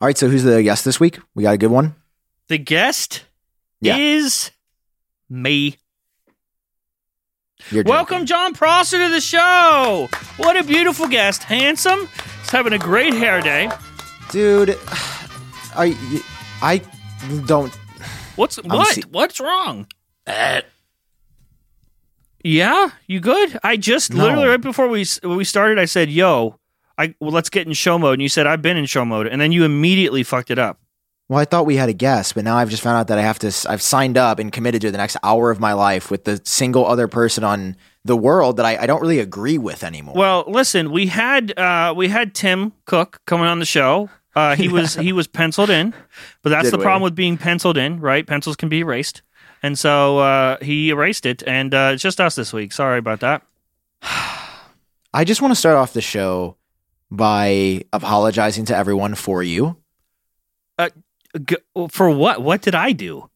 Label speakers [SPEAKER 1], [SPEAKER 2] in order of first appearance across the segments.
[SPEAKER 1] All right, so who's the guest this week? We got a good one.
[SPEAKER 2] The guest
[SPEAKER 1] Yeah.
[SPEAKER 2] is me.
[SPEAKER 1] You're
[SPEAKER 2] Welcome, John Prosser, to the show. What a beautiful guest. Handsome. He's having a great hair day.
[SPEAKER 1] dude. I I don't.
[SPEAKER 2] What's what?
[SPEAKER 1] se-
[SPEAKER 2] What's wrong? yeah, you good? I just
[SPEAKER 1] No.
[SPEAKER 2] literally right before we s- when we started, I said, "Yo, I well, let's get in show mode," and you said, "I've been in show mode," and then you immediately fucked it up.
[SPEAKER 1] Well, I thought we had a guest, but now I've just found out that I have to. s- I've signed up and committed to the next hour of my life with the single other person on the world that I, I don't really agree with anymore.
[SPEAKER 2] Well, listen, we had uh, we had Tim Cook coming on the show. Uh, he was he was penciled in, but that's
[SPEAKER 1] Did
[SPEAKER 2] the
[SPEAKER 1] we?
[SPEAKER 2] problem with being penciled in, right? Pencils can be erased, and so uh, he erased it, and uh, it's just us this week. Sorry about that.
[SPEAKER 1] I just want to start off the show by apologizing to everyone for you.
[SPEAKER 2] G- for what? What did I do?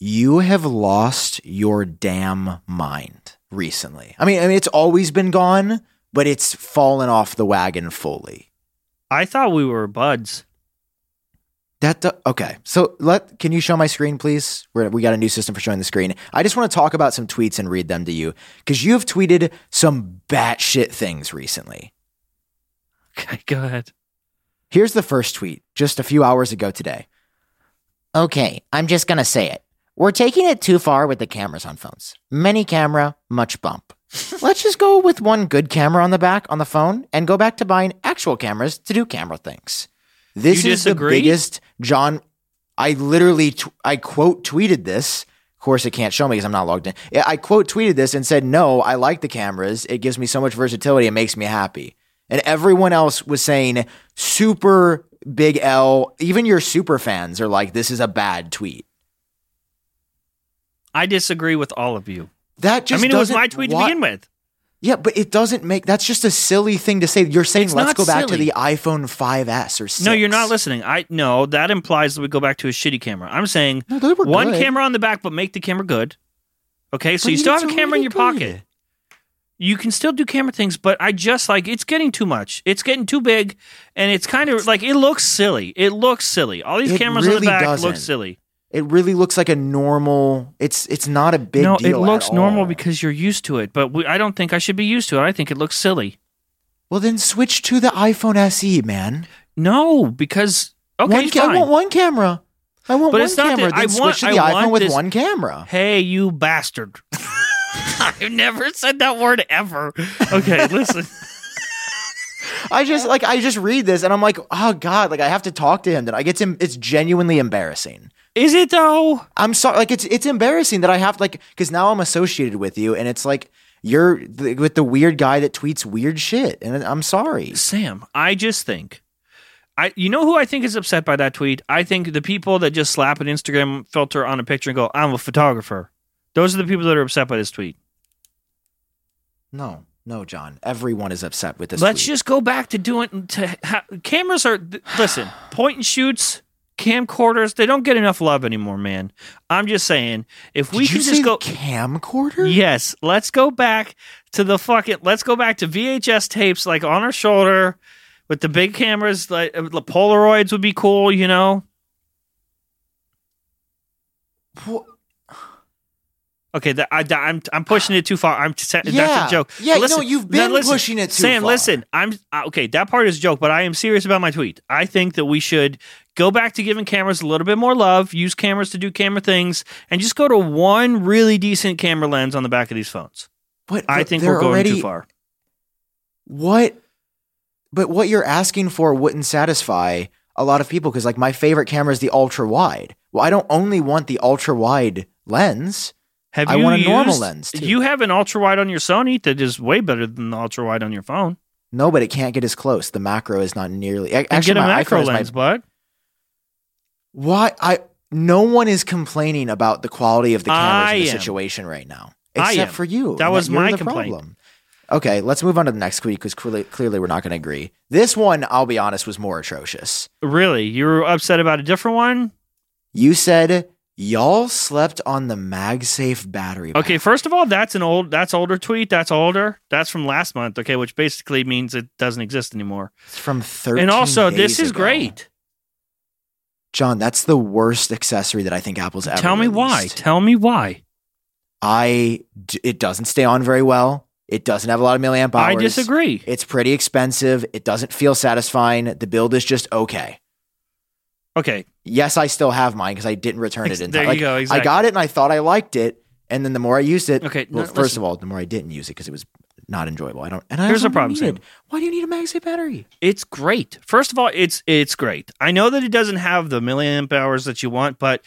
[SPEAKER 1] You have lost your damn mind recently. I mean, I mean, it's always been gone, but it's fallen off the wagon fully.
[SPEAKER 2] I thought we were buds.
[SPEAKER 1] That do- okay. So let can you show my screen, please? We're, we got a new system for showing the screen. I just want to talk about some tweets and read them to you because you have tweeted some batshit things recently.
[SPEAKER 2] Okay, go ahead.
[SPEAKER 1] Here's the first tweet just a few hours ago today. Okay, I'm just going to say it. We're taking it too far with the cameras on phones. Many camera, much bump. Let's just go with one good camera on the back on the phone and go back to buying actual cameras to do camera things. This
[SPEAKER 2] You
[SPEAKER 1] is
[SPEAKER 2] disagree?
[SPEAKER 1] the biggest John. I literally, tw- I quote tweeted this. Of course, it can't show me because I'm not logged in. Yeah, I quote tweeted this and said, No, I like the cameras. It gives me so much versatility. It makes me happy. And everyone else was saying, Super big L. Even your super fans are like, This is a bad tweet.
[SPEAKER 2] I disagree with all of you.
[SPEAKER 1] That just
[SPEAKER 2] I mean, it was
[SPEAKER 1] doesn't
[SPEAKER 2] my tweet
[SPEAKER 1] wa-
[SPEAKER 2] to begin with.
[SPEAKER 1] Yeah, but it doesn't make that's just a silly thing to say. You're saying
[SPEAKER 2] It's
[SPEAKER 1] let's
[SPEAKER 2] not
[SPEAKER 1] go back to
[SPEAKER 2] silly.
[SPEAKER 1] the iPhone 5S or 6.
[SPEAKER 2] No, you're not listening. I no, that implies that we go back to a shitty camera. I'm saying
[SPEAKER 1] No, they were
[SPEAKER 2] one
[SPEAKER 1] good.
[SPEAKER 2] camera on the back, but make the camera good. Okay, so
[SPEAKER 1] But
[SPEAKER 2] you still
[SPEAKER 1] it's
[SPEAKER 2] have a camera
[SPEAKER 1] already
[SPEAKER 2] in your
[SPEAKER 1] good.
[SPEAKER 2] pocket. You can still do camera things, but I just like it's getting too much. It's getting too big, and it's kind of like it looks silly. It looks silly. All these
[SPEAKER 1] It
[SPEAKER 2] cameras on
[SPEAKER 1] really
[SPEAKER 2] the back
[SPEAKER 1] doesn't.
[SPEAKER 2] look silly.
[SPEAKER 1] It really looks like a normal it's it's not a big
[SPEAKER 2] no,
[SPEAKER 1] deal.
[SPEAKER 2] it
[SPEAKER 1] at
[SPEAKER 2] looks normal
[SPEAKER 1] all.
[SPEAKER 2] because you're used to it, but we, I don't think I should be used to it. I think it looks silly.
[SPEAKER 1] Well then switch to the iPhone SE, man.
[SPEAKER 2] No, because okay,
[SPEAKER 1] one ca-
[SPEAKER 2] fine.
[SPEAKER 1] I want one camera. I want
[SPEAKER 2] But
[SPEAKER 1] one
[SPEAKER 2] it's not
[SPEAKER 1] camera.
[SPEAKER 2] that-
[SPEAKER 1] then
[SPEAKER 2] I
[SPEAKER 1] switch
[SPEAKER 2] want-
[SPEAKER 1] to the
[SPEAKER 2] I
[SPEAKER 1] iPhone
[SPEAKER 2] want
[SPEAKER 1] with
[SPEAKER 2] this-
[SPEAKER 1] one camera.
[SPEAKER 2] Hey, you bastard. I've never said that word ever. Okay, listen.
[SPEAKER 1] I just like I just read this and I'm like, oh god, like I have to talk to him. Then I get to it's genuinely embarrassing.
[SPEAKER 2] Is it though?
[SPEAKER 1] I'm sorry. Like it's it's embarrassing that I have like because now I'm associated with you, and it's like you're th- with the weird guy that tweets weird shit, and I'm sorry.
[SPEAKER 2] Sam, I just think I you know who I think is upset by that tweet? I think the people that just slap an Instagram filter on a picture and go, "I'm a photographer." Those are the people that are upset by this tweet.
[SPEAKER 1] No, no, John. Everyone is upset with this.
[SPEAKER 2] Let's
[SPEAKER 1] tweet.
[SPEAKER 2] just go back to doing to ha- cameras are th- listen point and shoots camcorders they don't get enough love anymore man i'm just saying if we
[SPEAKER 1] Did
[SPEAKER 2] can
[SPEAKER 1] you
[SPEAKER 2] just
[SPEAKER 1] say
[SPEAKER 2] go
[SPEAKER 1] camcorder.
[SPEAKER 2] Yes, let's go back to the fucking. Let's go back to VHS tapes, like on our shoulder, with the big cameras. Like uh, the Polaroids would be cool, you know.
[SPEAKER 1] Wha-
[SPEAKER 2] Okay, that, I, I'm I'm pushing it too far. I'm t-
[SPEAKER 1] Yeah.
[SPEAKER 2] that's a joke.
[SPEAKER 1] Yeah,
[SPEAKER 2] But listen-
[SPEAKER 1] no, you've
[SPEAKER 2] no,
[SPEAKER 1] been
[SPEAKER 2] listen,
[SPEAKER 1] pushing it too
[SPEAKER 2] Sam,
[SPEAKER 1] far.
[SPEAKER 2] listen, I'm uh, okay. That part is a joke, but I am serious about my tweet. I think that we should go back to giving cameras a little bit more love. Use cameras to do camera things, and just go to one really decent camera lens on the back of these phones.
[SPEAKER 1] But
[SPEAKER 2] I
[SPEAKER 1] th-
[SPEAKER 2] think
[SPEAKER 1] they're
[SPEAKER 2] we're going
[SPEAKER 1] already,
[SPEAKER 2] too far.
[SPEAKER 1] What? But what you're asking for wouldn't satisfy a lot of people because like my favorite camera is the ultra wide. Well, I don't only want the ultra wide lens.
[SPEAKER 2] Have
[SPEAKER 1] I
[SPEAKER 2] you
[SPEAKER 1] want a normal
[SPEAKER 2] used-
[SPEAKER 1] lens, too.
[SPEAKER 2] You have an ultra wide on your Sony that is way better than the ultra wide on your phone.
[SPEAKER 1] No, but it can't get as close. The macro is not nearly. ac-
[SPEAKER 2] And
[SPEAKER 1] Actually,
[SPEAKER 2] get
[SPEAKER 1] my
[SPEAKER 2] a macro
[SPEAKER 1] iPhone is my
[SPEAKER 2] lens, but
[SPEAKER 1] Why I no one is complaining about the quality of the cameras
[SPEAKER 2] I
[SPEAKER 1] in the
[SPEAKER 2] am.
[SPEAKER 1] situation right now,
[SPEAKER 2] I
[SPEAKER 1] except
[SPEAKER 2] am.
[SPEAKER 1] for you.
[SPEAKER 2] That
[SPEAKER 1] and
[SPEAKER 2] was
[SPEAKER 1] you're
[SPEAKER 2] my
[SPEAKER 1] the
[SPEAKER 2] complaint.
[SPEAKER 1] Problem. Okay, let's move on to the next tweet because clearly, clearly we're not going to agree. This one, I'll be honest, was more atrocious.
[SPEAKER 2] really, you were upset about a different one.
[SPEAKER 1] You said y'all slept on the MagSafe battery. pack."
[SPEAKER 2] Okay, first of all, that's an old, that's older tweet. That's older. That's from last month. Okay, which basically means it doesn't exist anymore.
[SPEAKER 1] It's from thirteen.
[SPEAKER 2] And also,
[SPEAKER 1] days
[SPEAKER 2] this is
[SPEAKER 1] ago.
[SPEAKER 2] great.
[SPEAKER 1] John, that's the worst accessory that I think Apple's ever.
[SPEAKER 2] Tell me why.
[SPEAKER 1] released.
[SPEAKER 2] Tell me why.
[SPEAKER 1] I d- it doesn't stay on very well. It doesn't have a lot of milliamp hours.
[SPEAKER 2] I disagree.
[SPEAKER 1] It's pretty expensive. It doesn't feel satisfying. The build is just okay.
[SPEAKER 2] Okay.
[SPEAKER 1] Yes, I still have mine because I didn't return
[SPEAKER 2] Ex-
[SPEAKER 1] it in
[SPEAKER 2] there
[SPEAKER 1] time.
[SPEAKER 2] you
[SPEAKER 1] Like,
[SPEAKER 2] go. Exactly.
[SPEAKER 1] I got it and I thought I liked it, and then the more I used it,
[SPEAKER 2] Okay,
[SPEAKER 1] Well,
[SPEAKER 2] no,
[SPEAKER 1] first
[SPEAKER 2] listen.
[SPEAKER 1] of all, the more I didn't use it because it was not enjoyable. I don't. And I
[SPEAKER 2] Here's
[SPEAKER 1] also
[SPEAKER 2] the problem,
[SPEAKER 1] need it. Why do you need a MagSafe battery?
[SPEAKER 2] It's great. First of all, it's it's great. I know that it doesn't have the milliamp hours that you want, but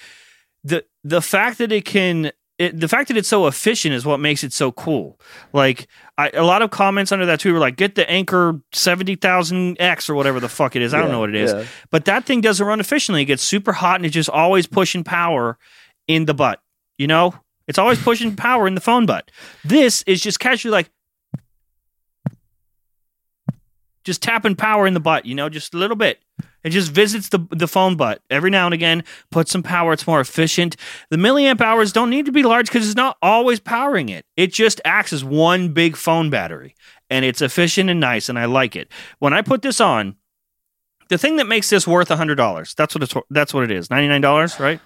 [SPEAKER 2] the the fact that it can it, the fact that it's so efficient is what makes it so cool. Like I, a lot of comments under that too were like, "Get the Anchor seventy thousand X or whatever the fuck it is." I don't know what it is, but that thing doesn't run efficiently. It gets super hot and it's just always pushing power in the butt. You know, it's always pushing power in the phone butt. This is just casually like just tapping power in the butt. You know, just a little bit. It just visits the the phone butt every now and again. Put some power. It's more efficient. The milliamp hours don't need to be large because it's not always powering it. It just acts as one big phone battery, and it's efficient and nice, and I like it. When I put this on, the thing that makes this worth hundred dollars that's what it's wor- that's what it is ninety nine dollars, right?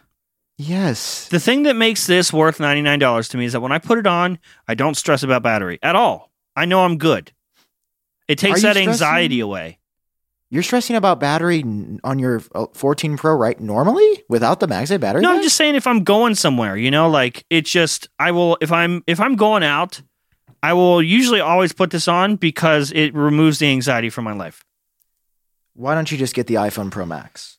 [SPEAKER 1] Yes.
[SPEAKER 2] The thing that makes this worth ninety nine dollars to me is that when I put it on, I don't stress about battery at all. I know I'm good. It
[SPEAKER 1] Are
[SPEAKER 2] takes
[SPEAKER 1] you
[SPEAKER 2] that
[SPEAKER 1] stressing?
[SPEAKER 2] anxiety away.
[SPEAKER 1] You're stressing about battery n- on your uh, 14 Pro, right? Normally, without the MagSafe battery.
[SPEAKER 2] No,
[SPEAKER 1] pack?
[SPEAKER 2] I'm just saying if I'm going somewhere, you know, like it's just I will if I'm if I'm going out, I will usually always put this on because it removes the anxiety from my life.
[SPEAKER 1] Why don't you just get the iPhone Pro Max?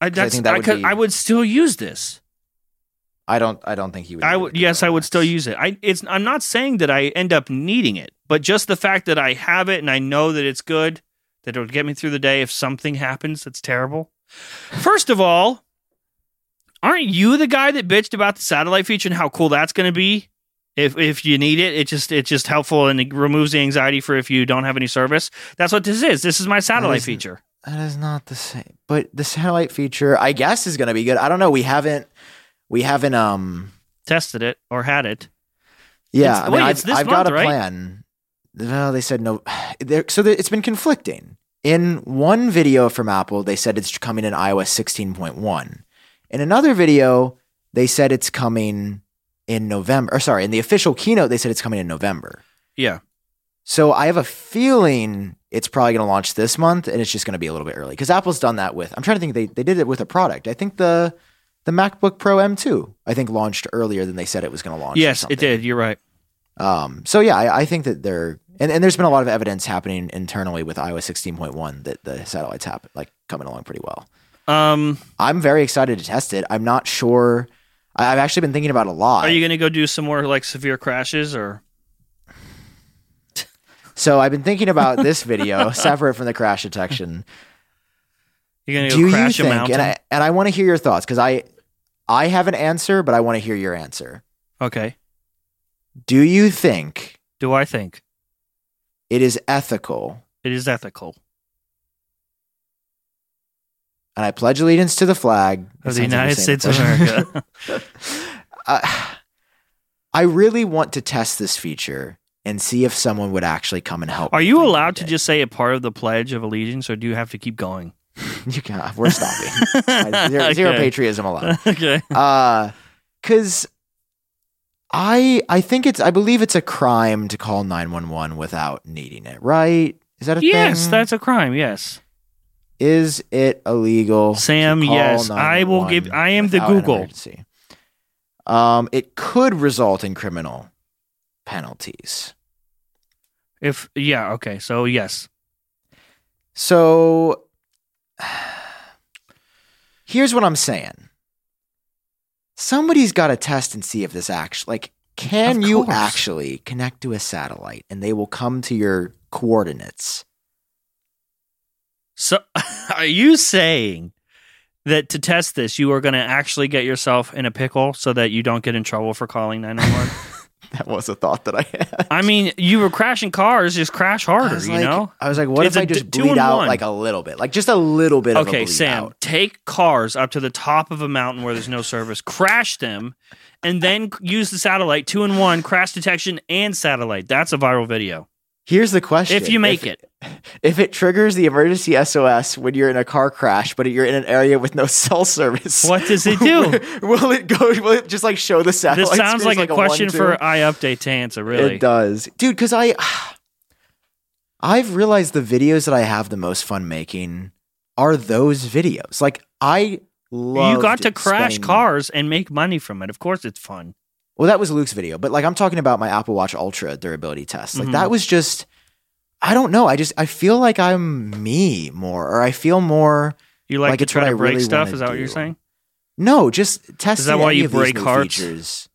[SPEAKER 2] I,
[SPEAKER 1] 'Cause I
[SPEAKER 2] that's, I,
[SPEAKER 1] think that would
[SPEAKER 2] could,
[SPEAKER 1] be-
[SPEAKER 2] I would still use this.
[SPEAKER 1] I don't. I don't think you would.
[SPEAKER 2] I
[SPEAKER 1] need
[SPEAKER 2] would
[SPEAKER 1] the
[SPEAKER 2] yes,
[SPEAKER 1] Pro
[SPEAKER 2] I would
[SPEAKER 1] Max.
[SPEAKER 2] still use it. I it's I'm not saying that I end up needing it, but just the fact that I have it and I know that it's good, that it would get me through the day if something happens that's terrible. First of all, aren't you the guy that bitched about the satellite feature and how cool that's going to be? If if you need it, it just it's just helpful and it removes the anxiety for if you don't have any service. That's what this is. This is my satellite
[SPEAKER 1] isn't-
[SPEAKER 2] feature.
[SPEAKER 1] That is not the same. But the satellite feature, I guess, is going to be good. I don't know. We haven't. We haven't. Um.
[SPEAKER 2] Tested it or had it.
[SPEAKER 1] Yeah.
[SPEAKER 2] It's-
[SPEAKER 1] I mean,
[SPEAKER 2] wait,
[SPEAKER 1] I've,
[SPEAKER 2] it's this
[SPEAKER 1] I've
[SPEAKER 2] month,
[SPEAKER 1] got a
[SPEAKER 2] right?
[SPEAKER 1] plan. Well, they said no. There, so there, it's been conflicting. In one video from Apple, they said it's coming in iOS 16.1. In another video, they said it's coming in November. Or sorry, in the official keynote, they said it's coming in November.
[SPEAKER 2] Yeah.
[SPEAKER 1] So I have a feeling it's probably going to launch this month, and it's just going to be a little bit early because Apple's done that with. I'm trying to think they they did it with a product. I think the the MacBook Pro M2 I think launched earlier than they said it was going to launch. or
[SPEAKER 2] Yes, it
[SPEAKER 1] something.
[SPEAKER 2] did. You're right.
[SPEAKER 1] Um, so yeah, I, I think that they're and, and there's been a lot of evidence happening internally with iOS 16.1 that the satellites happen like coming along pretty well.
[SPEAKER 2] Um
[SPEAKER 1] I'm very excited to test it. I'm not sure. I- I've actually been thinking about it a lot.
[SPEAKER 2] are you going to go do some more like severe crashes or
[SPEAKER 1] so I've been thinking about this video separate from the crash detection.
[SPEAKER 2] You're gonna go
[SPEAKER 1] Do you
[SPEAKER 2] crash a
[SPEAKER 1] think?
[SPEAKER 2] mountain.
[SPEAKER 1] And I and I want to hear your thoughts because I I have an answer, but I want to hear your answer.
[SPEAKER 2] okay.
[SPEAKER 1] Do you think
[SPEAKER 2] Do I think
[SPEAKER 1] it is ethical?
[SPEAKER 2] it is ethical
[SPEAKER 1] And I pledge allegiance to the flag
[SPEAKER 2] of
[SPEAKER 1] It sounds
[SPEAKER 2] the
[SPEAKER 1] like
[SPEAKER 2] United
[SPEAKER 1] you're saying
[SPEAKER 2] States
[SPEAKER 1] the
[SPEAKER 2] of
[SPEAKER 1] pledge.
[SPEAKER 2] America?
[SPEAKER 1] Uh, I really want to test this feature and see if someone would actually come and help.
[SPEAKER 2] Are
[SPEAKER 1] me
[SPEAKER 2] you
[SPEAKER 1] if I
[SPEAKER 2] allowed to
[SPEAKER 1] did.
[SPEAKER 2] just say a part of the Pledge of Allegiance, or do you have to keep going?
[SPEAKER 1] You can. We're stopping. I- zero, zero
[SPEAKER 2] Okay.
[SPEAKER 1] patriotism allowed.
[SPEAKER 2] okay.
[SPEAKER 1] because Uh, I I think it's I believe it's a crime to call nine one one without needing it. Right? Is that a
[SPEAKER 2] Yes,
[SPEAKER 1] thing?
[SPEAKER 2] that's a crime. Yes,
[SPEAKER 1] is it illegal? to
[SPEAKER 2] Sam.
[SPEAKER 1] call
[SPEAKER 2] Yes, I will
[SPEAKER 1] 911
[SPEAKER 2] give. I am the
[SPEAKER 1] without an
[SPEAKER 2] Google.
[SPEAKER 1] emergency? Um, it could result in criminal penalties.
[SPEAKER 2] If yeah, okay. So yes,
[SPEAKER 1] So here's what I'm saying. Somebody's got to test and see if this actually like can
[SPEAKER 2] Of
[SPEAKER 1] you
[SPEAKER 2] course.
[SPEAKER 1] actually connect to a satellite and they will come to your coordinates.
[SPEAKER 2] so are you saying? That to test this, you are going to actually get yourself in a pickle so that you don't get in trouble for calling 911.
[SPEAKER 1] That was a thought that I had.
[SPEAKER 2] I mean, you were crashing cars, just crash
[SPEAKER 1] I
[SPEAKER 2] harder,
[SPEAKER 1] was
[SPEAKER 2] you
[SPEAKER 1] like,
[SPEAKER 2] know?
[SPEAKER 1] I was like, what
[SPEAKER 2] It's
[SPEAKER 1] if
[SPEAKER 2] a
[SPEAKER 1] I
[SPEAKER 2] d-
[SPEAKER 1] just
[SPEAKER 2] two
[SPEAKER 1] bleed
[SPEAKER 2] and
[SPEAKER 1] out
[SPEAKER 2] one.
[SPEAKER 1] like a little bit, like just a little bit of a
[SPEAKER 2] Okay,
[SPEAKER 1] bleed
[SPEAKER 2] Sam,
[SPEAKER 1] out.
[SPEAKER 2] take cars up to the top of a mountain where there's no service, crash them, and then c- use the satellite two in one crash detection and satellite. That's a viral video.
[SPEAKER 1] Here's the question:
[SPEAKER 2] if you make it.
[SPEAKER 1] if it triggers the emergency SOS when you're in a car crash, but you're in an area with no cell service,
[SPEAKER 2] What does it do?
[SPEAKER 1] will it go? Will it just like show the satellite?
[SPEAKER 2] This sounds
[SPEAKER 1] screens
[SPEAKER 2] like, a question
[SPEAKER 1] one-two?
[SPEAKER 2] for I update to answer. Really,
[SPEAKER 1] It does, dude. Because I, I've realized the videos that I have the most fun making are those videos. Like I love.
[SPEAKER 2] you got to crash
[SPEAKER 1] cars.
[SPEAKER 2] cars and make money from it. Of course, it's fun.
[SPEAKER 1] Well, that was Luke's video, but like I'm talking about my Apple Watch Ultra durability test. Like
[SPEAKER 2] Mhm.
[SPEAKER 1] that was just I don't know. I just I feel like I'm me more or I feel more
[SPEAKER 2] You like,
[SPEAKER 1] Like,
[SPEAKER 2] to
[SPEAKER 1] it's what
[SPEAKER 2] try
[SPEAKER 1] I
[SPEAKER 2] to break
[SPEAKER 1] really
[SPEAKER 2] stuff?
[SPEAKER 1] wanna
[SPEAKER 2] Is that what you're
[SPEAKER 1] do.
[SPEAKER 2] saying?
[SPEAKER 1] no, just testing
[SPEAKER 2] that why
[SPEAKER 1] any
[SPEAKER 2] you
[SPEAKER 1] of these
[SPEAKER 2] break
[SPEAKER 1] new
[SPEAKER 2] hearts?
[SPEAKER 1] features.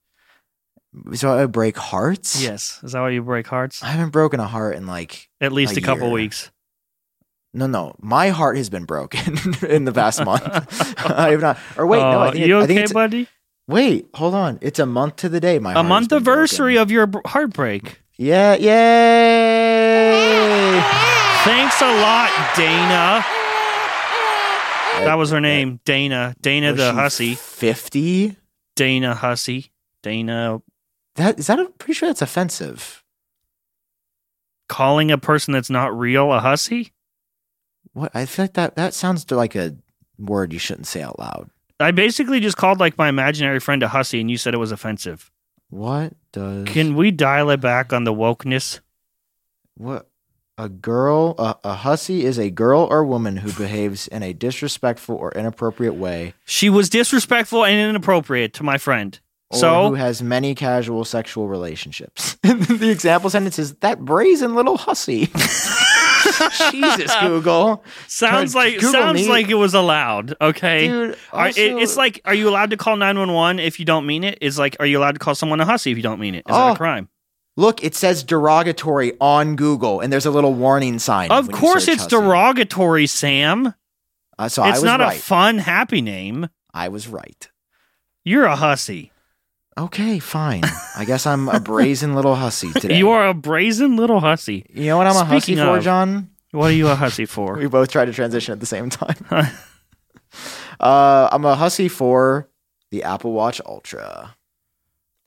[SPEAKER 1] So I break hearts?
[SPEAKER 2] Yes. Is that why you break hearts?
[SPEAKER 1] I haven't broken a heart in like
[SPEAKER 2] At least
[SPEAKER 1] a
[SPEAKER 2] a, couple
[SPEAKER 1] year.
[SPEAKER 2] weeks.
[SPEAKER 1] no, no. My heart has been broken in the past month. I have not. Or wait, no.
[SPEAKER 2] Uh,
[SPEAKER 1] I think, it-
[SPEAKER 2] you
[SPEAKER 1] I
[SPEAKER 2] okay,
[SPEAKER 1] think it's,
[SPEAKER 2] buddy?
[SPEAKER 1] wait, hold on. It's a month to the day. My
[SPEAKER 2] A month anniversary of your b- heartbreak.
[SPEAKER 1] yeah, yay!
[SPEAKER 2] Thanks a lot, Dana. That was her name, Dana. Dana
[SPEAKER 1] Was
[SPEAKER 2] the
[SPEAKER 1] she
[SPEAKER 2] hussy.
[SPEAKER 1] Fifty.
[SPEAKER 2] Dana hussy. Dana
[SPEAKER 1] That is that. A, pretty sure that's offensive.
[SPEAKER 2] calling a person that's not real a hussy.
[SPEAKER 1] What I feel like that that sounds like a word you shouldn't say out loud.
[SPEAKER 2] I basically just called like my imaginary friend a hussy, and you said it was offensive.
[SPEAKER 1] What does
[SPEAKER 2] Can we dial it back on the wokeness?
[SPEAKER 1] what a girl a, a hussy is a girl or woman who behaves in a disrespectful or inappropriate way,
[SPEAKER 2] She was disrespectful and inappropriate to my friend.
[SPEAKER 1] or
[SPEAKER 2] so
[SPEAKER 1] who has many casual sexual relationships. the example sentence is that brazen little hussy. Jesus, Google,
[SPEAKER 2] sounds
[SPEAKER 1] God,
[SPEAKER 2] like
[SPEAKER 1] Google
[SPEAKER 2] sounds
[SPEAKER 1] me.
[SPEAKER 2] like it was allowed. Okay.
[SPEAKER 1] dude.
[SPEAKER 2] Are- it-
[SPEAKER 1] also-
[SPEAKER 2] it's like, are you allowed to call 911 if you don't mean it? Is like, are you allowed to call someone a hussy if you don't mean it? Is that
[SPEAKER 1] Oh.
[SPEAKER 2] a crime?
[SPEAKER 1] Look, it says derogatory on Google, and there's a little warning sign.
[SPEAKER 2] Of
[SPEAKER 1] when you
[SPEAKER 2] course
[SPEAKER 1] search
[SPEAKER 2] it's
[SPEAKER 1] hussy.
[SPEAKER 2] derogatory, Sam.
[SPEAKER 1] Uh, so I
[SPEAKER 2] it's
[SPEAKER 1] was
[SPEAKER 2] not
[SPEAKER 1] right.
[SPEAKER 2] a fun, happy name.
[SPEAKER 1] I was right.
[SPEAKER 2] You're a hussy.
[SPEAKER 1] Okay, fine. I guess I'm a brazen little hussy today.
[SPEAKER 2] You are a brazen little hussy.
[SPEAKER 1] You know what I'm a hussy
[SPEAKER 2] Speaking
[SPEAKER 1] for,
[SPEAKER 2] of-
[SPEAKER 1] John?
[SPEAKER 2] What are you a hussy for?
[SPEAKER 1] We both tried to transition at the same time. uh, I'm a hussy for the Apple Watch Ultra.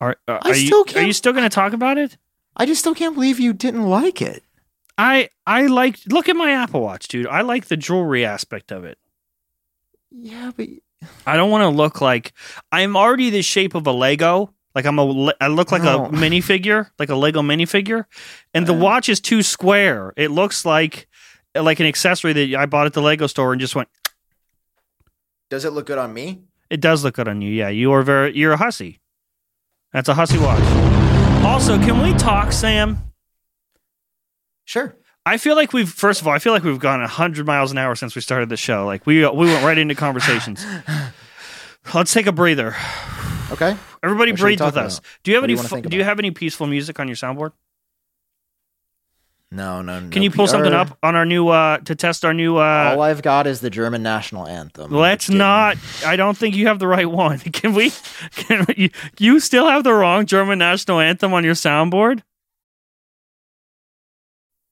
[SPEAKER 2] Are, are,
[SPEAKER 1] I
[SPEAKER 2] are you,
[SPEAKER 1] still
[SPEAKER 2] are you
[SPEAKER 1] can't-
[SPEAKER 2] still going to talk about it?
[SPEAKER 1] I just still can't believe you didn't like it.
[SPEAKER 2] I I like look at my Apple Watch, dude. I like the jewelry aspect of it.
[SPEAKER 1] Yeah, but you
[SPEAKER 2] I don't want to look like I'm already the shape of a Lego. Like I'm a le- I look like
[SPEAKER 1] No.
[SPEAKER 2] a minifigure, like a Lego minifigure, and the
[SPEAKER 1] Oh. Uh.
[SPEAKER 2] watch is too square. It looks like like an accessory that I bought at the Lego store and just went.
[SPEAKER 1] does it look good on me?
[SPEAKER 2] It does look good on you. Yeah, you are very you're a hussy. That's a hussy watch. Also, can we talk, Sam?
[SPEAKER 1] Sure.
[SPEAKER 2] I feel like we've first of all, I feel like we've gone hundred miles an hour since we started the show. Like we we went right into conversations. Let's take a breather.
[SPEAKER 1] Okay.
[SPEAKER 2] Everybody
[SPEAKER 1] What should we
[SPEAKER 2] breathe
[SPEAKER 1] talk
[SPEAKER 2] with us. Do you have
[SPEAKER 1] What do
[SPEAKER 2] any
[SPEAKER 1] you wanna
[SPEAKER 2] fu-
[SPEAKER 1] think
[SPEAKER 2] do you
[SPEAKER 1] about?
[SPEAKER 2] have any peaceful music on your soundboard?
[SPEAKER 1] No, no, no.
[SPEAKER 2] Can you pull
[SPEAKER 1] PR.
[SPEAKER 2] something up on our new uh to test our new
[SPEAKER 1] All
[SPEAKER 2] uh
[SPEAKER 1] I've got is the German national anthem.
[SPEAKER 2] Let's
[SPEAKER 1] which didn't-
[SPEAKER 2] not I don't think you have the right one. Can we can you, you still have the wrong German national anthem on your soundboard?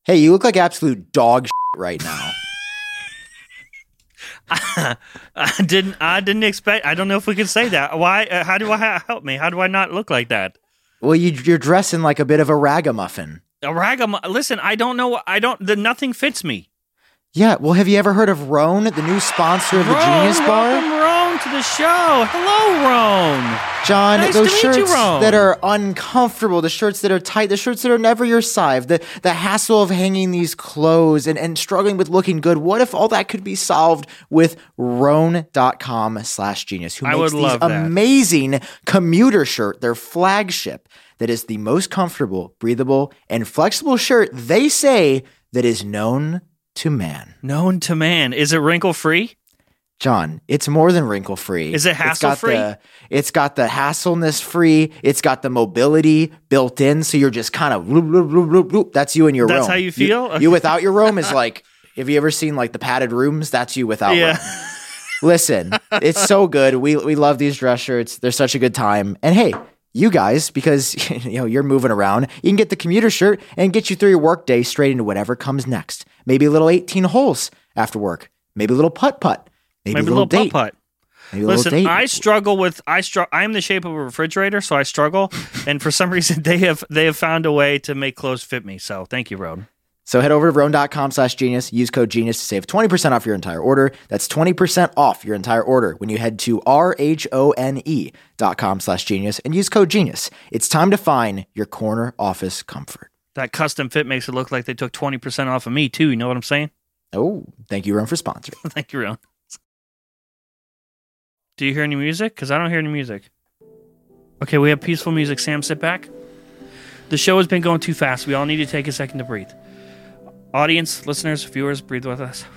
[SPEAKER 1] Hey, you look like absolute dog shit right now.
[SPEAKER 2] I didn't I didn't expect I don't know if we could say that. Why uh, how do I how, help me? How do I not look like that?
[SPEAKER 1] Well, you, you're dressing like a bit of a ragamuffin.
[SPEAKER 2] A ragam. Listen, I don't know. I don't. The nothing fits me.
[SPEAKER 1] Yeah. Well, have you ever heard of Roan, the new sponsor of the
[SPEAKER 2] Roan,
[SPEAKER 1] Genius Bar?
[SPEAKER 2] welcome Roan to the show. Hello, Roan.
[SPEAKER 1] John,
[SPEAKER 2] Nice
[SPEAKER 1] those
[SPEAKER 2] to meet you,
[SPEAKER 1] shirts
[SPEAKER 2] Roan.
[SPEAKER 1] that are uncomfortable, the shirts that are tight, the shirts that are never your size, the, the hassle of hanging these clothes and, and struggling with looking good. What if all that could be solved with roan.com slash genius, who
[SPEAKER 2] I
[SPEAKER 1] makes
[SPEAKER 2] would
[SPEAKER 1] these
[SPEAKER 2] love that.
[SPEAKER 1] amazing commuter shirt, their flagship, that is the most comfortable, breathable, and flexible shirt they say that is known to man.
[SPEAKER 2] Known to man. Is it wrinkle free?
[SPEAKER 1] John, it's more than wrinkle free.
[SPEAKER 2] Is it hassle-free?
[SPEAKER 1] It's got the hassleness free. It's got the mobility built in, so you're just kind of bloop, bloop, bloop, bloop, bloop. That's you in your
[SPEAKER 2] That's
[SPEAKER 1] room.
[SPEAKER 2] how you feel?
[SPEAKER 1] You, without your room is like. Have you ever seen like the padded rooms? That's you without.
[SPEAKER 2] yeah.
[SPEAKER 1] Room. Listen, it's so good. We we love these dress shirts. They're such a good time. And hey, you guys, because you know you're moving around, you can get the commuter shirt and get you through your workday straight into whatever comes next. Maybe a little 18 holes after work. Maybe a little putt putt. Maybe,
[SPEAKER 2] Maybe
[SPEAKER 1] a little, date.
[SPEAKER 2] putt putt.
[SPEAKER 1] Maybe a little
[SPEAKER 2] Listen,
[SPEAKER 1] date.
[SPEAKER 2] I struggle with I str- I'm the shape of a refrigerator, so I struggle. and for some reason, they have they have found a way to make clothes fit me. So thank you, Roan.
[SPEAKER 1] So head over to roan.com slash genius. Use code genius to save 20% off your entire order. That's 20% off your entire order when you head to R-H-O-N-E dot com slash genius and use code genius. It's time to find your corner office comfort.
[SPEAKER 2] That custom fit makes it look like they took twenty percent off of me too. You know what I'm saying?
[SPEAKER 1] Oh, thank you, Roan, for sponsoring.
[SPEAKER 2] thank you, Roan. Do you hear any music? Because I don't hear any music. Okay, we have peaceful music. Sam, sit back. The show has been going too fast. We all need to take a second to breathe. Audience, listeners, viewers, breathe with us.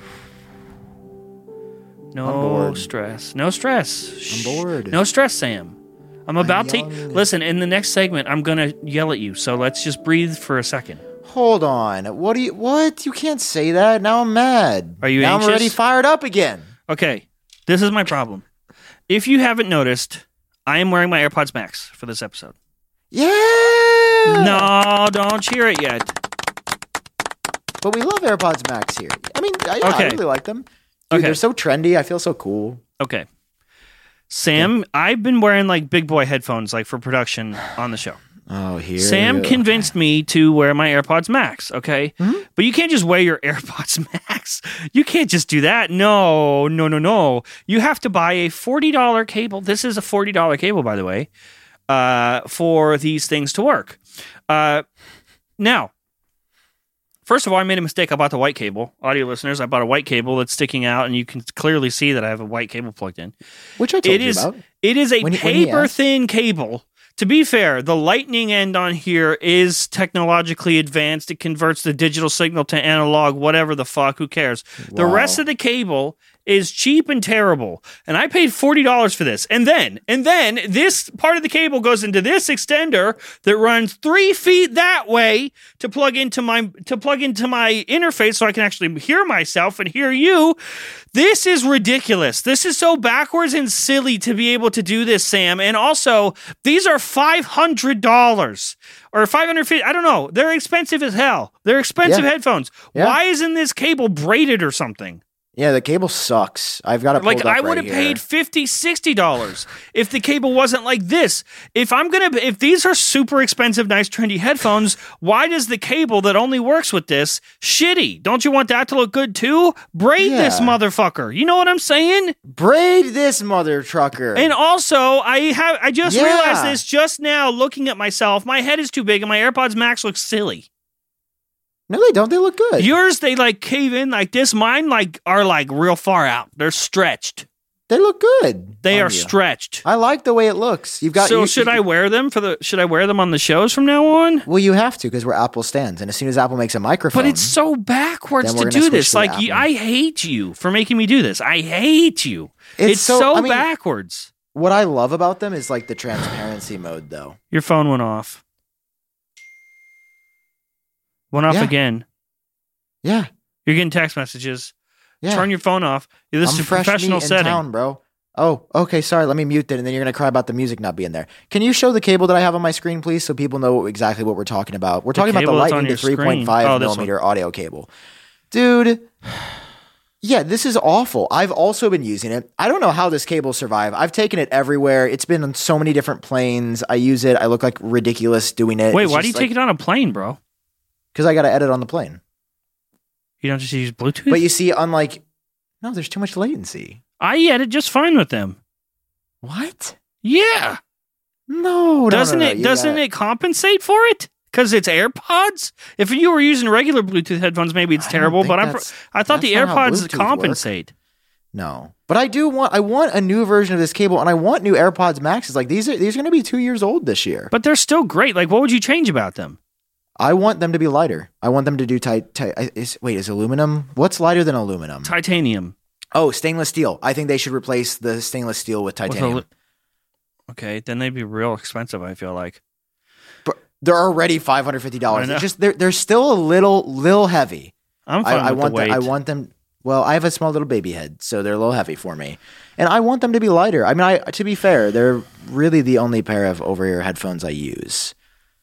[SPEAKER 2] No
[SPEAKER 1] bored.
[SPEAKER 2] stress. No stress. Shh.
[SPEAKER 1] bored.
[SPEAKER 2] No stress, Sam. I'm about to
[SPEAKER 1] yawning.
[SPEAKER 2] listen. In the next segment, I'm gonna yell at you. So let's just breathe for a second.
[SPEAKER 1] Hold on. What do you what? You can't say that. Now I'm mad.
[SPEAKER 2] Are you
[SPEAKER 1] now
[SPEAKER 2] anxious?
[SPEAKER 1] I'm already fired up again.
[SPEAKER 2] Okay, this is my problem. If you haven't noticed, I am wearing my AirPods Max for this episode.
[SPEAKER 1] Yeah.
[SPEAKER 2] No, don't cheer it yet.
[SPEAKER 1] But we love AirPods Max here. I mean, I, yeah, I
[SPEAKER 2] Okay.
[SPEAKER 1] really like them. Dude,
[SPEAKER 2] Okay.
[SPEAKER 1] they're so trendy. I feel so cool.
[SPEAKER 2] Okay. Sam, I've been wearing like big boy headphones like for production on the show.
[SPEAKER 1] Oh, here.
[SPEAKER 2] Sam
[SPEAKER 1] you-
[SPEAKER 2] convinced me to wear my AirPods Max, okay? But you can't just wear your AirPods Max. You can't just do that. No, no, no, no. You have to buy a $40 cable. This is a $40 cable, by the way, uh, for these things to work. Uh, now, first of all, I made a mistake. I bought the white cable. Audio listeners, I bought a white cable that's sticking out, and you can clearly see that I have a white cable plugged in.
[SPEAKER 1] which I told
[SPEAKER 2] It
[SPEAKER 1] you
[SPEAKER 2] is
[SPEAKER 1] about.
[SPEAKER 2] it is a
[SPEAKER 1] When you- when you
[SPEAKER 2] paper thin cable. To be fair, the lightning end on here is technologically advanced. It converts the digital signal to analog, whatever the fuck, who cares? The
[SPEAKER 1] Wow.
[SPEAKER 2] rest of the cable is cheap and terrible. And I paid $40 for this. And then, and then this part of the cable goes into this extender that runs three feet that way to plug into my to plug into my interface so I can actually hear myself and hear you. This is ridiculous. This is so backwards and silly to be able to do this, Sam. And also, these are five hundred dollars or five hundred fifty. I don't know. They're expensive as hell. They're expensive
[SPEAKER 1] Yeah.
[SPEAKER 2] headphones.
[SPEAKER 1] Yeah.
[SPEAKER 2] Why isn't this cable braided or something?
[SPEAKER 1] Yeah, the cable sucks. I've got it.
[SPEAKER 2] Like
[SPEAKER 1] pulled up
[SPEAKER 2] I would
[SPEAKER 1] right
[SPEAKER 2] have
[SPEAKER 1] here.
[SPEAKER 2] paid 50 dollars if the cable wasn't like this. If I'm gonna, if these are super expensive, nice, trendy headphones, why does the cable that only works with this shitty? Don't you want that to look good too? Braid this
[SPEAKER 1] Yeah.
[SPEAKER 2] motherfucker. You know what I'm saying?
[SPEAKER 1] braid this mother trucker.
[SPEAKER 2] And also, I have I just
[SPEAKER 1] Yeah.
[SPEAKER 2] realized this just now looking at myself. My head is too big and my AirPods Max looks silly.
[SPEAKER 1] no, they don't. They look good.
[SPEAKER 2] Yours they like cave in like this. Mine like are like real far out. They're stretched.
[SPEAKER 1] they look good.
[SPEAKER 2] They
[SPEAKER 1] on
[SPEAKER 2] are
[SPEAKER 1] you.
[SPEAKER 2] stretched.
[SPEAKER 1] I like the way it looks. You've got.
[SPEAKER 2] so
[SPEAKER 1] you-
[SPEAKER 2] should
[SPEAKER 1] you-
[SPEAKER 2] I wear them for the should I wear them on the shows from now on?
[SPEAKER 1] Well, you have to because we're Apple stands, and as soon as Apple makes a microphone,
[SPEAKER 2] But it's so backwards
[SPEAKER 1] Then
[SPEAKER 2] to
[SPEAKER 1] we're gonna
[SPEAKER 2] do
[SPEAKER 1] switch
[SPEAKER 2] this.
[SPEAKER 1] to
[SPEAKER 2] Like
[SPEAKER 1] that
[SPEAKER 2] you,
[SPEAKER 1] one.
[SPEAKER 2] I hate you for making me do this. I hate you. It's,
[SPEAKER 1] It's
[SPEAKER 2] so,
[SPEAKER 1] so- I mean-
[SPEAKER 2] backwards.
[SPEAKER 1] what I love about them is like the transparency mode, though.
[SPEAKER 2] Your phone went off. Went off
[SPEAKER 1] Yeah.
[SPEAKER 2] again.
[SPEAKER 1] Yeah,
[SPEAKER 2] You're getting text messages.
[SPEAKER 1] yeah.
[SPEAKER 2] Turn your phone off. This
[SPEAKER 1] I'm
[SPEAKER 2] is a
[SPEAKER 1] fresh
[SPEAKER 2] professional
[SPEAKER 1] meat in
[SPEAKER 2] setting.
[SPEAKER 1] town, bro. Oh, okay. Sorry, let me mute that, and then you're gonna cry about the music not being there. Can you show the cable that I have on my screen, please, so people know exactly what we're talking about? We're talking about the
[SPEAKER 2] cable that's on
[SPEAKER 1] Lightning to
[SPEAKER 2] your screen.
[SPEAKER 1] 3.5
[SPEAKER 2] Oh, this one.
[SPEAKER 1] millimeter audio cable, dude. Yeah, this is awful. I've also been using it. I don't know how this cable survived. I've taken it everywhere. It's been on so many different planes. I use it. I look like ridiculous doing it.
[SPEAKER 2] Wait, why do you take it on a plane, bro?
[SPEAKER 1] Because I got to edit on the plane.
[SPEAKER 2] You don't just use Bluetooth?
[SPEAKER 1] But you see, unlike no, there's too much latency.
[SPEAKER 2] I edit just fine with them.
[SPEAKER 1] What?
[SPEAKER 2] Yeah.
[SPEAKER 1] Oh, No, no,
[SPEAKER 2] doesn't
[SPEAKER 1] no, no.
[SPEAKER 2] it
[SPEAKER 1] You
[SPEAKER 2] doesn't
[SPEAKER 1] gotta-
[SPEAKER 2] it compensate for it? Because it's AirPods. If you were using regular Bluetooth headphones, maybe it's
[SPEAKER 1] I don't
[SPEAKER 2] terrible.
[SPEAKER 1] think
[SPEAKER 2] But I'm
[SPEAKER 1] that's-
[SPEAKER 2] I thought the
[SPEAKER 1] that's not how
[SPEAKER 2] AirPods
[SPEAKER 1] Bluetooth
[SPEAKER 2] compensate.
[SPEAKER 1] No, but I do want I want a new version of this cable, and I want new AirPods Maxes. Like these are these are going to be two years old this year.
[SPEAKER 2] But they're still great. Like, what would you change about them?
[SPEAKER 1] I want them to be lighter. I want them to do tight. Ti- I- is, wait, is aluminum? What's lighter than aluminum?
[SPEAKER 2] Titanium.
[SPEAKER 1] oh, stainless steel. I think they should replace the stainless steel with
[SPEAKER 2] With
[SPEAKER 1] titanium.
[SPEAKER 2] alu- okay, then they'd be real expensive. I feel like.
[SPEAKER 1] But they're already five hundred fifty
[SPEAKER 2] I
[SPEAKER 1] dollars.
[SPEAKER 2] know.
[SPEAKER 1] It's just they're they're still a little little heavy.
[SPEAKER 2] I'm
[SPEAKER 1] I,
[SPEAKER 2] fine
[SPEAKER 1] I
[SPEAKER 2] with
[SPEAKER 1] want
[SPEAKER 2] the weight.
[SPEAKER 1] them, I want them. Well, I have a small little baby head, so they're a little heavy for me, and I want them to be lighter. I mean, I to be fair, they're really the only pair of over-ear headphones I use.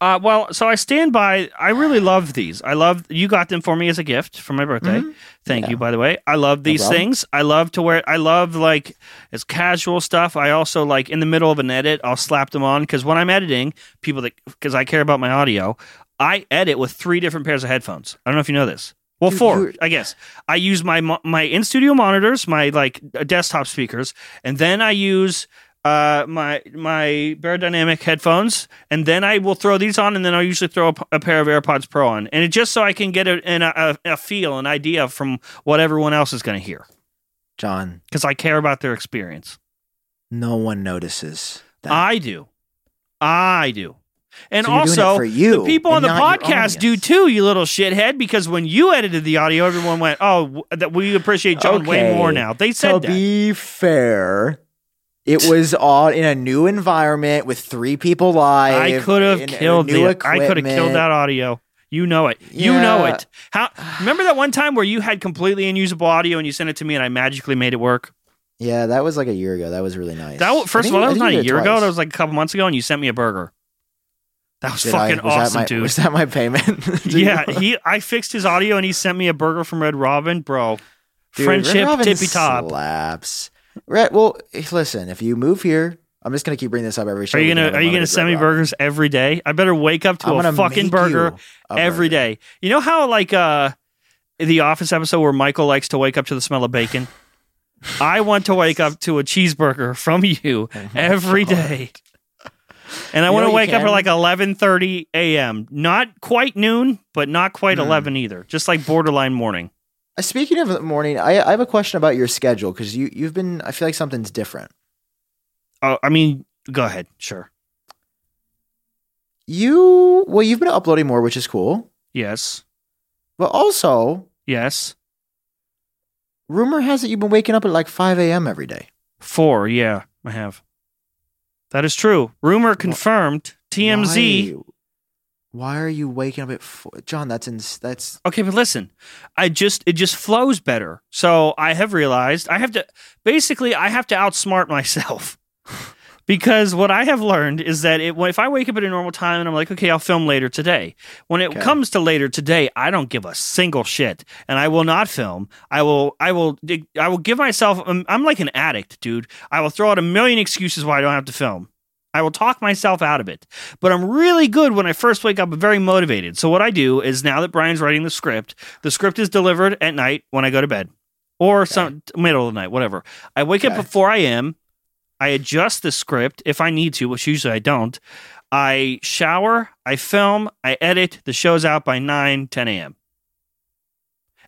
[SPEAKER 2] Uh, well, so I stand by. I really love these. I love you got them for me as a gift for my birthday. Thank you, by the way. I love these
[SPEAKER 1] problem.
[SPEAKER 2] things. I love to wear. I love like it's casual stuff. I also like in the middle of an edit, I'll slap them on because when I'm editing, people that because I care about my audio, I edit with three different pairs of headphones. I don't know if you know this. Well,
[SPEAKER 1] Dude,
[SPEAKER 2] four,
[SPEAKER 1] you're-
[SPEAKER 2] I guess. I use my mo- my in studio monitors, my like uh, desktop speakers, and then I use uh, my my Dynamic headphones, and then I will throw these on, and then I'll usually throw a, p- a pair of AirPods Pro on, and it just so I can get a, an, a, a feel, an idea from what everyone else is going to hear,
[SPEAKER 1] John,
[SPEAKER 2] because I care about their experience.
[SPEAKER 1] no one notices that.
[SPEAKER 2] I do, I do, and
[SPEAKER 1] So you're doing it
[SPEAKER 2] also
[SPEAKER 1] for you
[SPEAKER 2] the people
[SPEAKER 1] and
[SPEAKER 2] on the
[SPEAKER 1] not your
[SPEAKER 2] podcast do
[SPEAKER 1] audience.
[SPEAKER 2] too, you little shithead, because when you edited the audio, everyone went, "Oh, w- that we appreciate John way
[SPEAKER 1] Okay.
[SPEAKER 2] more now." They said
[SPEAKER 1] to
[SPEAKER 2] that.
[SPEAKER 1] be fair, it was all in a new environment with three people live.
[SPEAKER 2] I could have
[SPEAKER 1] and, uh,
[SPEAKER 2] killed
[SPEAKER 1] new
[SPEAKER 2] the, I could have killed
[SPEAKER 1] equipment.
[SPEAKER 2] that audio. You know it. You know
[SPEAKER 1] Yeah.
[SPEAKER 2] it. How remember that one time where you had completely unusable audio and you sent it to me and I magically made it work?
[SPEAKER 1] Yeah, that was like a year ago. That was really nice.
[SPEAKER 2] That wa-
[SPEAKER 1] I
[SPEAKER 2] first
[SPEAKER 1] think
[SPEAKER 2] of
[SPEAKER 1] you- I
[SPEAKER 2] all, that was
[SPEAKER 1] think
[SPEAKER 2] not
[SPEAKER 1] you
[SPEAKER 2] a
[SPEAKER 1] did it
[SPEAKER 2] year ago.
[SPEAKER 1] twice.
[SPEAKER 2] That was like a couple months ago, and you sent me a burger. That was
[SPEAKER 1] Did I-
[SPEAKER 2] fucking
[SPEAKER 1] was that
[SPEAKER 2] awesome,
[SPEAKER 1] my-
[SPEAKER 2] dude.
[SPEAKER 1] Was that my payment? Dude,
[SPEAKER 2] yeah, he. I fixed his audio and he sent me a burger from Red Robin, bro.
[SPEAKER 1] Dude, Red
[SPEAKER 2] Friendship
[SPEAKER 1] Robin
[SPEAKER 2] tippy top.
[SPEAKER 1] Slaps. Right. Well, if- listen. If you move here, I'm just gonna keep bringing this up every show.
[SPEAKER 2] Are
[SPEAKER 1] we
[SPEAKER 2] you
[SPEAKER 1] can
[SPEAKER 2] gonna
[SPEAKER 1] have
[SPEAKER 2] Are you gonna
[SPEAKER 1] unlimited
[SPEAKER 2] send
[SPEAKER 1] Red
[SPEAKER 2] me
[SPEAKER 1] Robin.
[SPEAKER 2] burgers every day? I better wake up to
[SPEAKER 1] I'm
[SPEAKER 2] a
[SPEAKER 1] gonna
[SPEAKER 2] fucking
[SPEAKER 1] make
[SPEAKER 2] burger
[SPEAKER 1] you a
[SPEAKER 2] every
[SPEAKER 1] burger.
[SPEAKER 2] day. You know how like uh the office episode where Michael likes to wake up to the smell of bacon? I want to wake up to a cheeseburger from you every day. And I
[SPEAKER 1] You
[SPEAKER 2] want
[SPEAKER 1] know
[SPEAKER 2] to
[SPEAKER 1] you
[SPEAKER 2] wake up at
[SPEAKER 1] can-
[SPEAKER 2] like 11:30 a.m. Not quite noon, but not quite
[SPEAKER 1] Hmm.
[SPEAKER 2] 11 either. Just like borderline morning.
[SPEAKER 1] Uh, Speaking of the morning, I, I have a question about your schedule because you you've been. I feel like something's different.
[SPEAKER 2] Oh, I mean, go ahead. Sure.
[SPEAKER 1] You well, you've been uploading more, which is cool.
[SPEAKER 2] Yes.
[SPEAKER 1] But also,
[SPEAKER 2] Yes.
[SPEAKER 1] rumor has it you've been waking up at like 5 a.m. every day.
[SPEAKER 2] Four, yeah, I have. That is true. Rumor confirmed. TMZ.
[SPEAKER 1] Why, why are you waking up at four? John? That's in, that's
[SPEAKER 2] Okay, but listen, I just it just flows better. So I have realized I have to basically I have to outsmart myself because what I have learned is that it, if I wake up at a normal time and I'm like, okay, I'll film later today. When it
[SPEAKER 1] Okay.
[SPEAKER 2] comes to later today, I don't give a single shit, and I will not film. I will, I will, I will give myself. I'm, I'm like an addict, dude. I will throw out a million excuses why I don't have to film. I will talk myself out of it. But I'm really good when I first wake up, very motivated. So what I do is now that Brian's writing the script, the script is delivered at night when I go to bed, or some middle of the night, whatever. I wake up
[SPEAKER 1] Okay.
[SPEAKER 2] at 4 a.m. I adjust the script if I need to, which usually I don't. I shower, I film, I edit. The show's out by 9, 10 a.m.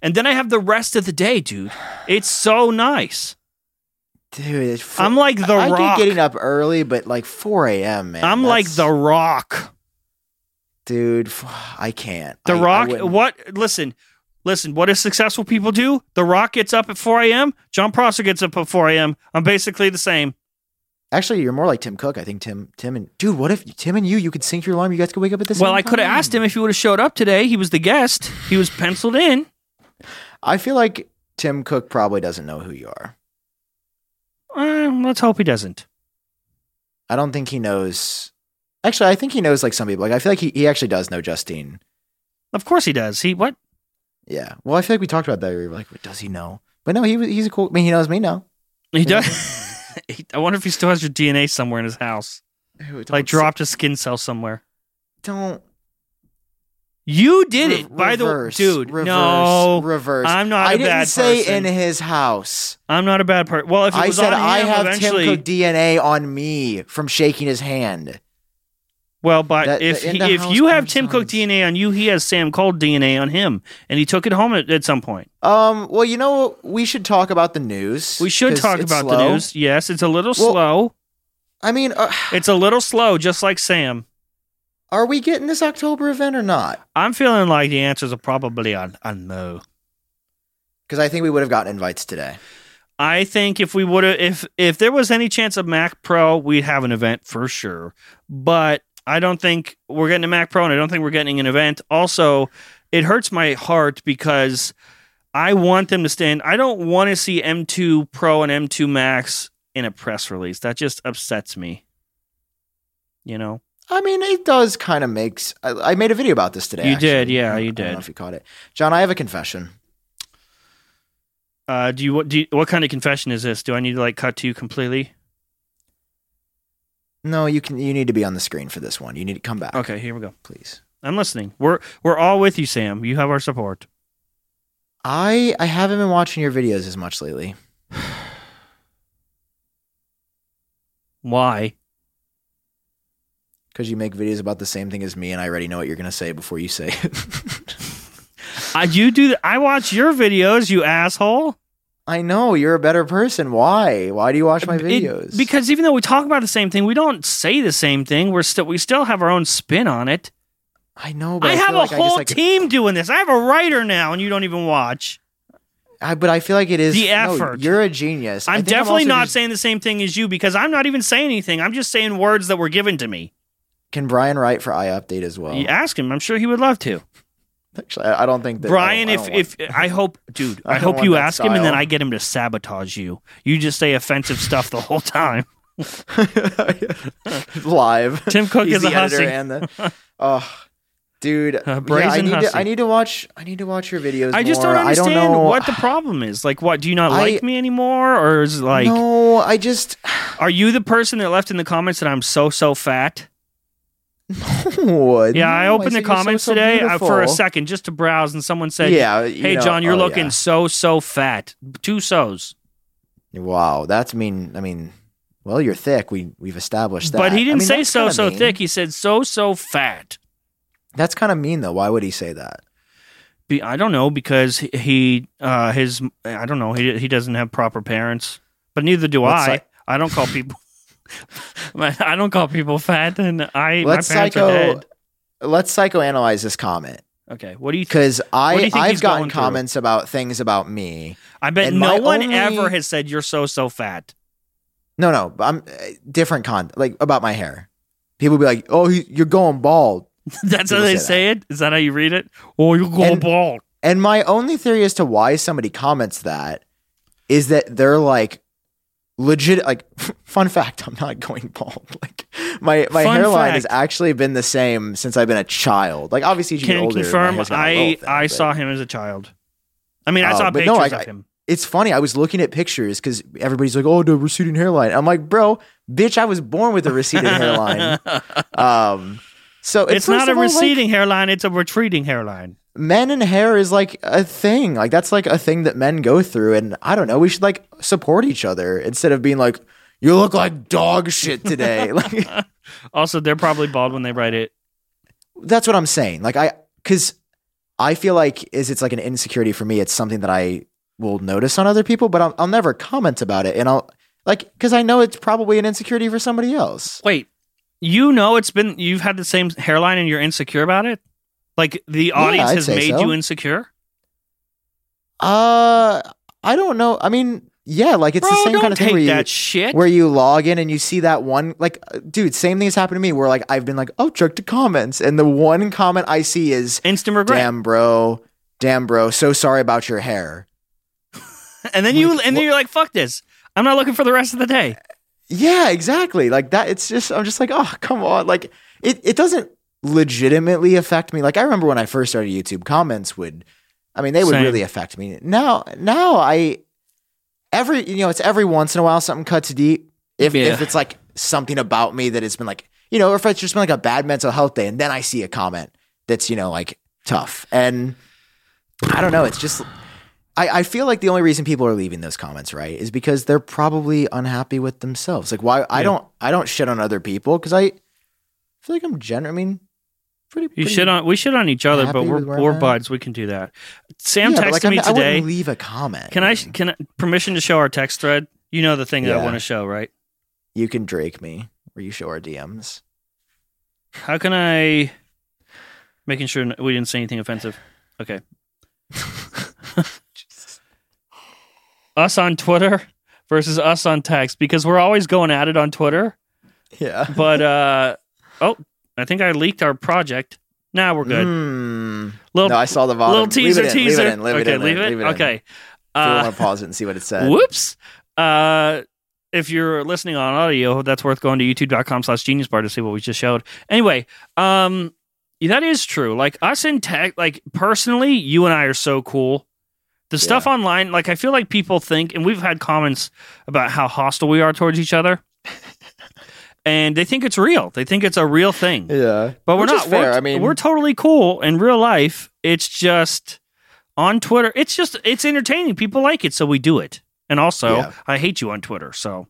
[SPEAKER 2] And then I have the rest of the day, dude. It's so nice.
[SPEAKER 1] dude. It's four,
[SPEAKER 2] I'm like the
[SPEAKER 1] I get
[SPEAKER 2] rock.
[SPEAKER 1] getting up early, but like 4 a.m. Man,
[SPEAKER 2] I'm like
[SPEAKER 1] that's-
[SPEAKER 2] the rock.
[SPEAKER 1] dude. f- I can't.
[SPEAKER 2] The
[SPEAKER 1] I- I
[SPEAKER 2] rock.
[SPEAKER 1] wouldn't-
[SPEAKER 2] what? Listen, listen. What do successful people do? The rock gets up at 4 a.m. John Prosser gets up at 4 a.m. I'm basically the same.
[SPEAKER 1] Actually, you're more like Tim Cook. I think Tim, Tim and dude. What if Tim and you? You could sync your alarm. You guys could wake up at the same.
[SPEAKER 2] well, I could have
[SPEAKER 1] time.
[SPEAKER 2] asked him if he would have showed up today. He was the guest. He was penciled in.
[SPEAKER 1] I feel like Tim Cook probably doesn't know who you are.
[SPEAKER 2] Uh, let's hope he doesn't.
[SPEAKER 1] I don't think he knows. Actually, I think he knows like some people. Like I feel like he, he actually does know Justine.
[SPEAKER 2] Of course he does. He what?
[SPEAKER 1] Yeah. Well, I feel like we talked about that. We were like, does he know? But no, he was- he's a cool. I mean, he knows me now.
[SPEAKER 2] He does. He- I wonder if he still has your DNA somewhere in his house. like dropped a skin cell somewhere.
[SPEAKER 1] Don't
[SPEAKER 2] You did
[SPEAKER 1] re-
[SPEAKER 2] it, by the way,
[SPEAKER 1] reverse,
[SPEAKER 2] dude.
[SPEAKER 1] Reverse,
[SPEAKER 2] no,
[SPEAKER 1] reverse.
[SPEAKER 2] I'm not
[SPEAKER 1] I
[SPEAKER 2] a
[SPEAKER 1] didn't
[SPEAKER 2] bad
[SPEAKER 1] say
[SPEAKER 2] person.
[SPEAKER 1] in his house.
[SPEAKER 2] I'm not a bad part. Well, if it
[SPEAKER 1] I
[SPEAKER 2] was
[SPEAKER 1] said
[SPEAKER 2] on him,
[SPEAKER 1] I have
[SPEAKER 2] eventually,
[SPEAKER 1] Tim Cook DNA on me from shaking his hand.
[SPEAKER 2] Well, but
[SPEAKER 1] That-
[SPEAKER 2] if
[SPEAKER 1] the
[SPEAKER 2] he,
[SPEAKER 1] in-the-house
[SPEAKER 2] if you have Tim Cook
[SPEAKER 1] conversations.
[SPEAKER 2] DNA on you, he has Sam Cole DNA on him, and he took it home at, at some point.
[SPEAKER 1] Um. Well, you know, we should talk about the news.
[SPEAKER 2] We should
[SPEAKER 1] 'cause
[SPEAKER 2] talk
[SPEAKER 1] it's
[SPEAKER 2] about the
[SPEAKER 1] slow.
[SPEAKER 2] news. Yes, it's a little
[SPEAKER 1] Well-
[SPEAKER 2] slow.
[SPEAKER 1] I mean, uh,
[SPEAKER 2] It's a little slow, just like Sam.
[SPEAKER 1] are we getting this October event or not?
[SPEAKER 2] I'm feeling like the answers are probably on on no.
[SPEAKER 1] Because I think we would have gotten invites today.
[SPEAKER 2] I think if we would have, if if there was any chance of Mac Pro, we'd have an event for sure. But I don't think we're getting a Mac Pro, and I don't think we're getting an event. Also, it hurts my heart because I want them to stand. I don't want to see M2 Pro and M2 Max in a press release. That just upsets me. You know,
[SPEAKER 1] I mean, it does kind of makes. I, I made a video about this today.
[SPEAKER 2] You
[SPEAKER 1] actually.
[SPEAKER 2] did, yeah,
[SPEAKER 1] I don't-
[SPEAKER 2] you
[SPEAKER 1] I don't
[SPEAKER 2] did.
[SPEAKER 1] know if you caught it, John. I have a confession.
[SPEAKER 2] Uh, do you what? Do you, what kind of confession is this? Do I need to like cut to you completely?
[SPEAKER 1] No, you can. You need to be on the screen for this one. You need to come back,
[SPEAKER 2] Okay, here we go.
[SPEAKER 1] please.
[SPEAKER 2] I'm listening. We're we're all with you, Sam. You have our support.
[SPEAKER 1] I I haven't been watching your videos as much lately.
[SPEAKER 2] Why?
[SPEAKER 1] Because you make videos about the same thing as me, and I already know what you're going to say before you say it.
[SPEAKER 2] I you do. I watch your videos, you asshole.
[SPEAKER 1] I know you're a better person. Why? Why do you watch my
[SPEAKER 2] It-
[SPEAKER 1] videos?
[SPEAKER 2] because even though we talk about the same thing, we don't say the same thing. We're still we still have our own spin on it.
[SPEAKER 1] I know, but
[SPEAKER 2] I,
[SPEAKER 1] I,
[SPEAKER 2] have
[SPEAKER 1] feel
[SPEAKER 2] a
[SPEAKER 1] like I
[SPEAKER 2] whole
[SPEAKER 1] just, like,
[SPEAKER 2] team doing this. I have a writer now, and you don't even watch.
[SPEAKER 1] I, but I feel like it is
[SPEAKER 2] The
[SPEAKER 1] no,
[SPEAKER 2] effort.
[SPEAKER 1] you're a genius. I
[SPEAKER 2] I'm
[SPEAKER 1] think
[SPEAKER 2] definitely
[SPEAKER 1] also
[SPEAKER 2] not
[SPEAKER 1] just-
[SPEAKER 2] saying the same thing as you because I'm not even saying anything. I'm just saying words that were given to me.
[SPEAKER 1] Can Brian write for I Update as well?
[SPEAKER 2] You ask him. I'm sure he would love to.
[SPEAKER 1] Actually, I I don't think that
[SPEAKER 2] Brian,
[SPEAKER 1] oh, I don't- I
[SPEAKER 2] if
[SPEAKER 1] don't want-
[SPEAKER 2] if I hope, dude,
[SPEAKER 1] I
[SPEAKER 2] I,
[SPEAKER 1] don't
[SPEAKER 2] hope
[SPEAKER 1] want
[SPEAKER 2] you
[SPEAKER 1] that
[SPEAKER 2] ask him and then
[SPEAKER 1] style.
[SPEAKER 2] I get him to sabotage you. You just say offensive stuff the whole time.
[SPEAKER 1] live.
[SPEAKER 2] Tim Cook
[SPEAKER 1] He's
[SPEAKER 2] is
[SPEAKER 1] the
[SPEAKER 2] a
[SPEAKER 1] editor
[SPEAKER 2] hussy. Uh,
[SPEAKER 1] and the oh, dude. yeah, I
[SPEAKER 2] brazen
[SPEAKER 1] need
[SPEAKER 2] hussy.
[SPEAKER 1] to. I need to watch. I need to watch your videos.
[SPEAKER 2] I just
[SPEAKER 1] more.
[SPEAKER 2] don't understand
[SPEAKER 1] I don't know
[SPEAKER 2] what the problem is. Like, what do you not
[SPEAKER 1] I-
[SPEAKER 2] like me anymore, or is it like,
[SPEAKER 1] no, I just
[SPEAKER 2] are you the person that left in the comments that I'm so so fat?
[SPEAKER 1] no.
[SPEAKER 2] Yeah, I
[SPEAKER 1] no, said
[SPEAKER 2] opened the
[SPEAKER 1] you're so,
[SPEAKER 2] comments
[SPEAKER 1] so
[SPEAKER 2] today uh, for a
[SPEAKER 1] beautiful.
[SPEAKER 2] second just to browse, and someone said,
[SPEAKER 1] yeah, you
[SPEAKER 2] "Hey,
[SPEAKER 1] know,
[SPEAKER 2] John, you're
[SPEAKER 1] oh,
[SPEAKER 2] looking
[SPEAKER 1] yeah.
[SPEAKER 2] so so fat." Two so's.
[SPEAKER 1] Wow, that's mean. I mean, well, you're thick. We we've established that.
[SPEAKER 2] But he
[SPEAKER 1] I
[SPEAKER 2] didn't
[SPEAKER 1] mean,
[SPEAKER 2] say
[SPEAKER 1] that's
[SPEAKER 2] so
[SPEAKER 1] kinda
[SPEAKER 2] so
[SPEAKER 1] mean.
[SPEAKER 2] thick. He said so so fat.
[SPEAKER 1] That's kind of mean, though. Why would he say that?
[SPEAKER 2] Be, I don't know because he uh, his I don't know he he doesn't have proper parents. But neither do
[SPEAKER 1] Let's
[SPEAKER 2] I.
[SPEAKER 1] si-
[SPEAKER 2] I don't call people. I don't call people fat, and I
[SPEAKER 1] Let's
[SPEAKER 2] my parents are
[SPEAKER 1] psycho.
[SPEAKER 2] dead.
[SPEAKER 1] Let's psychoanalyze this comment
[SPEAKER 2] Okay, what do you? think?
[SPEAKER 1] because
[SPEAKER 2] do
[SPEAKER 1] I
[SPEAKER 2] you think he's
[SPEAKER 1] I've
[SPEAKER 2] going
[SPEAKER 1] gotten
[SPEAKER 2] through?
[SPEAKER 1] comments about things about me.
[SPEAKER 2] I bet
[SPEAKER 1] and
[SPEAKER 2] no
[SPEAKER 1] my
[SPEAKER 2] one
[SPEAKER 1] only-
[SPEAKER 2] ever has said you're so so fat.
[SPEAKER 1] No, no, but I'm uh, different con like about my hair. People be like, "Oh, he, you're going bald."
[SPEAKER 2] That's how
[SPEAKER 1] People
[SPEAKER 2] they
[SPEAKER 1] say
[SPEAKER 2] say it. Is that how you read it? Oh, you're going
[SPEAKER 1] And-
[SPEAKER 2] bald.
[SPEAKER 1] And my only theory as to why somebody comments that is that they're like legit like fun fact, I'm not going bald. Like my my
[SPEAKER 2] Fun
[SPEAKER 1] hairline
[SPEAKER 2] fact.
[SPEAKER 1] has actually been the same since I've been a child. Like obviously as you get
[SPEAKER 2] Can
[SPEAKER 1] older, my
[SPEAKER 2] confirm.
[SPEAKER 1] hair's gotten a little
[SPEAKER 2] I
[SPEAKER 1] thin,
[SPEAKER 2] I
[SPEAKER 1] but-
[SPEAKER 2] saw him as a child. I mean, I
[SPEAKER 1] Oh,
[SPEAKER 2] saw
[SPEAKER 1] but
[SPEAKER 2] pictures
[SPEAKER 1] no, I-
[SPEAKER 2] of
[SPEAKER 1] I-
[SPEAKER 2] him.
[SPEAKER 1] it's funny. I was looking at pictures because everybody's like, "Oh, the receding hairline." I'm like, "Bro, bitch, I was born with a receding hairline." Um, so
[SPEAKER 2] it's
[SPEAKER 1] first
[SPEAKER 2] not a
[SPEAKER 1] of all, like,
[SPEAKER 2] receding hairline; it's a retreating hairline.
[SPEAKER 1] men and hair is like a thing. Like that's like a thing that men go through. And I don't know. We should like support each other instead of being like, "You look like dog shit today." like
[SPEAKER 2] Also, they're probably bald when they write it.
[SPEAKER 1] that's what I'm saying. Like I, because I feel like is it's like an insecurity for me. It's something that I will notice on other people, but I'll, I'll never comment about it. And I'll like because I know it's probably an insecurity for somebody else.
[SPEAKER 2] Wait, you know it's been you've had the same hairline and you're insecure about it. Like the audience
[SPEAKER 1] I'd
[SPEAKER 2] has
[SPEAKER 1] say
[SPEAKER 2] made
[SPEAKER 1] so.
[SPEAKER 2] you insecure.
[SPEAKER 1] Uh, I don't know. I mean, yeah, like it's
[SPEAKER 2] Bro,
[SPEAKER 1] the same
[SPEAKER 2] don't
[SPEAKER 1] kind of
[SPEAKER 2] take
[SPEAKER 1] thing where you,
[SPEAKER 2] that shit.
[SPEAKER 1] where you log in and you see that one like uh, dude same thing has happened to me where like i've been like oh check the comments and the one comment i see is
[SPEAKER 2] Instant regret.
[SPEAKER 1] damn bro damn bro so sorry about your hair
[SPEAKER 2] And then you
[SPEAKER 1] Like,
[SPEAKER 2] and then
[SPEAKER 1] wha-
[SPEAKER 2] you're like, fuck this. I'm not looking for the rest of the day.
[SPEAKER 1] yeah exactly like that it's just i'm just like oh come on like it, it doesn't legitimately affect me like i remember when i first started youtube comments would i mean they would
[SPEAKER 2] Same.
[SPEAKER 1] really affect me now now i every you know it's every once in a while something cuts deep if,
[SPEAKER 2] Yeah.
[SPEAKER 1] if it's like something about me that has been like you know or if it's just been like a bad mental health day and then i see a comment that's you know like tough and i don't know it's just I, I feel like the only reason people are leaving those comments right is because they're probably unhappy with themselves like why i
[SPEAKER 2] Yeah.
[SPEAKER 1] don't i don't shit on other people because i feel like i'm general i mean pretty,
[SPEAKER 2] You
[SPEAKER 1] pretty
[SPEAKER 2] shit on we shit on each other,
[SPEAKER 1] happy
[SPEAKER 2] but we're
[SPEAKER 1] with where
[SPEAKER 2] we're
[SPEAKER 1] I'm at.
[SPEAKER 2] buds. We can do that. Sam
[SPEAKER 1] Yeah, but,
[SPEAKER 2] texted
[SPEAKER 1] like, I'm
[SPEAKER 2] me
[SPEAKER 1] not- I wouldn't
[SPEAKER 2] today.
[SPEAKER 1] leave a comment
[SPEAKER 2] Can I can I, permission to show our text thread? You know the thing that I
[SPEAKER 1] Yeah.
[SPEAKER 2] want to show, right?
[SPEAKER 1] you can drake me or you show our dms
[SPEAKER 2] How can I making sure n- we didn't say anything offensive? Okay. us on Twitter versus us on text because we're always going at it on Twitter.
[SPEAKER 1] yeah
[SPEAKER 2] But uh oh, I think I leaked our project. Now we're good.
[SPEAKER 1] Mm.
[SPEAKER 2] Little
[SPEAKER 1] no, I saw the bottom.
[SPEAKER 2] little teaser
[SPEAKER 1] leave it in,
[SPEAKER 2] teaser.
[SPEAKER 1] Leave it in. Leave it
[SPEAKER 2] okay,
[SPEAKER 1] in.
[SPEAKER 2] leave it.
[SPEAKER 1] Leave it in.
[SPEAKER 2] okay.
[SPEAKER 1] If you
[SPEAKER 2] Uh,
[SPEAKER 1] want to pause it and see what it said.
[SPEAKER 2] whoops. Uh, if you're listening on audio, that's worth going to youtube.com slash genius bar to see what we just showed. Anyway, um that is true. Like us in tech, like personally, you and I are so cool. The stuff online, like I feel like people think, and we've had comments about how hostile we are towards each other. and they think it's real. They think it's a real thing.
[SPEAKER 1] Yeah,
[SPEAKER 2] But we're
[SPEAKER 1] Which
[SPEAKER 2] not
[SPEAKER 1] is fair.
[SPEAKER 2] We're,
[SPEAKER 1] I mean,
[SPEAKER 2] we're totally cool in real life. It's just on Twitter. It's just it's entertaining. People like it, so we do it. And also,
[SPEAKER 1] Yeah.
[SPEAKER 2] I hate you on Twitter. So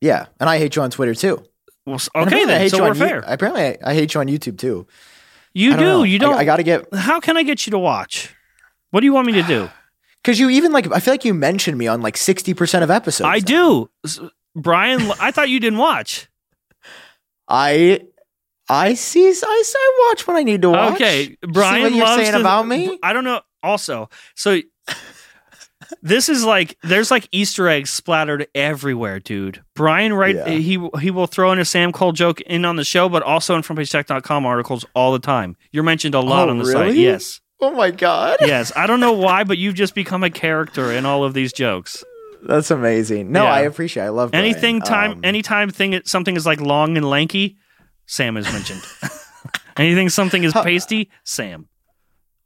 [SPEAKER 1] yeah, and I hate you on Twitter too.
[SPEAKER 2] well, s-
[SPEAKER 1] And
[SPEAKER 2] okay
[SPEAKER 1] apparently I
[SPEAKER 2] then.
[SPEAKER 1] hate
[SPEAKER 2] So
[SPEAKER 1] you
[SPEAKER 2] we're
[SPEAKER 1] on You-
[SPEAKER 2] fair.
[SPEAKER 1] apparently, I, I hate you on YouTube too.
[SPEAKER 2] you
[SPEAKER 1] I
[SPEAKER 2] do.
[SPEAKER 1] know.
[SPEAKER 2] You don't.
[SPEAKER 1] I, I got to get
[SPEAKER 2] how can I get you to watch? What do you want me to do?
[SPEAKER 1] because you even like. I feel like you mentioned me on like sixty percent of episodes.
[SPEAKER 2] I do. S- Brian, I thought you didn't watch.
[SPEAKER 1] I I see. I, I watch when I need to watch.
[SPEAKER 2] Okay,
[SPEAKER 1] See
[SPEAKER 2] Brian
[SPEAKER 1] what you're
[SPEAKER 2] loves
[SPEAKER 1] saying
[SPEAKER 2] to-
[SPEAKER 1] about me.
[SPEAKER 2] I don't know. Also, so this is like there's like Easter eggs splattered everywhere, dude. Brian, right?
[SPEAKER 1] Yeah.
[SPEAKER 2] He he will throw in a Sam Cole joke in on the show, but also in frontpagetech.com articles all the time. You're mentioned a lot
[SPEAKER 1] Oh,
[SPEAKER 2] on the site.
[SPEAKER 1] really?
[SPEAKER 2] Yes,
[SPEAKER 1] Oh my god,
[SPEAKER 2] yes. I don't know why, but you've just become a character in all of these jokes.
[SPEAKER 1] that's amazing. No,
[SPEAKER 2] Yeah.
[SPEAKER 1] I appreciate. I love Brian.
[SPEAKER 2] Anything time,
[SPEAKER 1] Um,
[SPEAKER 2] anytime thing something is like long and lanky, Sam is mentioned. Anything something is
[SPEAKER 1] How-
[SPEAKER 2] pasty, Sam.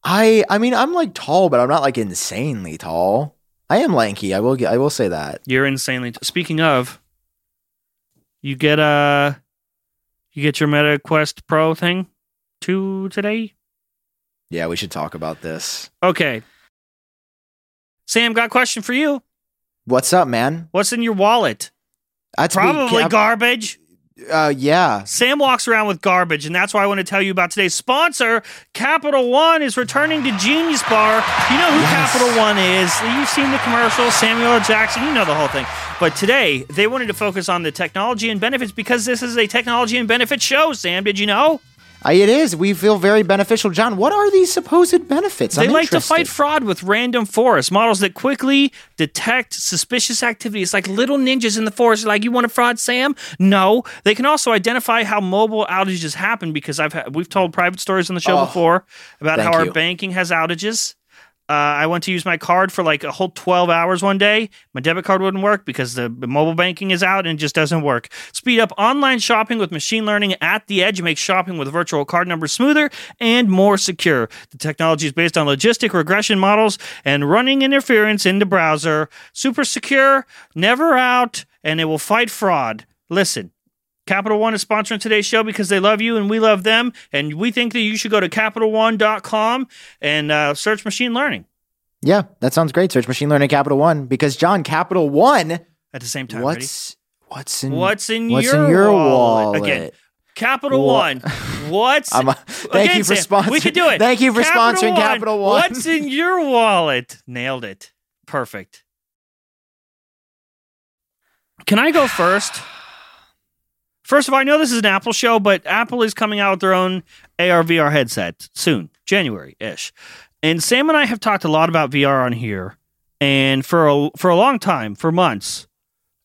[SPEAKER 1] I I mean, I'm like tall, but I'm not like insanely tall. I am lanky. I will get. I will say that.
[SPEAKER 2] You're insanely. T- Speaking of, you get uh you get your Meta Quest Pro thing two today.
[SPEAKER 1] Yeah, we should talk about this.
[SPEAKER 2] Okay, Sam, got a question for you.
[SPEAKER 1] What's up, man?
[SPEAKER 2] What's in your wallet?
[SPEAKER 1] That's we
[SPEAKER 2] Probably
[SPEAKER 1] can't-
[SPEAKER 2] garbage.
[SPEAKER 1] Uh, yeah.
[SPEAKER 2] Sam walks around with garbage, and that's why I want to tell you about today's sponsor. Capital One is returning to Genius Bar. You know who
[SPEAKER 1] Yes.
[SPEAKER 2] Capital One is. You've seen the commercials, Samuel L. Jackson, you know the whole thing. But today, they wanted to focus on the technology and benefits because this is a technology and benefits show, Sam. Did you know?
[SPEAKER 1] I, it is. We feel very beneficial, John. What are these supposed benefits?
[SPEAKER 2] They
[SPEAKER 1] I'm
[SPEAKER 2] like to
[SPEAKER 1] interested.
[SPEAKER 2] fight fraud with random forest models that quickly detect suspicious activity. It's like little ninjas in the forest. Like, you want to fraud Sam? No. They can also identify how mobile outages happen because I've ha- we've told private stories on the show
[SPEAKER 1] Oh,
[SPEAKER 2] before about
[SPEAKER 1] thank
[SPEAKER 2] how our
[SPEAKER 1] you.
[SPEAKER 2] banking has outages. Uh, I went to use my card for like a whole 12 hours one day. My debit card wouldn't work because the the mobile banking is out and it just doesn't work. Speed up online shopping with machine learning at the edge makes shopping with virtual card numbers smoother and more secure. The technology is based on logistic regression models and running interference in the browser. Super secure, never out, and it will fight fraud. Listen. Capital One is sponsoring today's show because they love you and we love them. And we think that you should go to CapitalOne.com and uh, search machine learning
[SPEAKER 1] Yeah, that sounds great. Search machine learning Capital One because John Capital One.
[SPEAKER 2] at the same time. ready?
[SPEAKER 1] What's what's in
[SPEAKER 2] What's in
[SPEAKER 1] what's
[SPEAKER 2] your
[SPEAKER 1] in your
[SPEAKER 2] wallet?
[SPEAKER 1] wallet?
[SPEAKER 2] Again, Capital
[SPEAKER 1] Wha-
[SPEAKER 2] One. What's
[SPEAKER 1] I'm a- thank
[SPEAKER 2] Again,
[SPEAKER 1] you for
[SPEAKER 2] Sam,
[SPEAKER 1] sponsoring.
[SPEAKER 2] We could do it.
[SPEAKER 1] Thank you for sponsoring Capital One.
[SPEAKER 2] What's in your wallet? Nailed it. Perfect. Can I go first? First of all, I know this is an Apple show, but Apple is coming out with their own AR VR headset soon, January ish. And Sam and I have talked a lot about VR on here, and for a, for a long time, for months,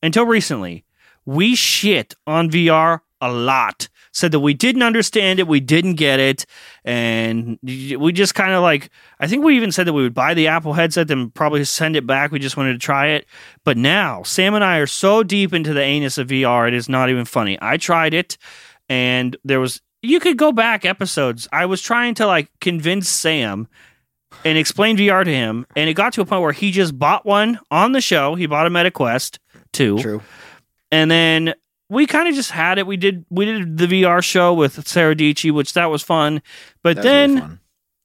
[SPEAKER 2] until recently, we shit on VR a lot. Said that we didn't understand it, we didn't get it, and we just kind of like. I think we even said that we would buy the Apple headset and probably send it back. We just wanted to try it, but now Sam and I are so deep into the anus of VR, it is not even funny. I tried it, and there was. You could go back episodes. I was trying to like convince Sam and explain VR to him, and it got to a point where he just bought one on the show. He bought a Meta Quest 2
[SPEAKER 1] True.
[SPEAKER 2] and then we kind of just had it. We did we did the VR show with Sarah Dici, which that was fun.
[SPEAKER 1] That
[SPEAKER 2] But
[SPEAKER 1] was
[SPEAKER 2] then
[SPEAKER 1] really fun.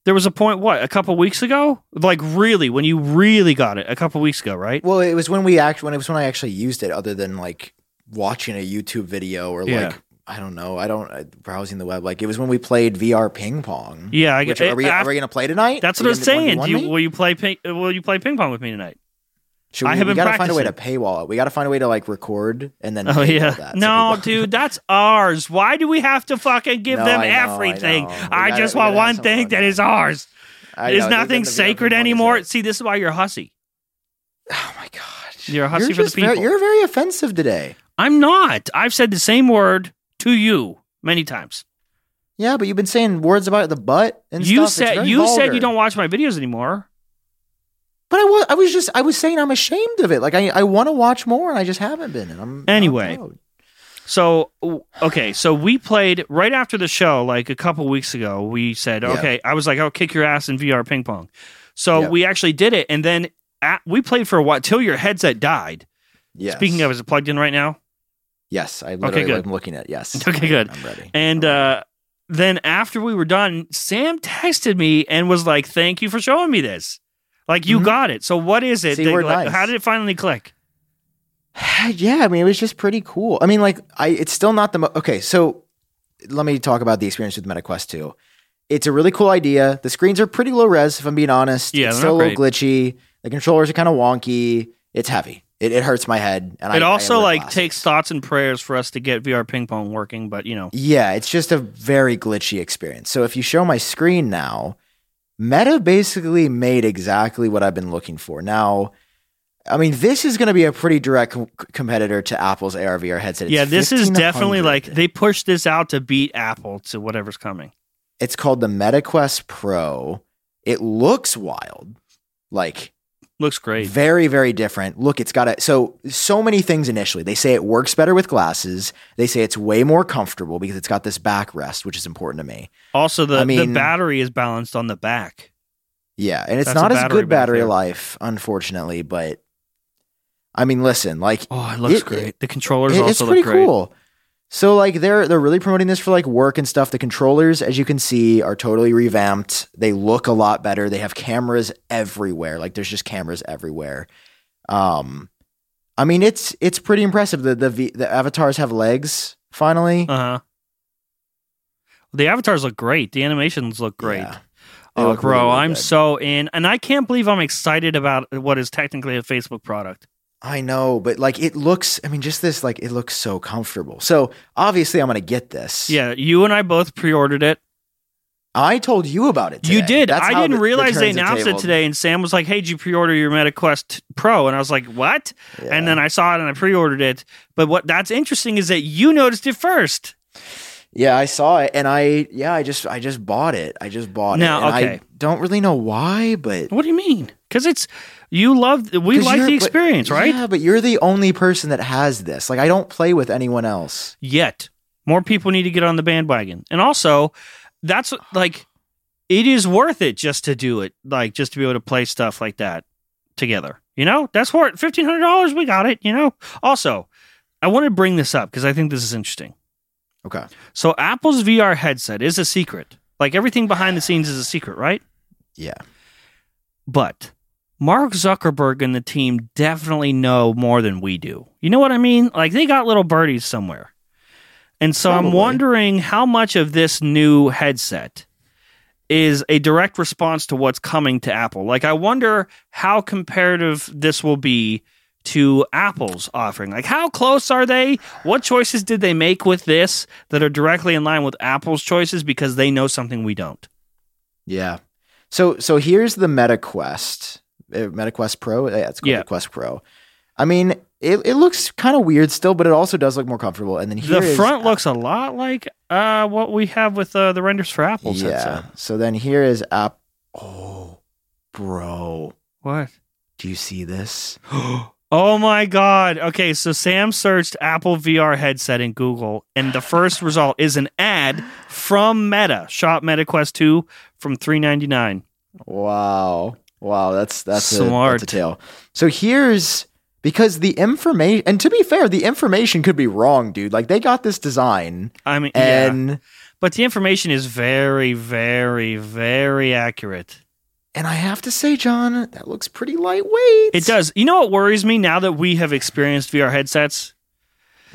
[SPEAKER 2] there was a point, what a couple weeks ago, like really when you really got it, a couple weeks ago, right?
[SPEAKER 1] well, it was when we act when it was when I actually used it, other than like watching a YouTube video or
[SPEAKER 2] Yeah.
[SPEAKER 1] like I don't know, I don't uh, browsing the web. Like it was when we played VR ping pong.
[SPEAKER 2] Yeah, I
[SPEAKER 1] Which,
[SPEAKER 2] get
[SPEAKER 1] are, we,
[SPEAKER 2] af-
[SPEAKER 1] are we gonna play tonight?
[SPEAKER 2] That's what
[SPEAKER 1] We
[SPEAKER 2] I was
[SPEAKER 1] gonna- one v
[SPEAKER 2] saying.
[SPEAKER 1] one
[SPEAKER 2] Do you,
[SPEAKER 1] me?
[SPEAKER 2] will you play ping, will you play ping pong with me tonight?
[SPEAKER 1] Should
[SPEAKER 2] I
[SPEAKER 1] we,
[SPEAKER 2] have
[SPEAKER 1] we
[SPEAKER 2] been
[SPEAKER 1] gotta find a way to
[SPEAKER 2] practicing.
[SPEAKER 1] paywall it. We gotta find a way to like record and then.
[SPEAKER 2] Oh
[SPEAKER 1] paywall
[SPEAKER 2] yeah,
[SPEAKER 1] that so
[SPEAKER 2] no,
[SPEAKER 1] people-
[SPEAKER 2] dude, that's ours. Why do we have to fucking give
[SPEAKER 1] No,
[SPEAKER 2] them
[SPEAKER 1] I know, I know.
[SPEAKER 2] everything?
[SPEAKER 1] We
[SPEAKER 2] I,
[SPEAKER 1] gotta-
[SPEAKER 2] just
[SPEAKER 1] we
[SPEAKER 2] want
[SPEAKER 1] gotta have
[SPEAKER 2] one
[SPEAKER 1] some
[SPEAKER 2] thing
[SPEAKER 1] fun.
[SPEAKER 2] that is ours.
[SPEAKER 1] I know,
[SPEAKER 2] Is
[SPEAKER 1] dude, then
[SPEAKER 2] nothing
[SPEAKER 1] the VR ping
[SPEAKER 2] sacred
[SPEAKER 1] pong is
[SPEAKER 2] anymore?
[SPEAKER 1] it.
[SPEAKER 2] See, this is why you're hussy.
[SPEAKER 1] Oh my god,
[SPEAKER 2] You're a hussy
[SPEAKER 1] You're
[SPEAKER 2] for the
[SPEAKER 1] just very-
[SPEAKER 2] people.
[SPEAKER 1] you're very offensive today.
[SPEAKER 2] I'm not. I've said the same word to you many times.
[SPEAKER 1] Yeah, but you've been saying words about the butt and stuff.
[SPEAKER 2] you
[SPEAKER 1] It's
[SPEAKER 2] said
[SPEAKER 1] very
[SPEAKER 2] you said
[SPEAKER 1] vulgar.
[SPEAKER 2] you don't watch my videos anymore.
[SPEAKER 1] But I was I was just I was saying I'm ashamed of it. Like I, I want to watch more and I just haven't been. And I'm
[SPEAKER 2] Anyway.
[SPEAKER 1] I'm proud.
[SPEAKER 2] So w- okay, so we played right after the show, like a couple weeks ago. We said,
[SPEAKER 1] Yeah.
[SPEAKER 2] okay, I was like, I'll kick your ass in VR ping pong. So
[SPEAKER 1] Yeah.
[SPEAKER 2] we actually did it, and then at, we played for a while till your headset died.
[SPEAKER 1] yes.
[SPEAKER 2] Speaking of, is it plugged in right now?
[SPEAKER 1] yes, I literally
[SPEAKER 2] good.
[SPEAKER 1] I'm looking at yes.
[SPEAKER 2] Okay, good.
[SPEAKER 1] I'm ready.
[SPEAKER 2] And uh, then after we were done, Sam texted me and was like, "Thank you for showing me this. Like you
[SPEAKER 1] Mhm.
[SPEAKER 2] got it. So what is it?
[SPEAKER 1] See,
[SPEAKER 2] that-
[SPEAKER 1] we're
[SPEAKER 2] like,
[SPEAKER 1] nice.
[SPEAKER 2] How did it finally click?
[SPEAKER 1] yeah, I mean, it was just pretty cool. I mean, like, I it's still not the mo- okay. So let me talk about the experience with MetaQuest 2. It's a really cool idea. The screens are pretty low res, if I'm being honest.
[SPEAKER 2] Yeah,
[SPEAKER 1] it's
[SPEAKER 2] they're
[SPEAKER 1] still a
[SPEAKER 2] not
[SPEAKER 1] little glitchy. The controllers are kind of wonky. It's heavy. It, it hurts my head. And I-
[SPEAKER 2] it
[SPEAKER 1] I
[SPEAKER 2] also
[SPEAKER 1] wear
[SPEAKER 2] like
[SPEAKER 1] glasses.
[SPEAKER 2] takes thoughts and prayers for us to get VR ping pong working, but you know,
[SPEAKER 1] Yeah, it's just a very glitchy experience. So if you show my screen now, Meta basically made exactly what I've been looking for. Now, I mean, this is going to be a pretty direct com- competitor to Apple's AR/VR headset. It's
[SPEAKER 2] yeah, this is definitely
[SPEAKER 1] 1500.
[SPEAKER 2] like they pushed this out to beat Apple to whatever's coming.
[SPEAKER 1] It's called the MetaQuest Pro. It looks wild. Like
[SPEAKER 2] Looks great.
[SPEAKER 1] Very, very different. Look, it's got a so so many things initially. They say it works better with glasses. They say it's way more comfortable because it's got this backrest, which is important to me.
[SPEAKER 2] Also, the,
[SPEAKER 1] I mean-
[SPEAKER 2] the battery is balanced on the back.
[SPEAKER 1] Yeah, and it's
[SPEAKER 2] That's a
[SPEAKER 1] not as
[SPEAKER 2] battery
[SPEAKER 1] good battery
[SPEAKER 2] benefit.
[SPEAKER 1] life, unfortunately. But I mean, listen, like
[SPEAKER 2] Oh, it looks
[SPEAKER 1] It-
[SPEAKER 2] great.
[SPEAKER 1] it-
[SPEAKER 2] The controllers
[SPEAKER 1] it-
[SPEAKER 2] also
[SPEAKER 1] it's
[SPEAKER 2] look
[SPEAKER 1] pretty
[SPEAKER 2] great.
[SPEAKER 1] cool. So like they're they're really promoting this for like work and stuff. The controllers, as you can see, are totally revamped. They look a lot better. They have cameras everywhere. Like there's just cameras everywhere. Um, I mean it's it's pretty impressive. The the v, the avatars have legs finally.
[SPEAKER 2] Uh huh. The avatars look great. The animations look great.
[SPEAKER 1] Yeah. They
[SPEAKER 2] Oh,
[SPEAKER 1] look
[SPEAKER 2] bro,
[SPEAKER 1] really, really
[SPEAKER 2] I'm
[SPEAKER 1] good.
[SPEAKER 2] so in, and I can't believe I'm excited about what is technically a Facebook product.
[SPEAKER 1] I know, but like it looks. I mean, just this like it looks so comfortable. So obviously, I'm gonna get this.
[SPEAKER 2] Yeah, you and I both pre-ordered it.
[SPEAKER 1] I told you about it. Today.
[SPEAKER 2] You did.
[SPEAKER 1] That's
[SPEAKER 2] I
[SPEAKER 1] how
[SPEAKER 2] didn't
[SPEAKER 1] the- the
[SPEAKER 2] realize they
[SPEAKER 1] turns are
[SPEAKER 2] announced it
[SPEAKER 1] tabled.
[SPEAKER 2] today, and Sam was like, "Hey, did you pre-order your MetaQuest Pro?" And I was like, "What?"
[SPEAKER 1] Yeah.
[SPEAKER 2] And uh, then I saw it and I pre-ordered it. But what that's interesting is that you noticed it first.
[SPEAKER 1] Yeah, I saw it, and I yeah, I just I just bought it. I just bought
[SPEAKER 2] Now,
[SPEAKER 1] it. and
[SPEAKER 2] okay.
[SPEAKER 1] I don't really know why, but
[SPEAKER 2] What do you mean? Because it's you love we
[SPEAKER 1] 'cause
[SPEAKER 2] like
[SPEAKER 1] you're-
[SPEAKER 2] the
[SPEAKER 1] but-
[SPEAKER 2] experience, right?
[SPEAKER 1] Yeah, but you're the only person that has this. Like, I don't play with anyone else.
[SPEAKER 2] yet. More people need to get on the bandwagon. And also, that's like it is worth it just to do it, like just to be able to play stuff like that together. You know, that's worth fifteen hundred dollars. We got it. You know. Also, I want to bring this up because I think this is interesting.
[SPEAKER 1] Okay.
[SPEAKER 2] So Apple's VR headset is a secret. Like everything behind the scenes is a secret, right?
[SPEAKER 1] Yeah.
[SPEAKER 2] But Mark Zuckerberg and the team definitely know more than we do. You know what I mean? Like they got little birdies somewhere. And so I'm
[SPEAKER 1] Probably.
[SPEAKER 2] wondering how much of this new headset is a direct response to what's coming to Apple. Like I wonder how comparative this will be to Apple's offering. Like how close are they? What choices did they make with this that are directly in line with Apple's choices because they know something we don't?
[SPEAKER 1] Yeah. So so here's the Meta Quest, uh, Meta Quest Pro. Yeah, it's called
[SPEAKER 2] Yeah.
[SPEAKER 1] the Quest Pro. I mean, it, it looks kind of weird still, but it also does look more comfortable. And then here
[SPEAKER 2] the
[SPEAKER 1] is-
[SPEAKER 2] front looks a lot like uh, what we have with uh, the renders for Apple's
[SPEAKER 1] yeah.
[SPEAKER 2] headset.
[SPEAKER 1] So then here is app. Oh, bro,
[SPEAKER 2] What?
[SPEAKER 1] do you see this?
[SPEAKER 2] oh my god. Okay, so Sam searched Apple VR headset in Google, and the first result is an ad from Meta. Shop Meta Quest 2 from 399.
[SPEAKER 1] Wow. Wow, that's that's A,
[SPEAKER 2] Smart.
[SPEAKER 1] that's a tale. So here's because the information and to be fair, the information could be wrong, dude. Like they got this design
[SPEAKER 2] I mean yeah.
[SPEAKER 1] and
[SPEAKER 2] But the information is very, very, very accurate.
[SPEAKER 1] and I have to say, John, that looks pretty lightweight.
[SPEAKER 2] It does. You know what worries me now that we have experienced VR headsets?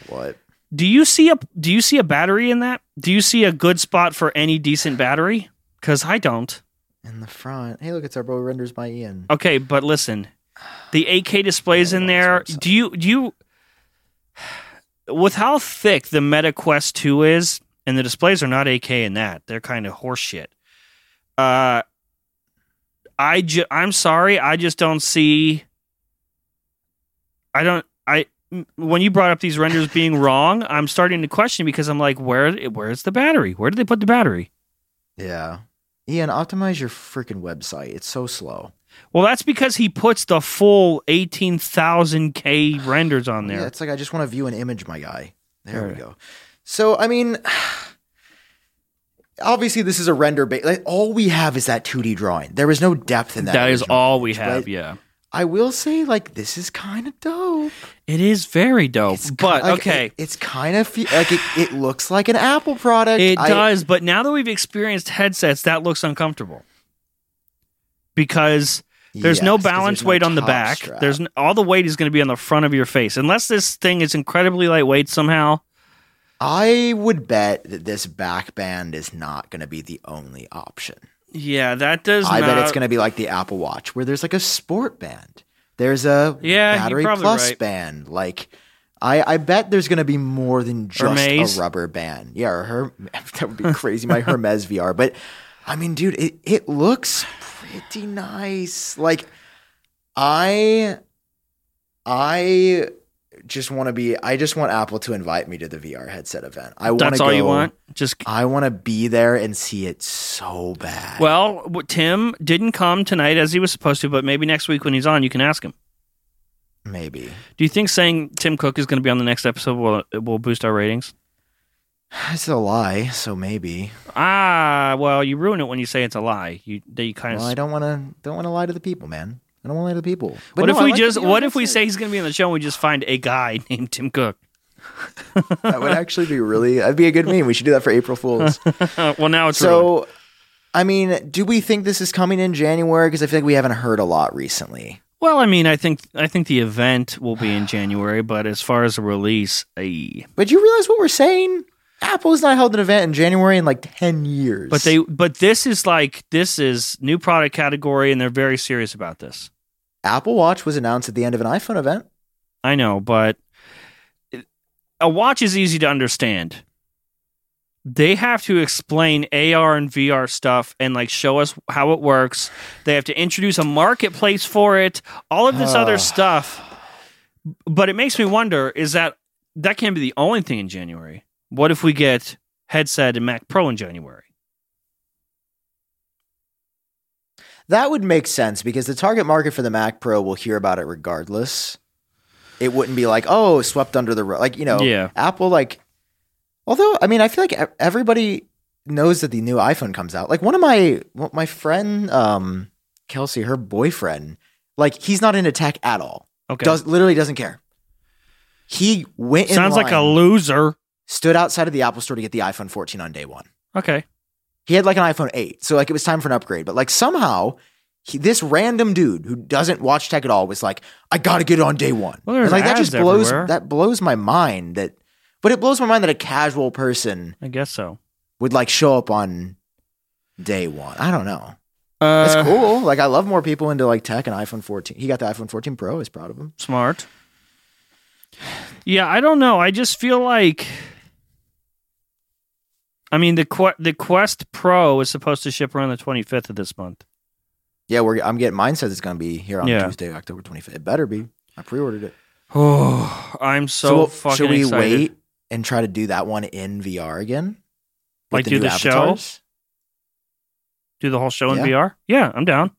[SPEAKER 1] What?
[SPEAKER 2] Do you see a do you see a battery in that? Do you see a good spot for any decent battery? Cuz I don't.
[SPEAKER 1] In the front. Hey, look, it's our bro renders by Ian.
[SPEAKER 2] Okay, but listen. The 8K displays
[SPEAKER 1] Yeah,
[SPEAKER 2] in
[SPEAKER 1] Oh, that's
[SPEAKER 2] there.
[SPEAKER 1] what I'm saying.
[SPEAKER 2] Do you do you with how thick the Meta Quest 2 is and the displays are not 8K in that. They're kind of horseshit. Uh I ju- I'm sorry, I just don't see I don't I m- when you brought up these renders being wrong, I'm starting to question because I'm like, where where's the battery? Where did they put the battery?
[SPEAKER 1] Yeah. Ian, optimize your freaking website. It's so slow.
[SPEAKER 2] Well, that's because he puts the full 18,000K renders on there.
[SPEAKER 1] Yeah, it's like I just want to view an image, my guy. There we
[SPEAKER 2] Alright.
[SPEAKER 1] go. So I mean, obviously this is a render base. Like all we have is that 2D drawing. There is no depth in that.
[SPEAKER 2] that is
[SPEAKER 1] original
[SPEAKER 2] all we
[SPEAKER 1] image,
[SPEAKER 2] have,
[SPEAKER 1] but
[SPEAKER 2] yeah.
[SPEAKER 1] I will say, like this is kind of dope.
[SPEAKER 2] It is very dope.
[SPEAKER 1] It's
[SPEAKER 2] but,
[SPEAKER 1] ki- like,
[SPEAKER 2] okay.
[SPEAKER 1] it- it's kind of fe- like it, it looks like an Apple product.
[SPEAKER 2] It
[SPEAKER 1] I-
[SPEAKER 2] does, but now that we've experienced headsets, that looks uncomfortable. Because there's
[SPEAKER 1] Yes, 'cause
[SPEAKER 2] no
[SPEAKER 1] there's
[SPEAKER 2] balance
[SPEAKER 1] no
[SPEAKER 2] weight on the
[SPEAKER 1] top
[SPEAKER 2] back.
[SPEAKER 1] strap.
[SPEAKER 2] There's n- all the weight is going to be on the front of your face unless this thing is incredibly lightweight somehow.
[SPEAKER 1] I would bet that this back band is not going to be the only option.
[SPEAKER 2] Yeah, that does
[SPEAKER 1] I
[SPEAKER 2] not
[SPEAKER 1] bet it's going to be like the Apple Watch, where there's like a sport band. There's a
[SPEAKER 2] Yeah, you're
[SPEAKER 1] battery
[SPEAKER 2] probably
[SPEAKER 1] plus
[SPEAKER 2] right.
[SPEAKER 1] band. Like, I, I bet there's going to be more than just
[SPEAKER 2] Hermes?
[SPEAKER 1] a rubber band. Yeah, or her, that would be crazy. My Hermes VR, but I mean, dude, it, it looks pretty nice. Like, I, I just want to be. I just want Apple to invite me to the VR headset event. I want
[SPEAKER 2] That's
[SPEAKER 1] to
[SPEAKER 2] all
[SPEAKER 1] go,
[SPEAKER 2] you want. Just
[SPEAKER 1] I want to be there and see it so bad.
[SPEAKER 2] well, w- Tim didn't come tonight as he was supposed to, but maybe next week when he's on, you can ask him.
[SPEAKER 1] maybe.
[SPEAKER 2] Do you think saying Tim Cook is going to be on the next episode will will boost our ratings?
[SPEAKER 1] It's a lie, so maybe.
[SPEAKER 2] Ah, well, you ruin it when you say it's a lie. You that you kind
[SPEAKER 1] Well,
[SPEAKER 2] of
[SPEAKER 1] I don't want to don't want to lie to the people, man. I don't want to lie to the people. But
[SPEAKER 2] what
[SPEAKER 1] no,
[SPEAKER 2] if
[SPEAKER 1] I
[SPEAKER 2] we
[SPEAKER 1] like
[SPEAKER 2] just?
[SPEAKER 1] the VR
[SPEAKER 2] What if we
[SPEAKER 1] headset.
[SPEAKER 2] say he's going to be on the show? and We just find a guy named Tim Cook.
[SPEAKER 1] that would actually be really? That'd be a good meme. We should do that for April Fools.
[SPEAKER 2] well, now it's ruined.
[SPEAKER 1] so, I mean, do we think this is coming in January? Because I feel like we haven't heard a lot recently.
[SPEAKER 2] Well, I mean, I think I think the event will be in January, but as far as a release, eh.
[SPEAKER 1] But you realize what we're saying? Apple's not held an event in January in like ten years.
[SPEAKER 2] but they but this is like this is new product category, and they're very serious about this.
[SPEAKER 1] Apple Watch was announced at the end of an iPhone event.
[SPEAKER 2] I know, but a watch is easy to understand. They have to explain AR and VR stuff and like show us how it works. They have to introduce a marketplace for it, all of this other
[SPEAKER 1] Ugh.
[SPEAKER 2] stuff. But it makes me wonder is that that can't be the only thing in January. What if we get headset and Mac Pro in January?
[SPEAKER 1] That would make sense because the target market for the Mac Pro will hear about it regardless. It wouldn't be like, oh, swept under the rug. Like, you know,
[SPEAKER 2] Yeah.
[SPEAKER 1] Apple, like, although, I mean, I feel like e- everybody knows that the new iPhone comes out. Like, one of my, well, my friend, um, Kelsey, her boyfriend, like, he's not in attack at all.
[SPEAKER 2] Okay.
[SPEAKER 1] Does Literally doesn't care. He went in
[SPEAKER 2] Sounds like a
[SPEAKER 1] line,
[SPEAKER 2] loser.
[SPEAKER 1] stood outside of the Apple store to get the iPhone 14 on day one
[SPEAKER 2] Okay.
[SPEAKER 1] he had like an iPhone 8, so like it was time for an upgrade. But like somehow, he, this random dude who doesn't watch tech at all was like, "I got to get it on day one."
[SPEAKER 2] Well, there's
[SPEAKER 1] And, like
[SPEAKER 2] ads
[SPEAKER 1] blows
[SPEAKER 2] everywhere.
[SPEAKER 1] that blows my mind. That, but it blows my mind that a casual person
[SPEAKER 2] I guess so.
[SPEAKER 1] would like show up on day one. I don't know.
[SPEAKER 2] Uh,
[SPEAKER 1] That's cool. Like I love more people into like tech and iPhone 14. He got the iPhone 14 Pro. I was proud of him.
[SPEAKER 2] Smart. Yeah, I don't know. I just feel like I mean the que- the Quest Pro is supposed to ship around the 25th of this month.
[SPEAKER 1] Yeah, we're. I'm getting. Mine says it's going to be here on
[SPEAKER 2] Yeah.
[SPEAKER 1] Tuesday, October 25th. It better be. I pre-ordered it.
[SPEAKER 2] Oh, I'm so, fucking
[SPEAKER 1] should we
[SPEAKER 2] excited.
[SPEAKER 1] wait and try to do that one in VR again?
[SPEAKER 2] Like, do
[SPEAKER 1] new
[SPEAKER 2] the show?
[SPEAKER 1] avatars?
[SPEAKER 2] Do the whole show in
[SPEAKER 1] Yeah.
[SPEAKER 2] VR? Yeah, I'm down.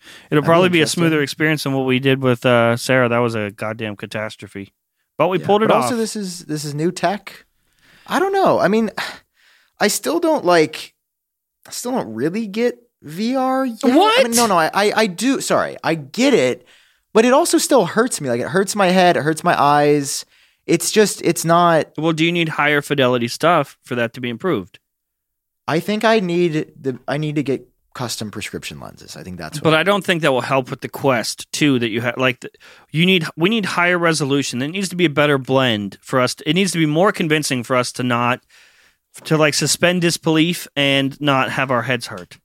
[SPEAKER 2] It'll
[SPEAKER 1] That'd be
[SPEAKER 2] probably be a
[SPEAKER 1] interesting.
[SPEAKER 2] smoother experience than what we did with uh, Sarah. That was a goddamn catastrophe. But we
[SPEAKER 1] Yeah.
[SPEAKER 2] pulled it
[SPEAKER 1] but
[SPEAKER 2] off.
[SPEAKER 1] Also, this is this is new tech. I don't know. I mean, I still don't like. I still don't really get VR yet. I
[SPEAKER 2] What?
[SPEAKER 1] mean, no, no. I, I I do. Sorry, I get it, but it also still hurts me. Like it hurts my head. It hurts my eyes. It's just. It's not.
[SPEAKER 2] well, do you need higher fidelity stuff for that to be improved?
[SPEAKER 1] I think I need the. I need to get custom prescription lenses. I think that's. What
[SPEAKER 2] But I don't think that will help with the quest too. That you have, like, the, you need we need higher resolution. There needs to be a better blend for us. To, it needs to be more convincing for us to not to like suspend disbelief and not have our heads hurt.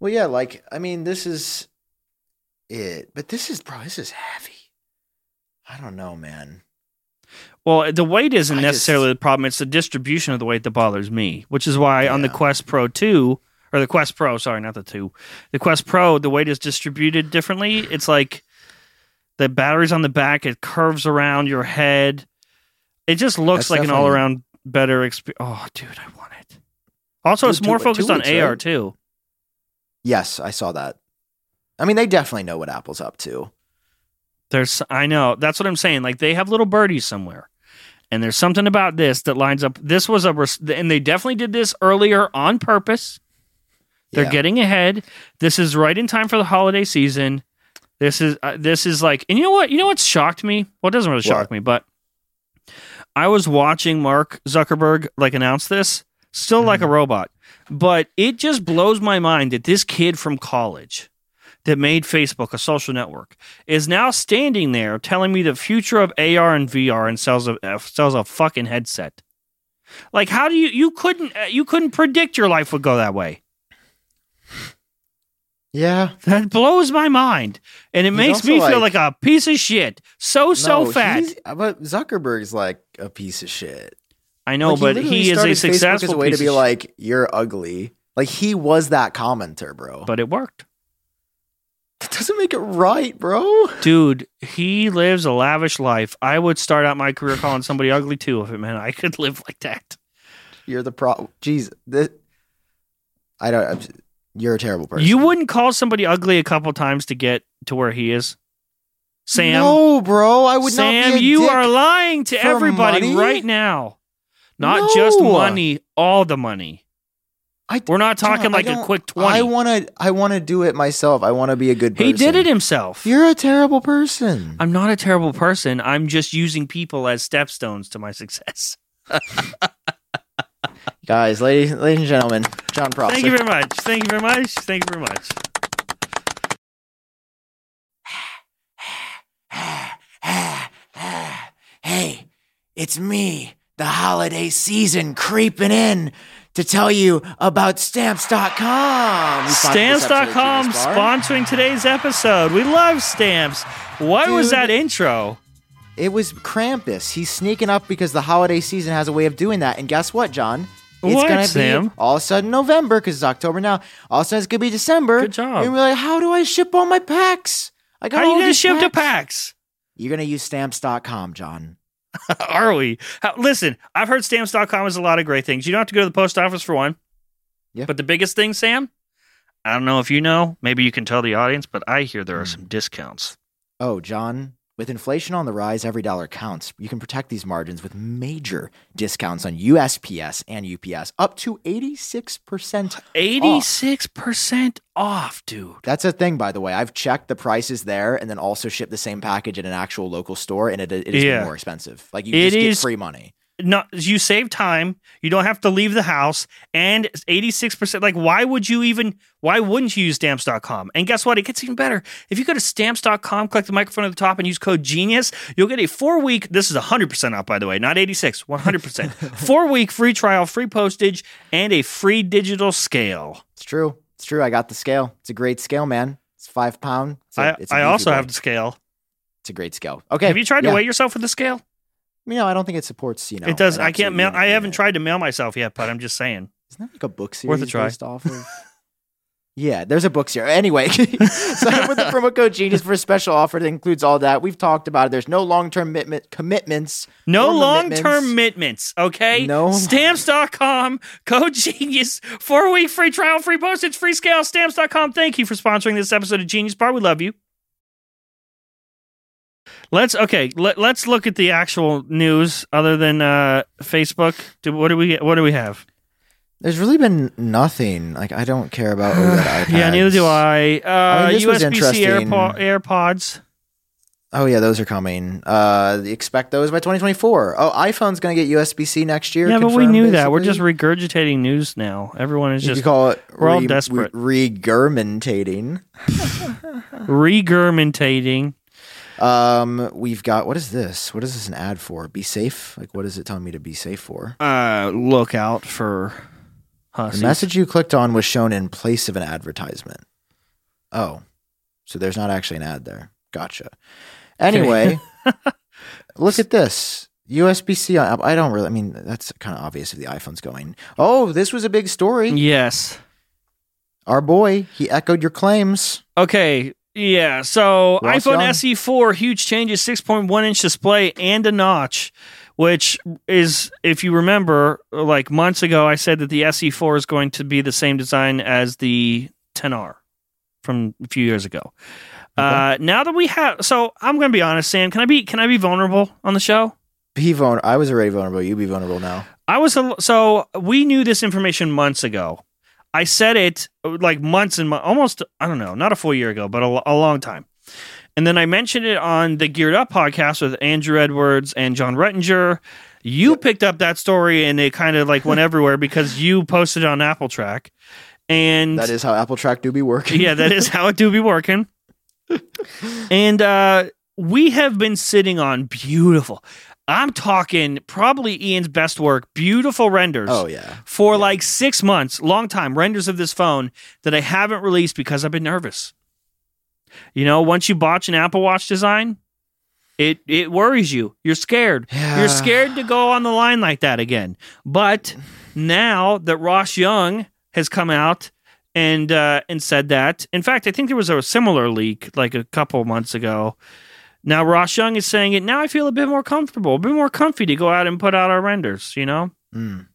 [SPEAKER 1] Well, yeah, like I mean, this is it, but this is bro, this is heavy. I don't know, man.
[SPEAKER 2] Well, the weight isn't
[SPEAKER 1] I just-
[SPEAKER 2] necessarily the problem. It's the distribution of the weight that bothers me, which is why on the
[SPEAKER 1] Yeah.
[SPEAKER 2] Quest Pro two or the Quest Pro, sorry, not the two, the Quest Pro, the weight is distributed differently. It's like the batteries on the back; it curves around your head. It just looks
[SPEAKER 1] That's
[SPEAKER 2] like an
[SPEAKER 1] definitely-
[SPEAKER 2] all around better experience. Oh, dude, I want it. Also,
[SPEAKER 1] Two-
[SPEAKER 2] it's more
[SPEAKER 1] two- two
[SPEAKER 2] focused on
[SPEAKER 1] weeks,
[SPEAKER 2] AR
[SPEAKER 1] right?
[SPEAKER 2] too.
[SPEAKER 1] Yes, I saw that. I mean, they definitely know what Apple's up to.
[SPEAKER 2] There's, I know. That's what I'm saying. Like they have little birdies somewhere, and there's something about this that lines up. This was a, res- and they definitely did this earlier on purpose. They're
[SPEAKER 1] Yeah.
[SPEAKER 2] getting ahead. This is right in time for the holiday season. This is uh, this is like, and you know what? You know what shocked me? Well, it doesn't really shock
[SPEAKER 1] What?
[SPEAKER 2] me, but I was watching Mark Zuckerberg like announce this, still like a
[SPEAKER 1] Mm-hmm.
[SPEAKER 2] robot, but it just blows my mind that this kid from college that made Facebook a social network is now standing there telling me the future of AR and VR and sells a uh, sells a fucking headset. Like, how do you you couldn't uh, you couldn't predict your life would go that way?
[SPEAKER 1] Yeah.
[SPEAKER 2] That blows my mind, and it
[SPEAKER 1] He's
[SPEAKER 2] makes
[SPEAKER 1] also
[SPEAKER 2] me feel like
[SPEAKER 1] like-
[SPEAKER 2] a piece of shit. So so
[SPEAKER 1] No,
[SPEAKER 2] fat.
[SPEAKER 1] he's- But Zuckerberg's like a piece of shit.
[SPEAKER 2] I know,
[SPEAKER 1] Like, he
[SPEAKER 2] but
[SPEAKER 1] literally
[SPEAKER 2] he is a
[SPEAKER 1] started Facebook
[SPEAKER 2] successful
[SPEAKER 1] as a way
[SPEAKER 2] piece
[SPEAKER 1] to be
[SPEAKER 2] of shit.
[SPEAKER 1] like, you're ugly. Like he was that commenter, bro.
[SPEAKER 2] But it worked,
[SPEAKER 1] that doesn't make it right, bro.
[SPEAKER 2] dude. He lives a lavish life. I would start out my career calling somebody ugly too if it meant I could live like that.
[SPEAKER 1] You're the problem. Jeez, this, I don't. I'm, you're a terrible person.
[SPEAKER 2] You wouldn't call somebody ugly a couple times to get to where he is, Sam.
[SPEAKER 1] No, bro. I would
[SPEAKER 2] Sam,
[SPEAKER 1] not. be a
[SPEAKER 2] you
[SPEAKER 1] dick.
[SPEAKER 2] are lying to
[SPEAKER 1] for
[SPEAKER 2] everybody
[SPEAKER 1] money?
[SPEAKER 2] right now. Not just
[SPEAKER 1] No.
[SPEAKER 2] money, all the money.
[SPEAKER 1] I-
[SPEAKER 2] We're not talking
[SPEAKER 1] John, I
[SPEAKER 2] like a
[SPEAKER 1] don't-
[SPEAKER 2] quick twenty.
[SPEAKER 1] I wanna. I wanna do it myself. I wanna be a good. person.
[SPEAKER 2] He did it himself.
[SPEAKER 1] You're a terrible person.
[SPEAKER 2] I'm not a terrible person. I'm just using people as stepstones to my success.
[SPEAKER 1] Guys, ladies, ladies and gentlemen, John Prosser.
[SPEAKER 2] Thank you very much. Thank you very much. Thank you very much.
[SPEAKER 1] hey, it's me, the holiday season creeping in to tell you about stamps.com.
[SPEAKER 2] Stamps.com sponsoring today's episode. We love stamps. What was
[SPEAKER 1] Dude.
[SPEAKER 2] that intro?
[SPEAKER 1] It was Krampus. He's sneaking up because the holiday season has a way of doing that. And guess what, John? It's
[SPEAKER 2] What,
[SPEAKER 1] gonna
[SPEAKER 2] Sam?
[SPEAKER 1] be all of a sudden November because it's October now. All of a sudden it's gonna be December.
[SPEAKER 2] Good job.
[SPEAKER 1] And we're like, how do I ship all my packs? I got
[SPEAKER 2] How
[SPEAKER 1] all
[SPEAKER 2] you gonna
[SPEAKER 1] these
[SPEAKER 2] ship
[SPEAKER 1] packs.
[SPEAKER 2] to packs?
[SPEAKER 1] You're gonna use stamps.com, John.
[SPEAKER 2] Are we? How, listen, I've heard stamps.com is a lot of great things. You don't have to go to the post office for one.
[SPEAKER 1] Yeah.
[SPEAKER 2] But the biggest thing, Sam, I don't know if you know, maybe you can tell the audience, but I hear there are
[SPEAKER 1] Hmm.
[SPEAKER 2] some discounts.
[SPEAKER 1] Oh, John, with inflation on the rise, every dollar counts. You can protect these margins with major discounts on USPS and UPS, up to 86%.
[SPEAKER 2] 86% off, dude.
[SPEAKER 1] That's a thing, by the way. I've checked the prices there and then also shipped the same package at an actual local store, and it, it is
[SPEAKER 2] Yeah.
[SPEAKER 1] more expensive. Like, you
[SPEAKER 2] It
[SPEAKER 1] just
[SPEAKER 2] is-
[SPEAKER 1] get free money.
[SPEAKER 2] not you save time you don't have to leave the house and 86% like why would you even why wouldn't you use stamps.com and guess what it gets even better if you go to stamps.com click the microphone at the top and use code genius you'll get a four week this is 100% off by the way not 86 100% four week free trial free postage and a free digital scale
[SPEAKER 1] It's true. It's true. I got the scale. It's a great scale, man. It's five pound. It's a-
[SPEAKER 2] I
[SPEAKER 1] it's a
[SPEAKER 2] I
[SPEAKER 1] beefy
[SPEAKER 2] also
[SPEAKER 1] boy.
[SPEAKER 2] have the scale
[SPEAKER 1] It's a great scale. Okay.
[SPEAKER 2] have you tried
[SPEAKER 1] yeah.
[SPEAKER 2] to weigh yourself with the scale
[SPEAKER 1] You know, I don't think it supports, you know.
[SPEAKER 2] it does
[SPEAKER 1] an
[SPEAKER 2] i can't
[SPEAKER 1] absolute
[SPEAKER 2] mail
[SPEAKER 1] unit
[SPEAKER 2] i haven't
[SPEAKER 1] unit.
[SPEAKER 2] tried to mail myself yet but i'm just saying
[SPEAKER 1] Isn't that like a book series
[SPEAKER 2] Worth a try.
[SPEAKER 1] based off of? yeah, there's a book series. Anyway, sign up with the promo code Genius for a special offer that includes all that. We've talked about it. There's no long term commitments.
[SPEAKER 2] No
[SPEAKER 1] Or
[SPEAKER 2] long
[SPEAKER 1] commitments.
[SPEAKER 2] term commitments, okay?
[SPEAKER 1] No.
[SPEAKER 2] Stamps.com, code genius, four week free trial, free postage, free scale. Stamps.com, thank you for sponsoring this episode of Genius Bar. We love you. Let's, okay, let, let's look at the actual news other than uh, Facebook. Do, what, do we, what do we have?
[SPEAKER 1] There's really been nothing. Like, I don't care about OLED iPads.
[SPEAKER 2] Yeah, neither do I. Uh,
[SPEAKER 1] mean, this was
[SPEAKER 2] USB C
[SPEAKER 1] interesting.
[SPEAKER 2] AirPod, AirPods.
[SPEAKER 1] Oh, yeah, those are coming. Uh, expect those by 2024. Oh, iPhone's going to get USB C next year.
[SPEAKER 2] Yeah, but we
[SPEAKER 1] confirmed,
[SPEAKER 2] knew that. We're just
[SPEAKER 1] basically.
[SPEAKER 2] regurgitating news now. Everyone is
[SPEAKER 1] you
[SPEAKER 2] just
[SPEAKER 1] could call it
[SPEAKER 2] we're all
[SPEAKER 1] re-
[SPEAKER 2] desperate.
[SPEAKER 1] re- regurgitating.
[SPEAKER 2] regurgitating.
[SPEAKER 1] Um, we've got what is this? What is this an ad for? Be safe. Like, what is it telling me to be safe for?
[SPEAKER 2] uh, look out for
[SPEAKER 1] The
[SPEAKER 2] hussies.
[SPEAKER 1] message you clicked on was shown in place of an advertisement. Oh, so there's not actually an ad there. Gotcha. Anyway, look at this USB C. I don't really, I mean, that's kind of obvious if the iPhone's going. Oh, this was a big story.
[SPEAKER 2] Yes.
[SPEAKER 1] Our boy, he echoed your claims.
[SPEAKER 2] Okay. Yeah. So
[SPEAKER 1] Ross
[SPEAKER 2] iPhone
[SPEAKER 1] Young.
[SPEAKER 2] SE four huge changes, six point one inch display and a notch, which is if you remember, like E months ago, I said that the SE four is going to be the same design as the 10R. from a few years ago. Uh, now that we have, so I'm going to be honest, Sam. Can I be can I be vulnerable on the show?
[SPEAKER 1] Be vulnerable. I was already vulnerable. You be vulnerable now.
[SPEAKER 2] I was a, so we knew this information months ago. I said it uh, like months and mon- almost I don't know, not a full year ago, but a, a long time. And then I mentioned it on the Geared Up podcast with Andrew Edwards and John Rettinger. You picked up that story and it kind of like went everywhere because you posted it on Apple Track. And
[SPEAKER 1] That is how Apple Track do be working.
[SPEAKER 2] yeah, that is how it do be working. And uh, we have been sitting on beautiful. I'm talking probably Ian's best work, beautiful renders
[SPEAKER 1] Oh yeah.
[SPEAKER 2] for like six months, long time, renders of this phone that I haven't released because I've been nervous. You know, once you botch an Apple Watch design, it it worries you. You're scared.
[SPEAKER 1] Yeah.
[SPEAKER 2] You're scared to go on the line like that again. But now that Ross Young has come out and uh, and said that, in fact, I think there was a similar leak like a couple months ago. Now Ross Young is saying it. Now I feel a bit more comfortable, a bit more comfy to go out and put out our renders. You know.
[SPEAKER 1] Mm.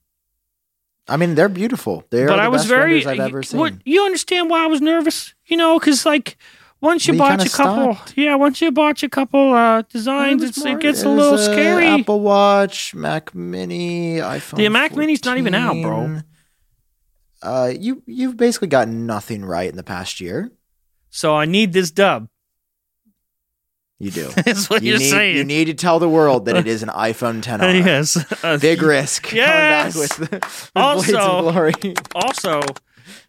[SPEAKER 1] I mean, they're beautiful. They're
[SPEAKER 2] but
[SPEAKER 1] the
[SPEAKER 2] I was
[SPEAKER 1] best
[SPEAKER 2] very.
[SPEAKER 1] renders I've ever seen.
[SPEAKER 2] What, you understand why I was nervous? You know, because like once you
[SPEAKER 1] Well, you
[SPEAKER 2] botch a
[SPEAKER 1] kinda
[SPEAKER 2] couple, yeah, once you botch a couple uh, designs,
[SPEAKER 1] was
[SPEAKER 2] it's,
[SPEAKER 1] more-
[SPEAKER 2] it gets a
[SPEAKER 1] was,
[SPEAKER 2] little
[SPEAKER 1] uh,
[SPEAKER 2] scary.
[SPEAKER 1] Apple Watch, Mac Mini, iPhone.
[SPEAKER 2] The Mac Mini's not even out, bro.
[SPEAKER 1] 14. Uh, you you've basically gotten nothing right in the past year.
[SPEAKER 2] So I need this dub.
[SPEAKER 1] You do.
[SPEAKER 2] That's what
[SPEAKER 1] you
[SPEAKER 2] are
[SPEAKER 1] need,
[SPEAKER 2] saying.
[SPEAKER 1] You need to tell the world that it is an iPhone 10R.
[SPEAKER 2] yes. Uh,
[SPEAKER 1] Big risk.
[SPEAKER 2] Yes.
[SPEAKER 1] Coming back with, the- with
[SPEAKER 2] Also-
[SPEAKER 1] Blades of Glory.
[SPEAKER 2] also,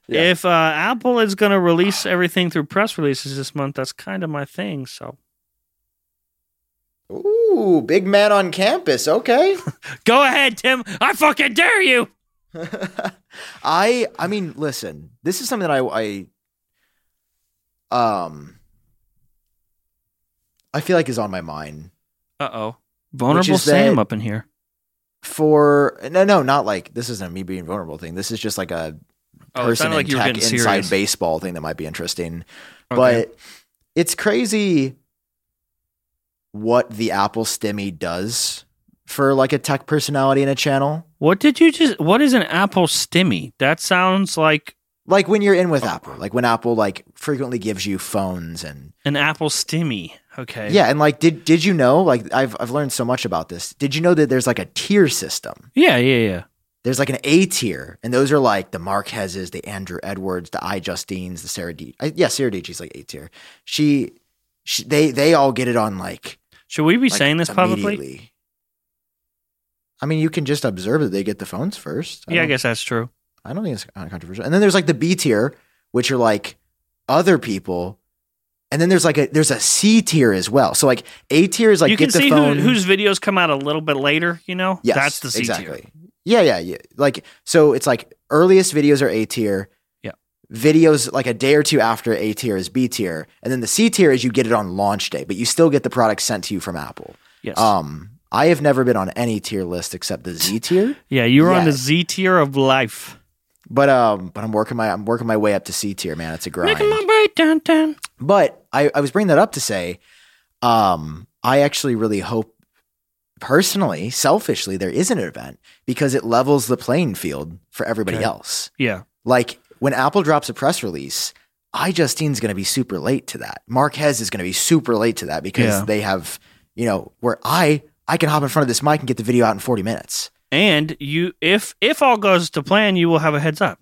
[SPEAKER 1] Yeah.
[SPEAKER 2] if uh, Apple is going to release everything through press releases this month, that's kind of my thing. So
[SPEAKER 1] Ooh, big man on campus. Okay.
[SPEAKER 2] go ahead, Tim. I fucking dare you.
[SPEAKER 1] I I mean, listen, this is something that I I um I feel like is on my mind
[SPEAKER 2] Uh oh. Vulnerable
[SPEAKER 1] is
[SPEAKER 2] Sam
[SPEAKER 1] that-
[SPEAKER 2] up in here.
[SPEAKER 1] for no no not like this isn't a me being vulnerable thing. This is just like a
[SPEAKER 2] Oh, it
[SPEAKER 1] person
[SPEAKER 2] sounded
[SPEAKER 1] in
[SPEAKER 2] like you were
[SPEAKER 1] tech
[SPEAKER 2] getting
[SPEAKER 1] inside
[SPEAKER 2] serious.
[SPEAKER 1] baseball thing that might be interesting.
[SPEAKER 2] Okay.
[SPEAKER 1] But it's crazy what the Apple Stimmy does for like a tech personality in a channel.
[SPEAKER 2] What did you just? What is an Apple stimmy? That sounds like
[SPEAKER 1] Like when you're in
[SPEAKER 2] Oh.
[SPEAKER 1] with Apple, like when Apple like frequently gives you phones and
[SPEAKER 2] an Apple stimmy. Okay.
[SPEAKER 1] yeah, and like did did you know like I've I've learned so much about this. Did you know that there's like a tier system?
[SPEAKER 2] Yeah. Yeah. Yeah.
[SPEAKER 1] There's like an A tier, and those are like the Marquezes, the Andrew Edwards, the I Justines, the Sarah D. I, yeah, Sarah D. She's like A tier. She, she, they, they all get it on like
[SPEAKER 2] Should we be
[SPEAKER 1] like,
[SPEAKER 2] saying this publicly?
[SPEAKER 1] immediately. I mean, you can just observe that they get the phones first.
[SPEAKER 2] yeah, I
[SPEAKER 1] don't-
[SPEAKER 2] guess that's true.
[SPEAKER 1] I don't think it's kind of controversial. And then there's like the B tier, which are like other people, and then there's like a there's a C tier as well. So like A tier is like
[SPEAKER 2] you
[SPEAKER 1] get
[SPEAKER 2] can
[SPEAKER 1] the
[SPEAKER 2] see who,
[SPEAKER 1] phone.
[SPEAKER 2] whose videos come out a little bit later. You know,
[SPEAKER 1] Yes,
[SPEAKER 2] that's the C
[SPEAKER 1] exactly.
[SPEAKER 2] tier.
[SPEAKER 1] Yeah, yeah, yeah. Like so, it's like earliest videos are A tier.
[SPEAKER 2] Yeah.
[SPEAKER 1] Videos like a day or two after A tier is B tier, and then the C tier is you get it on launch day, but you still get the product sent to you from Apple.
[SPEAKER 2] Yes.
[SPEAKER 1] Um, I have never been on any tier list except the Z tier,
[SPEAKER 2] yeah, you were on the
[SPEAKER 1] yeah.
[SPEAKER 2] Z tier of life.
[SPEAKER 1] but um, but I'm working my I'm working my way up to C tier, man. It's a grind.
[SPEAKER 2] Making my way downtown.
[SPEAKER 1] But I, I was bringing that up to say, um, I actually really hope, personally, selfishly, there is an event because it levels the playing field for everybody
[SPEAKER 2] Okay.
[SPEAKER 1] else.
[SPEAKER 2] Yeah.
[SPEAKER 1] Like when Apple drops a press release, I Justine's going to be super late to that. Marquez is going to be super late to that because
[SPEAKER 2] Yeah.
[SPEAKER 1] they have, you know, where I I can hop in front of this mic and get the video out in forty minutes.
[SPEAKER 2] And you, if if all goes to plan, you will have a heads up.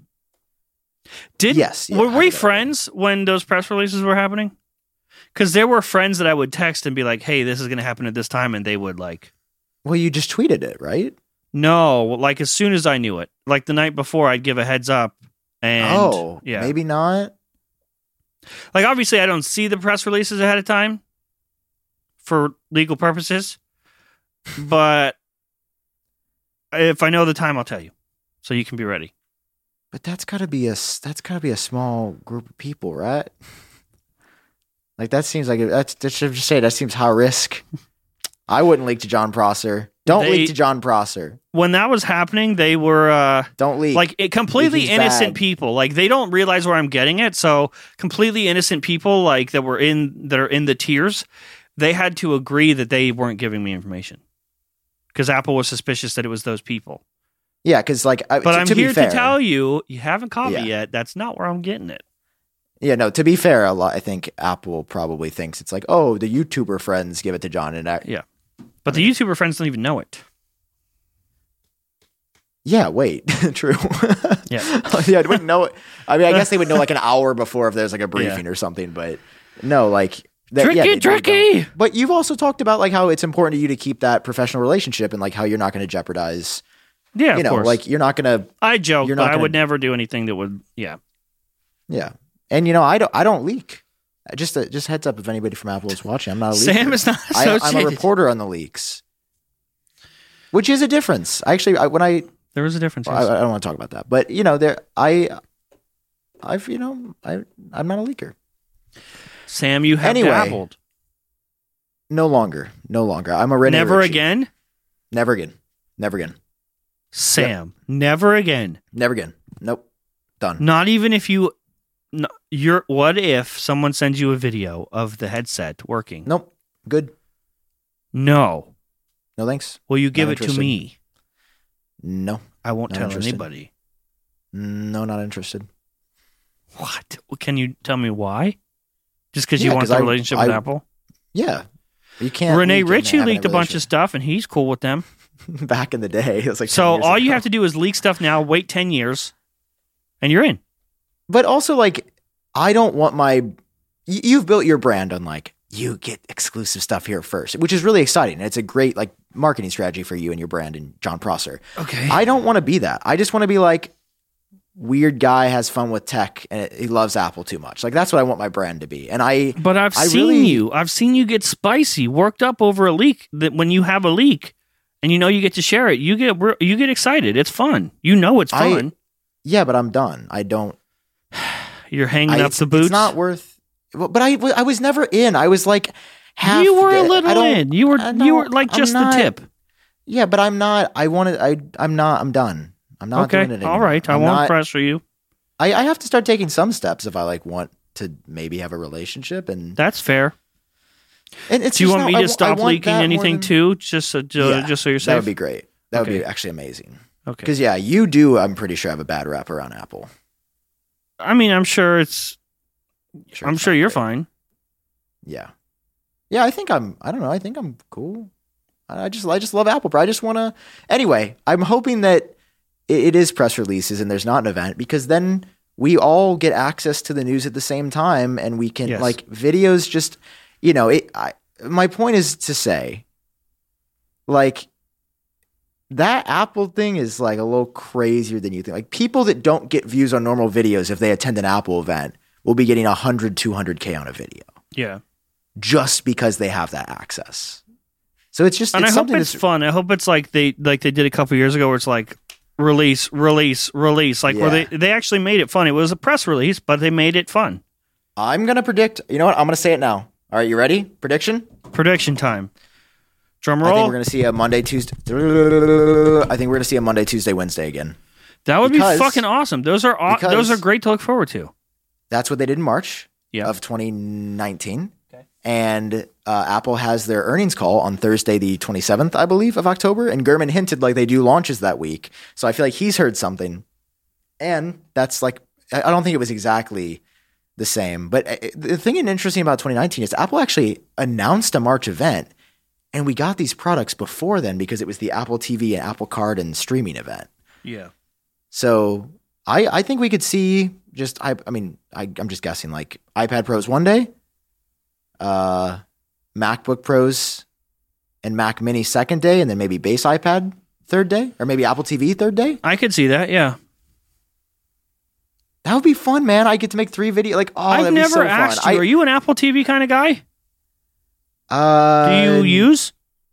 [SPEAKER 2] Did
[SPEAKER 1] Yes, yeah, I
[SPEAKER 2] were
[SPEAKER 1] have it
[SPEAKER 2] we
[SPEAKER 1] already.
[SPEAKER 2] friends when those press releases were happening? Because there were friends that I would text and be like, "Hey, this is going to happen at this time," and they would like
[SPEAKER 1] Well, you just tweeted it, right?
[SPEAKER 2] No, like as soon as I knew it, like the night before, I'd give a heads up. And
[SPEAKER 1] oh,
[SPEAKER 2] yeah,
[SPEAKER 1] maybe not.
[SPEAKER 2] like obviously, I don't see the press releases ahead of time for legal purposes, but if I know the time, I'll tell you, so you can be ready.
[SPEAKER 1] But that's gotta be a s- that's gotta be a small group of people, right? like that seems like a, that's that should just say that seems high risk. I wouldn't leak to John Prosser. Don't
[SPEAKER 2] They-
[SPEAKER 1] leak to John Prosser.
[SPEAKER 2] When that was happening, they were uh,
[SPEAKER 1] Don't leak.
[SPEAKER 2] like it, completely
[SPEAKER 1] Leaking's
[SPEAKER 2] innocent
[SPEAKER 1] bad.
[SPEAKER 2] people. Like they don't realize where I'm getting it. So completely innocent people, like that were in that are in the tiers, they had to agree that they weren't giving me information because Apple was suspicious that it was those people.
[SPEAKER 1] yeah, because like I,
[SPEAKER 2] But
[SPEAKER 1] to,
[SPEAKER 2] I'm
[SPEAKER 1] to
[SPEAKER 2] here
[SPEAKER 1] be fair,
[SPEAKER 2] to tell you, you haven't caught
[SPEAKER 1] Yeah.
[SPEAKER 2] me yet. That's not where I'm getting it.
[SPEAKER 1] Yeah, no. To be fair, a lot. I think Apple probably thinks it's like, oh, the YouTuber friends give it to John, and I,
[SPEAKER 2] Yeah. But the YouTuber friends don't even know it.
[SPEAKER 1] yeah, wait, true.
[SPEAKER 2] Yeah.
[SPEAKER 1] yeah, I wouldn't know. I mean, I guess they would know like an hour before if there's like a briefing or something, but no, like that,
[SPEAKER 2] tricky,
[SPEAKER 1] yeah, they- they don't.
[SPEAKER 2] tricky.
[SPEAKER 1] But you've also talked about like how it's important to you to keep that professional relationship and like how you're not going to jeopardize.
[SPEAKER 2] Yeah,
[SPEAKER 1] you
[SPEAKER 2] of
[SPEAKER 1] know,
[SPEAKER 2] course.
[SPEAKER 1] like you're not going to.
[SPEAKER 2] I joke,
[SPEAKER 1] you're
[SPEAKER 2] but
[SPEAKER 1] not
[SPEAKER 2] I
[SPEAKER 1] gonna-
[SPEAKER 2] would never do anything that would. Yeah.
[SPEAKER 1] Yeah, and you know, I don't. I don't leak. I Just a, just heads up if anybody from Apple is watching. I'm not a leaker.
[SPEAKER 2] Sam is not
[SPEAKER 1] I, I'm a
[SPEAKER 2] associated.
[SPEAKER 1] reporter on the leaks, which is a difference. I actually, I, when I,
[SPEAKER 2] there was a difference.
[SPEAKER 1] I, I don't want to talk about that, but you know, there, I, I've, you know, I, I'm not a leaker.
[SPEAKER 2] yes. Sam, you have
[SPEAKER 1] Anyway,
[SPEAKER 2] dabbled.
[SPEAKER 1] No longer, no longer. I'm a René
[SPEAKER 2] Never
[SPEAKER 1] Ritchie.
[SPEAKER 2] again,
[SPEAKER 1] Never again. Never again.
[SPEAKER 2] Sam. Never again.
[SPEAKER 1] Never again. Nope. Done.
[SPEAKER 2] Not even if you. No, you're, what if someone sends you a video of the headset working?
[SPEAKER 1] Nope. Good.
[SPEAKER 2] No.
[SPEAKER 1] No thanks.
[SPEAKER 2] Will you give
[SPEAKER 1] Not
[SPEAKER 2] it to
[SPEAKER 1] interested.
[SPEAKER 2] me?
[SPEAKER 1] No.
[SPEAKER 2] I won't
[SPEAKER 1] Not
[SPEAKER 2] tell
[SPEAKER 1] interested.
[SPEAKER 2] anybody.
[SPEAKER 1] No, not interested.
[SPEAKER 2] What? Can you tell me why? Just because
[SPEAKER 1] Yeah,
[SPEAKER 2] you want
[SPEAKER 1] 'cause
[SPEAKER 2] the
[SPEAKER 1] I-
[SPEAKER 2] relationship with
[SPEAKER 1] I-
[SPEAKER 2] Apple?
[SPEAKER 1] Yeah. You can't.
[SPEAKER 2] Renee
[SPEAKER 1] leak and
[SPEAKER 2] Ritchie
[SPEAKER 1] have any
[SPEAKER 2] leaked a bunch of stuff, and he's cool with them.
[SPEAKER 1] relationship. back in the day. It was like 10
[SPEAKER 2] So
[SPEAKER 1] years
[SPEAKER 2] all you
[SPEAKER 1] ago.
[SPEAKER 2] have to do is leak stuff now, wait 10 years, and you're in.
[SPEAKER 1] but also like I don't want my y- you've built your brand on like you get exclusive stuff here first, which is really exciting. And it's a great like marketing strategy for you and your brand and John Prosser.
[SPEAKER 2] Okay.
[SPEAKER 1] I don't want to be that. I just want to be like weird guy has fun with tech and he loves Apple too much. Like that's what I want my brand to be. And I
[SPEAKER 2] but I've
[SPEAKER 1] I
[SPEAKER 2] seen
[SPEAKER 1] really-
[SPEAKER 2] you. I've seen you get spicy, worked up over a leak. That when you have a leak and you know you get to share it, you get re- you get excited. It's fun. You know it's
[SPEAKER 1] I-
[SPEAKER 2] fun.
[SPEAKER 1] yeah, but I'm done. I don't
[SPEAKER 2] you're hanging
[SPEAKER 1] I,
[SPEAKER 2] up
[SPEAKER 1] it's,
[SPEAKER 2] the boots.
[SPEAKER 1] It's not worth but but I I was never in. I was like half
[SPEAKER 2] you were a
[SPEAKER 1] the- I
[SPEAKER 2] little
[SPEAKER 1] don't-
[SPEAKER 2] in. You were
[SPEAKER 1] I
[SPEAKER 2] you were
[SPEAKER 1] don't-
[SPEAKER 2] like
[SPEAKER 1] I'm
[SPEAKER 2] just
[SPEAKER 1] not-
[SPEAKER 2] the tip.
[SPEAKER 1] Yeah, but I'm not. I wanted. I. I'm not. I'm done. I'm not
[SPEAKER 2] okay.
[SPEAKER 1] doing it anymore.
[SPEAKER 2] All right. I
[SPEAKER 1] I'm
[SPEAKER 2] won't
[SPEAKER 1] not-
[SPEAKER 2] pressure you.
[SPEAKER 1] I, I have to start taking some steps if I like want to maybe have a relationship and,
[SPEAKER 2] That's fair.
[SPEAKER 1] and it's.
[SPEAKER 2] Do you
[SPEAKER 1] just
[SPEAKER 2] want
[SPEAKER 1] not-
[SPEAKER 2] me
[SPEAKER 1] I
[SPEAKER 2] to
[SPEAKER 1] wa- I
[SPEAKER 2] stop
[SPEAKER 1] want
[SPEAKER 2] leaking
[SPEAKER 1] that more
[SPEAKER 2] anything
[SPEAKER 1] than-
[SPEAKER 2] too? Just so, uh,
[SPEAKER 1] Yeah,
[SPEAKER 2] just so you're
[SPEAKER 1] That would
[SPEAKER 2] safe.
[SPEAKER 1] be great. That would be
[SPEAKER 2] Okay.
[SPEAKER 1] actually amazing.
[SPEAKER 2] okay.
[SPEAKER 1] Because yeah, you do. I'm pretty sure have a bad rap around Apple.
[SPEAKER 2] I mean, I'm sure it's. I'm
[SPEAKER 1] it's
[SPEAKER 2] sure
[SPEAKER 1] not
[SPEAKER 2] you're
[SPEAKER 1] great.
[SPEAKER 2] fine.
[SPEAKER 1] Yeah, yeah. I think I'm. I don't know. I think I'm cool. I I just. I just love Apple, bro. I just want to. Anyway, I'm hoping that it, it is press releases and there's not an event because then we all get access to the news at the same time and we can
[SPEAKER 2] Yes.
[SPEAKER 1] like videos. Just you know, it. I, my point is to say, like. That Apple thing is like a little crazier than you think. Like people that don't get views on normal videos if they attend an Apple event will be getting 100 200k on a video
[SPEAKER 2] Yeah.
[SPEAKER 1] just because they have that access. So it's just
[SPEAKER 2] and
[SPEAKER 1] it's
[SPEAKER 2] I hope
[SPEAKER 1] something
[SPEAKER 2] it's
[SPEAKER 1] that's
[SPEAKER 2] fun. I hope it's like they like they did a couple years ago, where it's like release, release, release. Like where
[SPEAKER 1] Yeah.
[SPEAKER 2] they they actually made it fun. It was a press release, but they made it fun.
[SPEAKER 1] I'm gonna predict. You know what? I'm gonna say it now. All right, you ready? Prediction.
[SPEAKER 2] Prediction time. Drum
[SPEAKER 1] I think
[SPEAKER 2] roll.
[SPEAKER 1] we're gonna see a Monday Tuesday. I think we're gonna see a Monday Tuesday Wednesday again.
[SPEAKER 2] that would
[SPEAKER 1] because-
[SPEAKER 2] be fucking awesome. Those are aw- those
[SPEAKER 1] because-
[SPEAKER 2] are great to look forward to.
[SPEAKER 1] That's what they did in March
[SPEAKER 2] Yeah.
[SPEAKER 1] of 2019. And uh, Apple has their earnings call on Thursday, the 27th, I believe, of October. And Gurman hinted like they do launches that week. So I feel like he's heard something. And that's like, I I don't think it was exactly the same. But uh, the thing interesting about 2019 is Apple actually announced a March event. And we got these products before then because it was the Apple TV and Apple Card and streaming event.
[SPEAKER 2] Yeah.
[SPEAKER 1] So I I think we could see just I I mean I I'm just guessing like iPad Pros one day, uh, MacBook Pros, and Mac Mini second day, and then maybe base iPad third day, or maybe Apple TV third day.
[SPEAKER 2] I could see that. Yeah.
[SPEAKER 1] That would be fun, man. I get to make three video like oh
[SPEAKER 2] I've
[SPEAKER 1] that'd be so
[SPEAKER 2] never asked
[SPEAKER 1] fun.
[SPEAKER 2] you. are you an Apple TV kind of guy?
[SPEAKER 1] I,
[SPEAKER 2] Do
[SPEAKER 1] uh,
[SPEAKER 2] you use?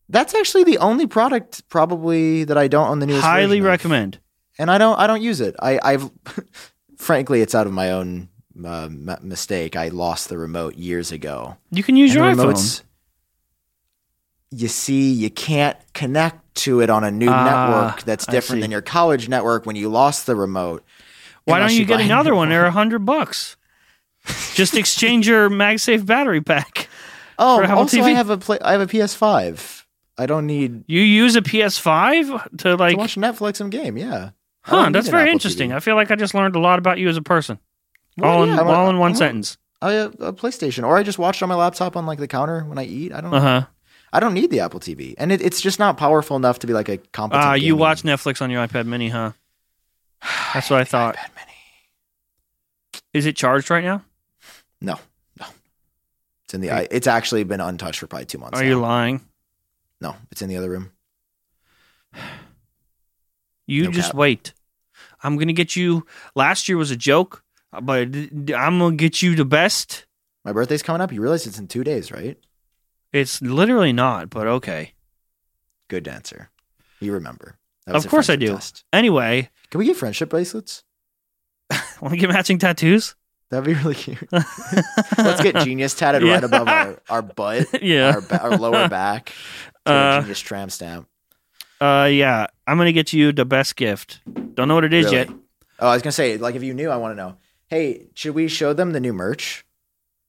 [SPEAKER 1] That's actually the only product probably that I don't own the newest.
[SPEAKER 2] Highly
[SPEAKER 1] version of.
[SPEAKER 2] recommend.
[SPEAKER 1] and I don't I don't use it. I I've frankly it's out of my own uh, m- mistake. I lost the remote years ago.
[SPEAKER 2] You can use
[SPEAKER 1] And the
[SPEAKER 2] your iPhone.
[SPEAKER 1] remotes, You see, you can't connect to it on a new
[SPEAKER 2] Ah,
[SPEAKER 1] network that's
[SPEAKER 2] I
[SPEAKER 1] different than
[SPEAKER 2] see.
[SPEAKER 1] your college network when you lost the remote.
[SPEAKER 2] Why
[SPEAKER 1] unless
[SPEAKER 2] don't you get
[SPEAKER 1] buy a
[SPEAKER 2] another
[SPEAKER 1] new
[SPEAKER 2] one? They're a hundred bucks. Just exchange your MagSafe battery pack.
[SPEAKER 1] Oh,
[SPEAKER 2] for Apple
[SPEAKER 1] also I
[SPEAKER 2] TV?
[SPEAKER 1] have a play, I have a PS5. I don't need
[SPEAKER 2] You use a PS5 to
[SPEAKER 1] to
[SPEAKER 2] like,
[SPEAKER 1] watch Netflix and game. Yeah, I
[SPEAKER 2] huh?
[SPEAKER 1] don't
[SPEAKER 2] That's
[SPEAKER 1] need an
[SPEAKER 2] very
[SPEAKER 1] Apple
[SPEAKER 2] interesting.
[SPEAKER 1] TV.
[SPEAKER 2] I feel like I just learned a lot about you as a person. all in
[SPEAKER 1] yeah, oh, I'm a-
[SPEAKER 2] all in one
[SPEAKER 1] I'm a-
[SPEAKER 2] sentence.
[SPEAKER 1] I have a PlayStation, or I just watch it on my laptop on like the counter when I eat. I don't.
[SPEAKER 2] Uh huh.
[SPEAKER 1] I don't need the Apple TV, and it, it's just not powerful enough to be like a competent.
[SPEAKER 2] Uh, you
[SPEAKER 1] gaming-
[SPEAKER 2] watch Netflix on your iPad Mini, huh? That's what I thought.
[SPEAKER 1] iPad Mini.
[SPEAKER 2] Is it charged right now?
[SPEAKER 1] It's in the. I, it's actually been untouched for probably two months.
[SPEAKER 2] Are
[SPEAKER 1] now.
[SPEAKER 2] you lying?
[SPEAKER 1] no, it's in the other room.
[SPEAKER 2] You
[SPEAKER 1] No
[SPEAKER 2] just
[SPEAKER 1] cap.
[SPEAKER 2] wait. I'm gonna get you. Last year was a joke, uh, but d- d- I'm gonna get you the best.
[SPEAKER 1] My birthday's coming up. You realize it's in two days, right?
[SPEAKER 2] It's literally not, but okay.
[SPEAKER 1] Good answer. You remember. That was
[SPEAKER 2] Of
[SPEAKER 1] a
[SPEAKER 2] course I
[SPEAKER 1] friendship
[SPEAKER 2] do.
[SPEAKER 1] test.
[SPEAKER 2] Anyway,
[SPEAKER 1] Can we get friendship bracelets?
[SPEAKER 2] want to get matching tattoos?
[SPEAKER 1] That'd be really cute. Let's get genius tatted right
[SPEAKER 2] Yeah.
[SPEAKER 1] above our, our butt,
[SPEAKER 2] yeah.
[SPEAKER 1] our, ba- our lower back. So
[SPEAKER 2] Uh,
[SPEAKER 1] genius tram stamp.
[SPEAKER 2] Uh, yeah. I'm gonna get you the best gift. Don't know what it is
[SPEAKER 1] Really?
[SPEAKER 2] yet.
[SPEAKER 1] Oh, I was gonna say, like, if you knew, I want to know. Hey, should we show them the new merch?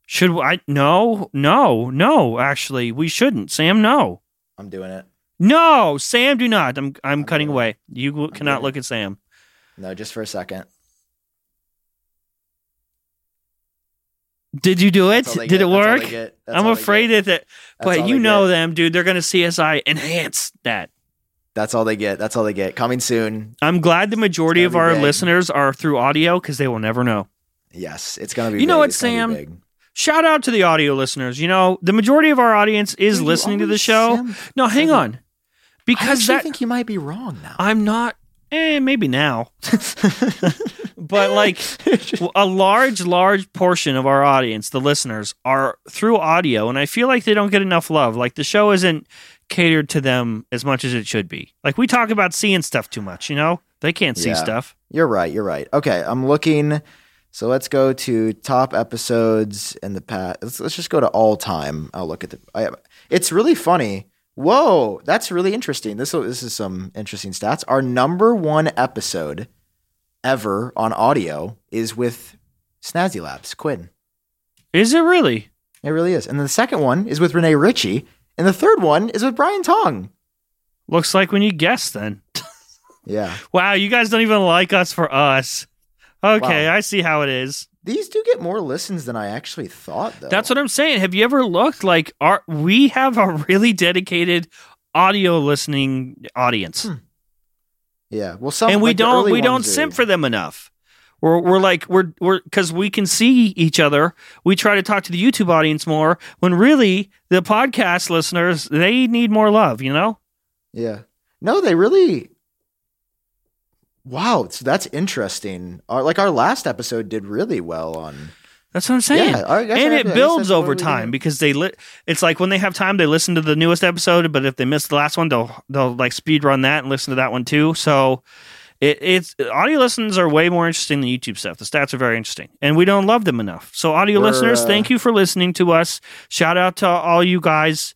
[SPEAKER 2] Should I? No, no, no. Actually, we shouldn't. Sam, no,
[SPEAKER 1] I'm doing it.
[SPEAKER 2] no. Sam, do not. I'm I'm, cutting
[SPEAKER 1] doing it.
[SPEAKER 2] away. You w- cannot
[SPEAKER 1] doing
[SPEAKER 2] look at Sam.
[SPEAKER 1] No, just for a second.
[SPEAKER 2] Did you do it?
[SPEAKER 1] That's all they
[SPEAKER 2] Did
[SPEAKER 1] get.
[SPEAKER 2] it
[SPEAKER 1] That's all they
[SPEAKER 2] work?
[SPEAKER 1] get. That's
[SPEAKER 2] I'm
[SPEAKER 1] all they
[SPEAKER 2] afraid
[SPEAKER 1] get.
[SPEAKER 2] that, that
[SPEAKER 1] That's all
[SPEAKER 2] but
[SPEAKER 1] they
[SPEAKER 2] you know
[SPEAKER 1] get.
[SPEAKER 2] them, dude. They're gonna CSI enhance that.
[SPEAKER 1] That's all they get. That's all they get. Coming soon.
[SPEAKER 2] I'm glad the majority
[SPEAKER 1] gonna
[SPEAKER 2] of
[SPEAKER 1] be
[SPEAKER 2] our
[SPEAKER 1] big.
[SPEAKER 2] listeners are through audio because they will never know.
[SPEAKER 1] Yes, it's gonna be.
[SPEAKER 2] You know
[SPEAKER 1] big.
[SPEAKER 2] what,
[SPEAKER 1] It's gonna be
[SPEAKER 2] Sam?
[SPEAKER 1] big.
[SPEAKER 2] Shout out to the audio listeners. You know, the majority of our audience is
[SPEAKER 1] Dude, you
[SPEAKER 2] listening to the
[SPEAKER 1] always
[SPEAKER 2] show.
[SPEAKER 1] Sam-
[SPEAKER 2] no, hang
[SPEAKER 1] Sam-
[SPEAKER 2] on, because
[SPEAKER 1] I actually
[SPEAKER 2] that
[SPEAKER 1] think you might be wrong now.
[SPEAKER 2] I'm not. Eh, maybe now, but like a large, large portion of our audience, the listeners, are through audio, and I feel like they don't get enough love. Like the show isn't catered to them as much as it should be. Like we talk about seeing stuff too much, you know? They can't see
[SPEAKER 1] Yeah.
[SPEAKER 2] stuff.
[SPEAKER 1] You're right. You're right. Okay, I'm looking. So let's go to top episodes in the past. Let's, let's just go to all time. I'll look at the. I, it's really funny. Whoa, that's really interesting. This this is some interesting stats. Our number one episode ever on audio is with Snazzy Labs Quinn.
[SPEAKER 2] Is it really?
[SPEAKER 1] It really is. And then the second one is with Renee Ritchie, and the third one is with Brian Tong.
[SPEAKER 2] Looks like when you guess then.
[SPEAKER 1] Yeah,
[SPEAKER 2] Wow, you guys don't even like us for us. Okay,
[SPEAKER 1] Wow.
[SPEAKER 2] I see how it is.
[SPEAKER 1] these do get more listens than I actually thought. Though
[SPEAKER 2] That's what I'm saying. Have you ever looked like our we have a really dedicated audio listening audience.
[SPEAKER 1] Hmm. yeah. Well, some
[SPEAKER 2] and we
[SPEAKER 1] like the
[SPEAKER 2] don't
[SPEAKER 1] early
[SPEAKER 2] we don't
[SPEAKER 1] ones are-
[SPEAKER 2] simp for them enough. We're we're like we're we're because we can see each other. We try to talk to the YouTube audience more when really the podcast listeners they need more love. You know,
[SPEAKER 1] Yeah. No, they really. Wow, so that's interesting. Our, like our last episode did really well on.
[SPEAKER 2] that's what I'm saying.
[SPEAKER 1] Yeah, I guess
[SPEAKER 2] And
[SPEAKER 1] I- I
[SPEAKER 2] it
[SPEAKER 1] guess
[SPEAKER 2] builds
[SPEAKER 1] that's what
[SPEAKER 2] over
[SPEAKER 1] we
[SPEAKER 2] time
[SPEAKER 1] did.
[SPEAKER 2] because they li- it's like when they have time they listen to the newest episode, but if they miss the last one, they'll they'll like speed run that and listen to that one too. So it, it's audio listens are way more interesting than YouTube stuff. The stats are very interesting, and we don't love them enough. So audio
[SPEAKER 1] We're,
[SPEAKER 2] listeners,
[SPEAKER 1] uh,
[SPEAKER 2] thank you for listening to us. Shout out to all you guys.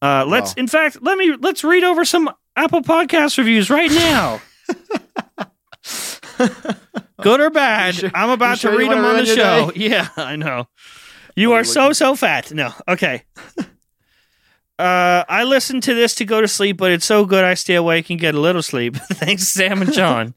[SPEAKER 2] Uh, let's
[SPEAKER 1] Wow.
[SPEAKER 2] in fact let me let's read over some Apple Podcast reviews right now. Good or bad,
[SPEAKER 1] sure-
[SPEAKER 2] I'm
[SPEAKER 1] you
[SPEAKER 2] about
[SPEAKER 1] sure
[SPEAKER 2] to
[SPEAKER 1] you
[SPEAKER 2] read
[SPEAKER 1] wanna
[SPEAKER 2] them on the
[SPEAKER 1] ruin your
[SPEAKER 2] show. Yeah, I know. You
[SPEAKER 1] Are
[SPEAKER 2] are
[SPEAKER 1] you
[SPEAKER 2] so so fat. No, okay. Uh, I listened to this to go to sleep, but it's so good I stay awake and get a little sleep. Thanks, Sam and John.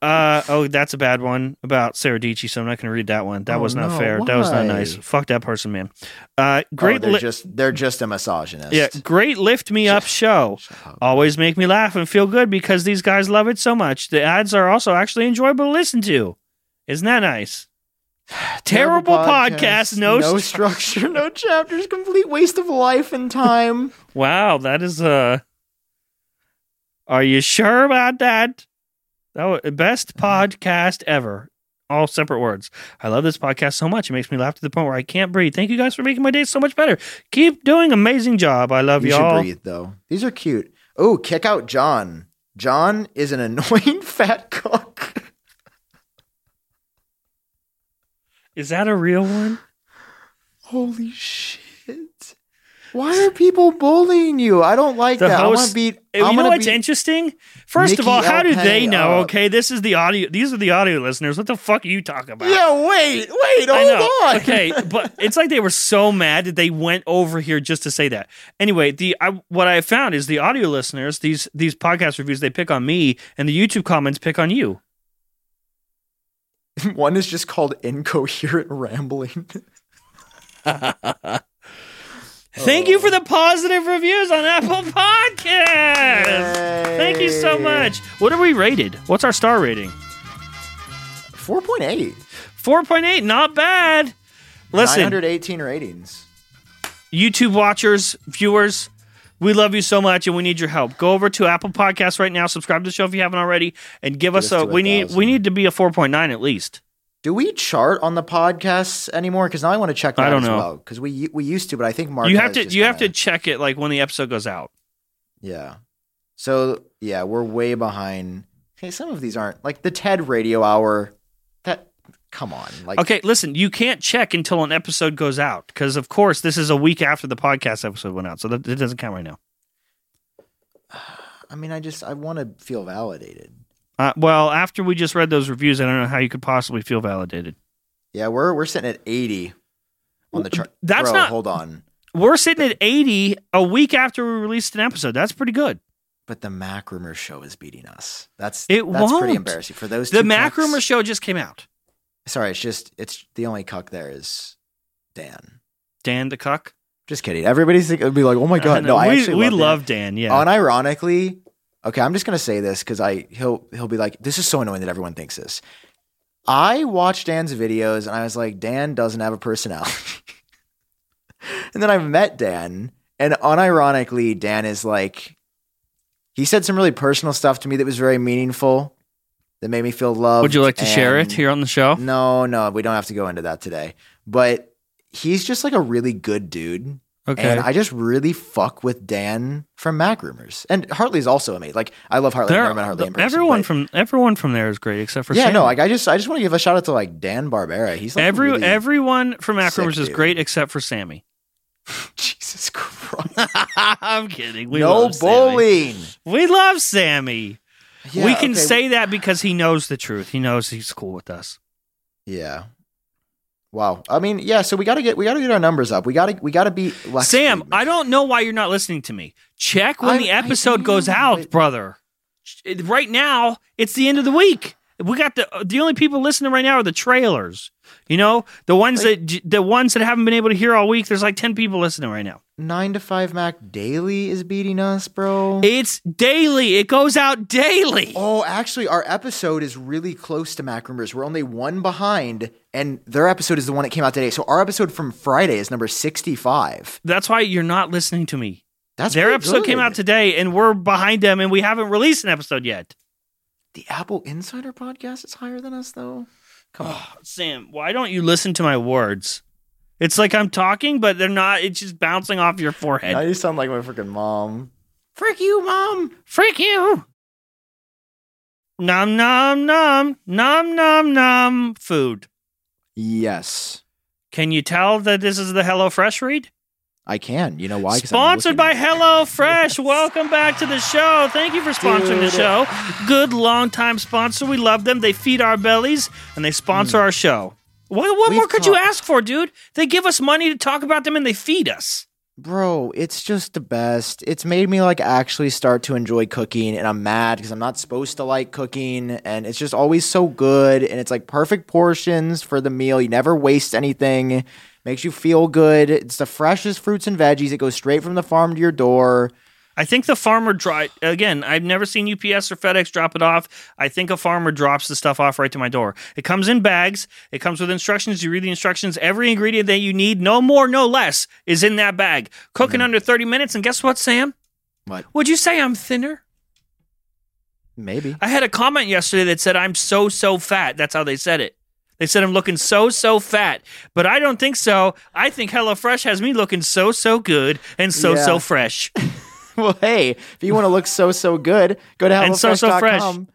[SPEAKER 2] uh, oh, that's a bad one about Sarah Dici, so I'm not going to read that one. That
[SPEAKER 1] Oh,
[SPEAKER 2] was not
[SPEAKER 1] no,
[SPEAKER 2] fair. That was not
[SPEAKER 1] why?
[SPEAKER 2] nice. Fuck that person, man. Uh,
[SPEAKER 1] Oh,
[SPEAKER 2] great,
[SPEAKER 1] they're
[SPEAKER 2] li-
[SPEAKER 1] just they're just a misogynist.
[SPEAKER 2] yeah, great lift me up show.
[SPEAKER 1] Shut up.
[SPEAKER 2] Always make me laugh and feel good because these guys love it so much. The ads are also actually enjoyable to listen to. Isn't that nice? Terrible podcast, no stru-
[SPEAKER 1] structure, no chapters, complete waste of life and time.
[SPEAKER 2] Wow, that is uh Are you sure about that? That was best
[SPEAKER 1] Mm-hmm.
[SPEAKER 2] podcast ever. All separate words. I love this podcast so much. It makes me laugh to the point where I can't breathe. Thank you guys for making my day so much better. Keep doing amazing job. I love
[SPEAKER 1] you should
[SPEAKER 2] y'all.
[SPEAKER 1] breathe though. These are cute. Oh, kick out John. John is an annoying fat cock.
[SPEAKER 2] Is that a real one?
[SPEAKER 1] Holy shit. Why are people bullying you? I don't like
[SPEAKER 2] The
[SPEAKER 1] that. I want
[SPEAKER 2] host-
[SPEAKER 1] to beat.
[SPEAKER 2] Hey,
[SPEAKER 1] I'm
[SPEAKER 2] you know
[SPEAKER 1] gonna
[SPEAKER 2] what's
[SPEAKER 1] beat-
[SPEAKER 2] interesting? First of
[SPEAKER 1] Nikki
[SPEAKER 2] all, how do
[SPEAKER 1] Alpay
[SPEAKER 2] they know?
[SPEAKER 1] up.
[SPEAKER 2] Okay, this is the audio. These are the audio listeners. What the fuck are you talking about?
[SPEAKER 1] Yeah, wait, wait,
[SPEAKER 2] I know.
[SPEAKER 1] hold on.
[SPEAKER 2] Okay, but it's like they were so mad that they went over here just to say that. Anyway, the I, what I found is the audio listeners, these these podcast reviews, they pick on me, and the YouTube comments pick on you.
[SPEAKER 1] One is just called incoherent rambling.
[SPEAKER 2] Thank you for the positive reviews on Apple Podcasts. Thank you so much. What are we rated? What's our star rating?
[SPEAKER 1] 4.8.
[SPEAKER 2] 4.8, not bad. Listen,
[SPEAKER 1] 918 ratings.
[SPEAKER 2] YouTube watchers, viewers, we love you so much and we need your help. Go over to Apple Podcasts right now, subscribe to the show if you haven't already, and give us
[SPEAKER 1] us
[SPEAKER 2] a
[SPEAKER 1] to a
[SPEAKER 2] we need we
[SPEAKER 1] thousand.
[SPEAKER 2] need to be a 4.9 at least.
[SPEAKER 1] Do we chart on the podcasts anymore? Because now I want to check that
[SPEAKER 2] I don't
[SPEAKER 1] as
[SPEAKER 2] know.
[SPEAKER 1] well. Because we we used to, but I think Mark.
[SPEAKER 2] you have to you have to check it like when the episode goes out.
[SPEAKER 1] Yeah. So yeah, we're way behind. Hey, some of these aren't like the TED Radio Hour. That come on, like
[SPEAKER 2] Okay, listen, you can't check until an episode goes out because of course this is a week after the podcast episode went out. So that it doesn't count right now.
[SPEAKER 1] I mean, I just I want to feel validated.
[SPEAKER 2] Uh, well, after we just read those reviews, I don't know how you could possibly feel validated.
[SPEAKER 1] Yeah, we're we're sitting at eighty on the chart.
[SPEAKER 2] That's
[SPEAKER 1] Bro,
[SPEAKER 2] not-
[SPEAKER 1] Hold on,
[SPEAKER 2] We're sitting at 80 a week after we released an episode. That's pretty good.
[SPEAKER 1] but the Mac Rumor Show is beating us. That's
[SPEAKER 2] It
[SPEAKER 1] that's pretty
[SPEAKER 2] won't.
[SPEAKER 1] embarrassing for those.
[SPEAKER 2] The
[SPEAKER 1] two
[SPEAKER 2] Mac
[SPEAKER 1] cucks-
[SPEAKER 2] Rumor Show just came out.
[SPEAKER 1] Sorry, it's just it's the only cuck there is Dan.
[SPEAKER 2] Dan the Cuck. Uh,
[SPEAKER 1] Just kidding. Everybody's think, it'd be like, oh my god, no,
[SPEAKER 2] we,
[SPEAKER 1] I actually
[SPEAKER 2] we
[SPEAKER 1] love Dan.
[SPEAKER 2] love Dan. Yeah.
[SPEAKER 1] Unironically, okay, I'm just gonna say this because I he'll he'll be like, this is so annoying that everyone thinks this. I watched Dan's videos and I was like, Dan doesn't have a personality. and then I met Dan, and unironically, Dan is like, he said some really personal stuff to me that was very meaningful, that made me feel loved.
[SPEAKER 2] Would you like to share it
[SPEAKER 1] and-
[SPEAKER 2] here on the show?
[SPEAKER 1] No, no, we don't have to go into that today. But he's just like a really good dude.
[SPEAKER 2] Okay.
[SPEAKER 1] And I just really fuck with Dan from Mac Rumors. And Hartley's also amazing. Like I love Hartley. I've
[SPEAKER 2] There-
[SPEAKER 1] never met Hartley in person,
[SPEAKER 2] everyone
[SPEAKER 1] but-
[SPEAKER 2] from everyone from there is great except for
[SPEAKER 1] Yeah,
[SPEAKER 2] Sam.
[SPEAKER 1] no, like I just I just want to give a shout out to like Dan Barbera. He's like
[SPEAKER 2] Every
[SPEAKER 1] really-
[SPEAKER 2] everyone from Mac
[SPEAKER 1] sick
[SPEAKER 2] Rumors is
[SPEAKER 1] dude.
[SPEAKER 2] great except for Sammy.
[SPEAKER 1] Jesus Christ.
[SPEAKER 2] I'm kidding. We
[SPEAKER 1] no
[SPEAKER 2] love
[SPEAKER 1] bullying.
[SPEAKER 2] Sammy. We love Sammy.
[SPEAKER 1] Yeah,
[SPEAKER 2] we can
[SPEAKER 1] okay.
[SPEAKER 2] say that because he knows the truth. He knows he's cool with us.
[SPEAKER 1] Yeah. Wow. I mean, yeah, so we gotta get we gotta get our numbers up. We gotta we gotta beat Lex
[SPEAKER 2] Sam,
[SPEAKER 1] Friedman.
[SPEAKER 2] I don't know why you're not listening to me. Check when
[SPEAKER 1] I-
[SPEAKER 2] the
[SPEAKER 1] I
[SPEAKER 2] episode
[SPEAKER 1] am,
[SPEAKER 2] goes out,
[SPEAKER 1] but-
[SPEAKER 2] brother. It- Right now, it's the end of the week. We got the uh, the only people listening right now are the trailers. You know, the ones that j- the ones that haven't been able to hear all week. There's like ten people listening right now.
[SPEAKER 1] nine to five Mac daily is beating us, bro.
[SPEAKER 2] It's daily. It goes out daily.
[SPEAKER 1] Oh, actually, our episode is really close to Mac Rumors. We're only one behind, and their episode is the one that came out today. So our episode from Friday is number sixty-five.
[SPEAKER 2] That's why you're not listening to me.
[SPEAKER 1] That's
[SPEAKER 2] Their
[SPEAKER 1] pretty
[SPEAKER 2] episode came
[SPEAKER 1] good.
[SPEAKER 2] out today, and we're behind them, and we haven't released an episode yet.
[SPEAKER 1] The Apple Insider podcast is higher than us, though. Come on,
[SPEAKER 2] Sam, why don't you listen to my words? It's like I'm talking, but they're not. It's just bouncing off your forehead.
[SPEAKER 1] now you sound like my freaking mom. Frick you, mom.
[SPEAKER 2] Freak you. Nom nom nom nom nom nom food.
[SPEAKER 1] Yes,
[SPEAKER 2] Can you tell that this is the Hello Fresh read?
[SPEAKER 1] I can. You know why? 'Cause I'm
[SPEAKER 2] Sponsored by
[SPEAKER 1] looking at-
[SPEAKER 2] Hello
[SPEAKER 1] Yes.
[SPEAKER 2] Fresh. Welcome back to the show. Thank you for sponsoring the
[SPEAKER 1] Dude.
[SPEAKER 2] show. Good longtime sponsor. We love them. They feed our bellies and they sponsor our show. What, what
[SPEAKER 1] Hmm. We've
[SPEAKER 2] more could you
[SPEAKER 1] talked-
[SPEAKER 2] ask for, dude? They give us money to talk about them and they feed us.
[SPEAKER 1] Bro, it's just the best. It's made me like actually start to enjoy cooking, and I'm mad because I'm not supposed to like cooking, and it's just always so good, and it's like perfect portions for the meal. You never waste anything. Makes you feel good. It's the freshest fruits and veggies. It goes straight from the farm to your door.
[SPEAKER 2] I think the farmer dry again. I've never seen UPS or FedEx drop it off. I think a farmer drops the stuff off right to my door. It comes in bags. It comes with instructions. You read the instructions. Every ingredient that you need, no more, no less, is in that bag. Cook in under thirty minutes, and guess what, Sam?
[SPEAKER 1] Mm-hmm. What?
[SPEAKER 2] Would you say I'm thinner?
[SPEAKER 1] Maybe.
[SPEAKER 2] I had a comment yesterday that said I'm so so fat. That's how they said it. They said I'm looking so so fat, but I don't think so. I think HelloFresh has me looking so so good and so
[SPEAKER 1] Yeah.
[SPEAKER 2] so fresh.
[SPEAKER 1] well, hey, if you want to look so so good, go to
[SPEAKER 2] And so, so
[SPEAKER 1] hellofresh.com.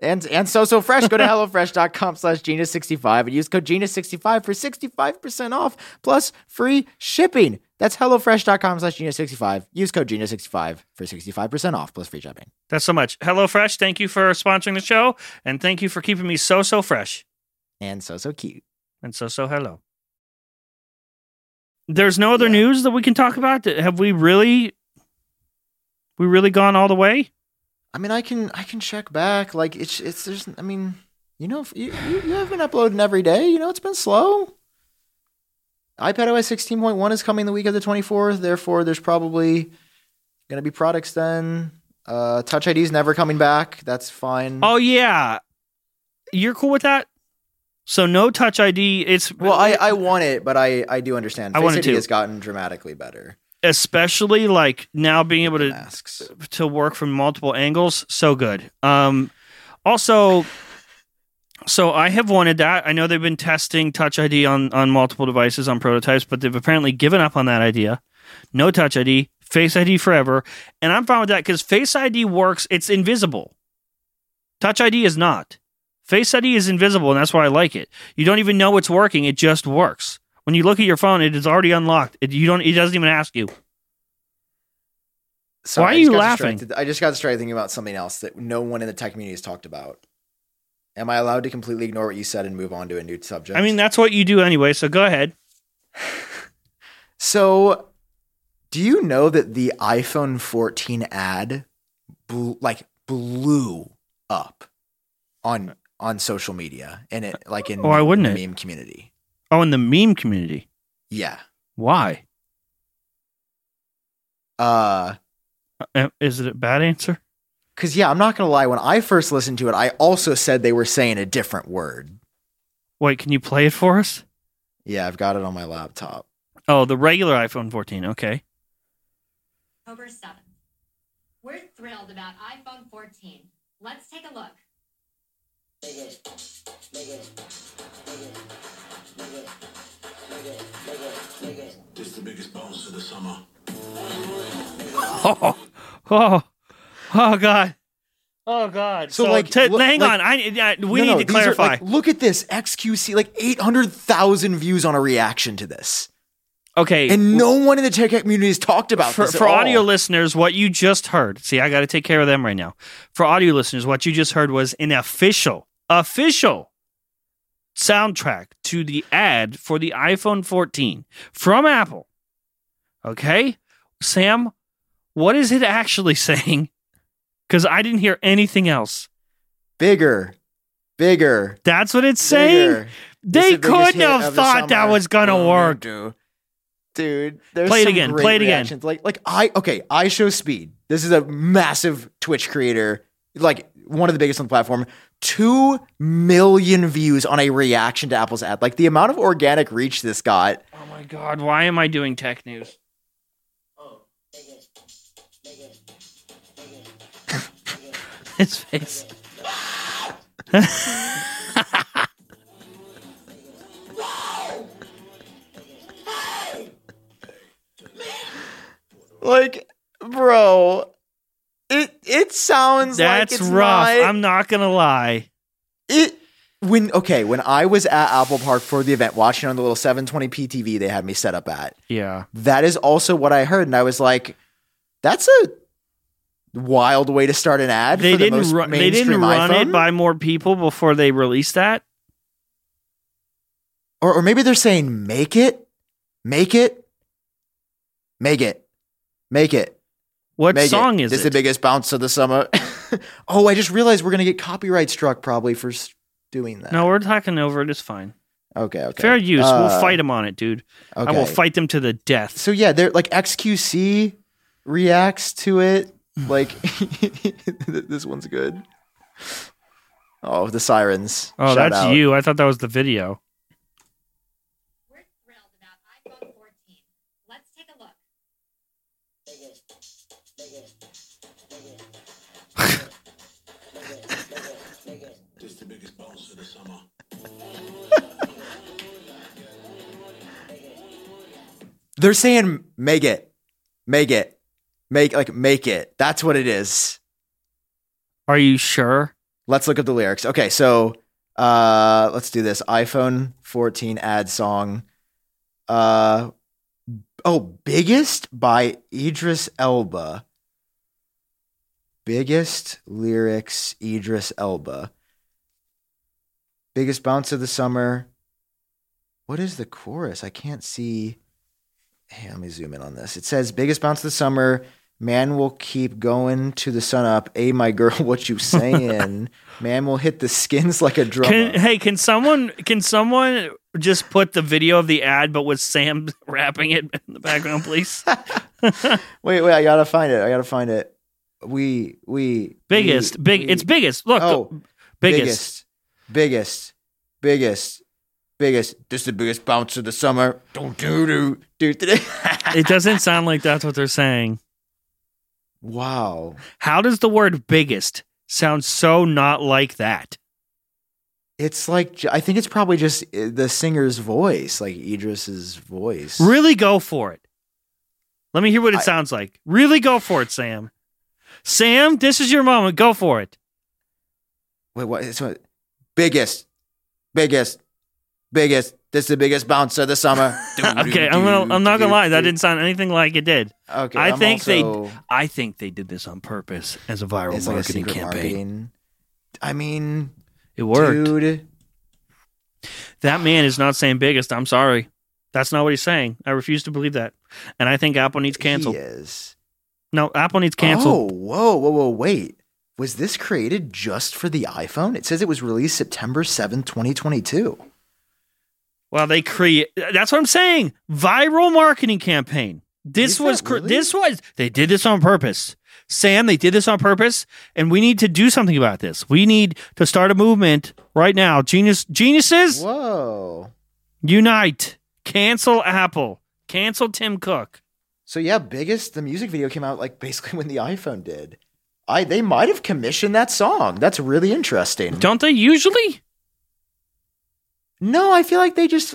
[SPEAKER 1] And, and so so fresh. Go to hellofresh.com slash Gina65 and use code Gina65 for 65% off plus free shipping. That's hellofresh.com slash Gina65. Use code Gina65 for 65% off plus free shipping.
[SPEAKER 2] That's so much. Hello Fresh, thank you for sponsoring the show, and thank you for keeping me so so fresh
[SPEAKER 1] And so so cute.
[SPEAKER 2] and so so hello. There's no other
[SPEAKER 1] Yeah.
[SPEAKER 2] news that we can talk about. Have we really, we really gone all the way?
[SPEAKER 1] I mean, I can I can check back. Like it's it's there's I mean, You know, if you, you, you have been uploading every day. You know, it's been slow. iPad OS 16.1 is coming the week of the 24th. Therefore, there's probably going to be products then. Uh, Touch ID is never coming back. That's fine.
[SPEAKER 2] Oh yeah, you're cool with that. So no touch ID. It's
[SPEAKER 1] well, I, I want it, but I, I do understand.
[SPEAKER 2] I
[SPEAKER 1] Face
[SPEAKER 2] want it
[SPEAKER 1] ID
[SPEAKER 2] too.
[SPEAKER 1] has gotten dramatically better.
[SPEAKER 2] especially like now being able to
[SPEAKER 1] Masks.
[SPEAKER 2] to work from multiple angles so good um also so i have wanted that i know they've been testing touch id on on multiple devices on prototypes but they've apparently given up on that idea no touch id face id forever and i'm fine with that because face id works it's invisible touch id is not face id is invisible and that's why i like it you don't even know it's working it just works when you look at your phone it is already unlocked it, you don't it doesn't even ask you
[SPEAKER 1] Sorry,
[SPEAKER 2] Why
[SPEAKER 1] I
[SPEAKER 2] are
[SPEAKER 1] just
[SPEAKER 2] you
[SPEAKER 1] got
[SPEAKER 2] laughing?
[SPEAKER 1] distracted. I just got started thinking about something else that no one in the tech community has talked about. Am I allowed to completely ignore what you said and move on to a new subject?
[SPEAKER 2] I mean, that's what you do anyway. So go ahead.
[SPEAKER 1] So, do you know that the iPhone 14 ad blew, like blew up on on social media and it like in
[SPEAKER 2] Oh, why wouldn't
[SPEAKER 1] the
[SPEAKER 2] it?
[SPEAKER 1] meme community?
[SPEAKER 2] Oh, in the meme community.
[SPEAKER 1] Yeah.
[SPEAKER 2] Why?
[SPEAKER 1] Uh
[SPEAKER 2] Uh, Is it a bad answer?
[SPEAKER 1] cuz yeah, I'm not going to lie when I first listened to it, I also said they were saying a different word.
[SPEAKER 2] Wait, can you play it for us?
[SPEAKER 1] Yeah, I've got it on my laptop.
[SPEAKER 2] Oh, the regular iPhone 14. Okay.
[SPEAKER 3] October 7th. We're thrilled about iPhone 14. Let's take a look.
[SPEAKER 4] This is the biggest bonus of the summer.
[SPEAKER 2] Oh, oh, oh God. Oh God.
[SPEAKER 1] So, like,
[SPEAKER 2] t-
[SPEAKER 1] look-
[SPEAKER 2] hang
[SPEAKER 1] like-
[SPEAKER 2] on. I, I we
[SPEAKER 1] No,
[SPEAKER 2] need
[SPEAKER 1] no,
[SPEAKER 2] to
[SPEAKER 1] these are,
[SPEAKER 2] clarify.
[SPEAKER 1] like, look at this XQC like 800,000 views on a reaction to this.
[SPEAKER 2] okay.
[SPEAKER 1] And no one in the tech community has talked about
[SPEAKER 2] for,
[SPEAKER 1] this at
[SPEAKER 2] for
[SPEAKER 1] all.
[SPEAKER 2] audio listeners, what you just heard. See, I got to take care of them right now. For audio listeners, what you just heard was an official, official soundtrack to the ad for the iPhone 14 from Apple. Okay, Sam, what is it actually saying? Because I didn't hear anything else.
[SPEAKER 1] bigger, bigger,
[SPEAKER 2] That's what it's saying.
[SPEAKER 1] bigger. This
[SPEAKER 2] They
[SPEAKER 1] is the biggest
[SPEAKER 2] couldn't
[SPEAKER 1] hit
[SPEAKER 2] have
[SPEAKER 1] of the
[SPEAKER 2] thought that
[SPEAKER 1] summer.
[SPEAKER 2] was gonna
[SPEAKER 1] Oh,
[SPEAKER 2] work.
[SPEAKER 1] dude. Dude, there's
[SPEAKER 2] Play it
[SPEAKER 1] some
[SPEAKER 2] again,
[SPEAKER 1] great
[SPEAKER 2] play it again.
[SPEAKER 1] reactions. Like, like I okay, I show speed. This is a massive Twitch creator, like one of the biggest on the platform. Two million views on a reaction to Apple's ad. Like the amount of organic reach this got.
[SPEAKER 2] Oh my god, why am I doing tech news? His face.
[SPEAKER 1] Like, bro, it it sounds
[SPEAKER 2] That's
[SPEAKER 1] like it's
[SPEAKER 2] rough.
[SPEAKER 1] not-
[SPEAKER 2] I'm not gonna lie.
[SPEAKER 1] it when okay when I was at Apple Park for the event, watching on the little 720p TV they had me set up at.
[SPEAKER 2] Yeah.
[SPEAKER 1] that is also what I heard, and I was like, "That's a wild way to start an ad."
[SPEAKER 2] They
[SPEAKER 1] for the
[SPEAKER 2] didn't,
[SPEAKER 1] most
[SPEAKER 2] ru- they
[SPEAKER 1] mainstream
[SPEAKER 2] didn't run
[SPEAKER 1] iPhone?
[SPEAKER 2] it by more people before they released that.
[SPEAKER 1] or, or maybe they're saying, "Make it, make it, make it, make it."
[SPEAKER 2] What
[SPEAKER 1] make
[SPEAKER 2] song
[SPEAKER 1] it.
[SPEAKER 2] is
[SPEAKER 1] this
[SPEAKER 2] it?
[SPEAKER 1] the biggest bounce of the summer? oh, I just realized we're gonna get copyright struck probably for s- doing that.
[SPEAKER 2] no, we're talking over it. It's fine.
[SPEAKER 1] okay, okay,
[SPEAKER 2] Fair use.
[SPEAKER 1] Uh,
[SPEAKER 2] we'll fight them on it, dude.
[SPEAKER 1] Okay.
[SPEAKER 2] I will fight them to the death.
[SPEAKER 1] So yeah, they're like XQC reacts to it. Like this one's good. Oh, the sirens!
[SPEAKER 2] oh,
[SPEAKER 1] Shout
[SPEAKER 2] that's
[SPEAKER 1] out.
[SPEAKER 2] you. I thought that was the video.
[SPEAKER 3] We're thrilled about iPhone 14. Let's take a look.
[SPEAKER 4] This is the biggest bonus of the summer.
[SPEAKER 1] They're saying make it, make it, make like make it. That's what it is.
[SPEAKER 2] Are you sure?
[SPEAKER 1] Let's look up the lyrics. Okay, so uh, let's do this. iPhone 14 ad song. Uh, oh, biggest by Idris Elba. Biggest lyrics, Idris Elba. Biggest bounce of the summer. What is the chorus? I can't see. Hey, let me zoom in on this. It says biggest bounce of the summer. Man will keep going to the sun up. Hey, my girl, what you saying? Man will hit the skins like a drum.
[SPEAKER 2] Can, hey, can someone can someone just put the video of the ad but with Sam rapping it in the background, please?
[SPEAKER 1] wait, wait, I gotta find it. I gotta find it. We, we
[SPEAKER 2] biggest,
[SPEAKER 1] we-
[SPEAKER 2] big,
[SPEAKER 1] we-
[SPEAKER 2] it's biggest. Look,
[SPEAKER 1] Oh,
[SPEAKER 2] biggest.
[SPEAKER 1] biggest, biggest, biggest. This is the biggest bounce of the summer. Don't do do do today.
[SPEAKER 2] It doesn't sound like that's what they're saying.
[SPEAKER 1] wow,
[SPEAKER 2] How does the word biggest sound so not like that?
[SPEAKER 1] it's like I think it's probably just uh, the singer's voice, like Idris's voice.
[SPEAKER 2] Really go for it. Let me hear what it
[SPEAKER 1] I-
[SPEAKER 2] sounds like. Really go for it, Sam. Sam, this is your moment. Go for it.
[SPEAKER 1] Wait, what? It's what? Biggest, biggest, biggest. This is the biggest bounce of the summer.
[SPEAKER 2] Okay, I'm gonna, I'm not gonna lie. That didn't sound anything like it did.
[SPEAKER 1] Okay,
[SPEAKER 2] I
[SPEAKER 1] I'm
[SPEAKER 2] think
[SPEAKER 1] also-
[SPEAKER 2] they I think they did this on purpose as a viral
[SPEAKER 1] It's like a
[SPEAKER 2] marketing
[SPEAKER 1] secret
[SPEAKER 2] campaign.
[SPEAKER 1] marketing. I mean,
[SPEAKER 2] It worked.
[SPEAKER 1] dude.
[SPEAKER 2] That man is not saying biggest. I'm sorry. That's not what he's saying. I refuse to believe that. And I think Apple needs canceled.
[SPEAKER 1] He is.
[SPEAKER 2] No, Apple needs canceled.
[SPEAKER 1] Oh, whoa, whoa, whoa, wait. Was this created just for the iPhone? It says it was released September 7th, 2022.
[SPEAKER 2] Well, they create. That's what I'm saying. Viral marketing campaign. This
[SPEAKER 1] Is
[SPEAKER 2] was
[SPEAKER 1] that
[SPEAKER 2] cr-
[SPEAKER 1] really?
[SPEAKER 2] this was they did this on purpose. Sam, they did this on purpose, and we need to do something about this. We need to start a movement right now. Genius geniuses
[SPEAKER 1] Whoa.
[SPEAKER 2] unite. Cancel Apple. Cancel Tim Cook.
[SPEAKER 1] So yeah, biggest the music video came out like basically when the iPhone did. I they might have commissioned that song. That's really interesting.
[SPEAKER 2] Don't they usually?
[SPEAKER 1] no, I feel like they just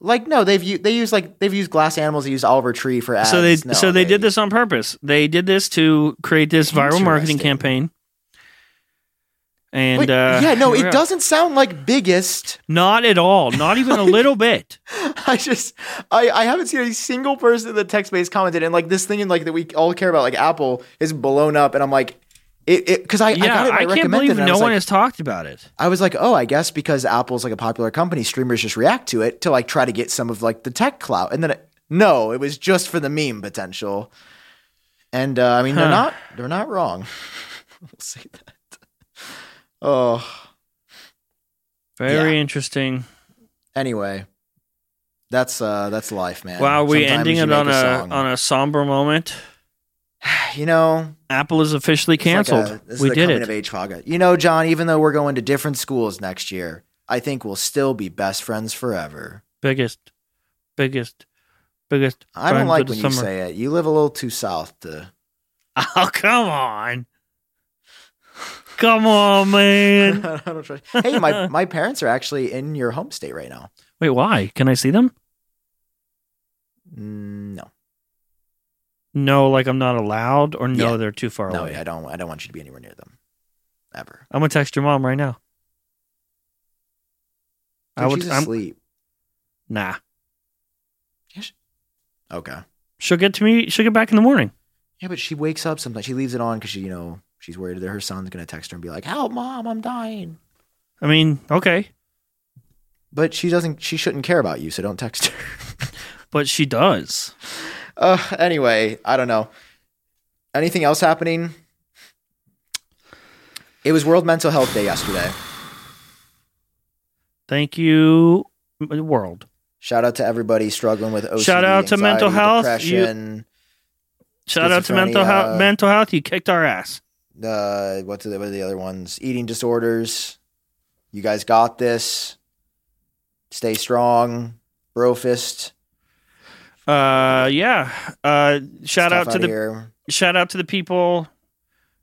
[SPEAKER 1] like no, they've u- they use like they've used glass animals, they used Oliver Tree for ads.
[SPEAKER 2] so they
[SPEAKER 1] No,
[SPEAKER 2] so they, did this on purpose. They did this to create this viral marketing
[SPEAKER 1] Interesting.
[SPEAKER 2] campaign. And
[SPEAKER 1] Wait,
[SPEAKER 2] uh,
[SPEAKER 1] yeah, no,
[SPEAKER 2] here we
[SPEAKER 1] it
[SPEAKER 2] are.
[SPEAKER 1] doesn't sound like biggest.
[SPEAKER 2] Not at all. Not even a little bit.
[SPEAKER 1] I just I, I haven't seen a single person in the text base commented and like this thing in like that we all care about like Apple is blown up and I'm like it because I, I
[SPEAKER 2] yeah,
[SPEAKER 1] got it
[SPEAKER 2] I,
[SPEAKER 1] I
[SPEAKER 2] can't
[SPEAKER 1] recommended
[SPEAKER 2] believe
[SPEAKER 1] and I
[SPEAKER 2] no
[SPEAKER 1] was
[SPEAKER 2] one
[SPEAKER 1] like,
[SPEAKER 2] has talked about it.
[SPEAKER 1] I was like oh I guess because Apple's like a popular company streamers just react to it to like try to get some of like the tech clout and then it, no it was just for the meme potential and uh, I mean they're
[SPEAKER 2] Huh.
[SPEAKER 1] not they're not wrong we'll say that oh
[SPEAKER 2] Very interesting.
[SPEAKER 1] anyway that's uh that's life man
[SPEAKER 2] Wow, are we
[SPEAKER 1] Sometimes
[SPEAKER 2] ending
[SPEAKER 1] you
[SPEAKER 2] it
[SPEAKER 1] make
[SPEAKER 2] on a,
[SPEAKER 1] song.
[SPEAKER 2] on a somber moment.
[SPEAKER 1] you know
[SPEAKER 2] Apple is officially canceled.
[SPEAKER 1] It's like a- this is
[SPEAKER 2] we
[SPEAKER 1] the
[SPEAKER 2] did
[SPEAKER 1] coming
[SPEAKER 2] it.
[SPEAKER 1] Of age saga. You know, John. Even though we're going to different schools next year, I think we'll still be best friends forever.
[SPEAKER 2] Biggest, biggest, biggest.
[SPEAKER 1] I don't
[SPEAKER 2] friends
[SPEAKER 1] like
[SPEAKER 2] of the
[SPEAKER 1] when you
[SPEAKER 2] summer.
[SPEAKER 1] say it. You live a little too south to.
[SPEAKER 2] Oh come on, come on, man.
[SPEAKER 1] I don't trust- Hey, my my parents are actually in your home state right now.
[SPEAKER 2] Wait, why? Can I see them?
[SPEAKER 1] Mm, No,
[SPEAKER 2] No, like I'm not allowed, or no,
[SPEAKER 1] Yeah.
[SPEAKER 2] they're too far
[SPEAKER 1] no,
[SPEAKER 2] away.
[SPEAKER 1] I don't. I don't want you to be anywhere near them, ever.
[SPEAKER 2] I'm gonna text your mom right now. I
[SPEAKER 1] Dude,
[SPEAKER 2] would.
[SPEAKER 1] She's
[SPEAKER 2] I'm,
[SPEAKER 1] asleep.
[SPEAKER 2] nah,
[SPEAKER 1] okay.
[SPEAKER 2] she'll get to me. She'll get back in the morning.
[SPEAKER 1] Yeah, but she wakes up sometimes. She leaves it on because she, you know, she's worried that her son's gonna text her and be like, "Help, mom, I'm dying."
[SPEAKER 2] I mean, okay,
[SPEAKER 1] But she doesn't. She shouldn't care about you, so don't text her.
[SPEAKER 2] but she does.
[SPEAKER 1] Uh, anyway, I don't know. Anything else happening? It was World Mental Health Day yesterday.
[SPEAKER 2] Thank you, m- world.
[SPEAKER 1] Shout out to everybody struggling with OCD,
[SPEAKER 2] Shout out to
[SPEAKER 1] anxiety,
[SPEAKER 2] mental health. You-
[SPEAKER 1] depression.
[SPEAKER 2] Shout out to mental
[SPEAKER 1] Schizophrenia.
[SPEAKER 2] health. Mental health. You kicked our ass.
[SPEAKER 1] Uh, what's the, what are the other ones? Eating disorders. You guys got this. Stay strong, brofist.
[SPEAKER 2] Uh, yeah. Uh, shout out
[SPEAKER 1] Stuff
[SPEAKER 2] to the
[SPEAKER 1] here.
[SPEAKER 2] shout out to the people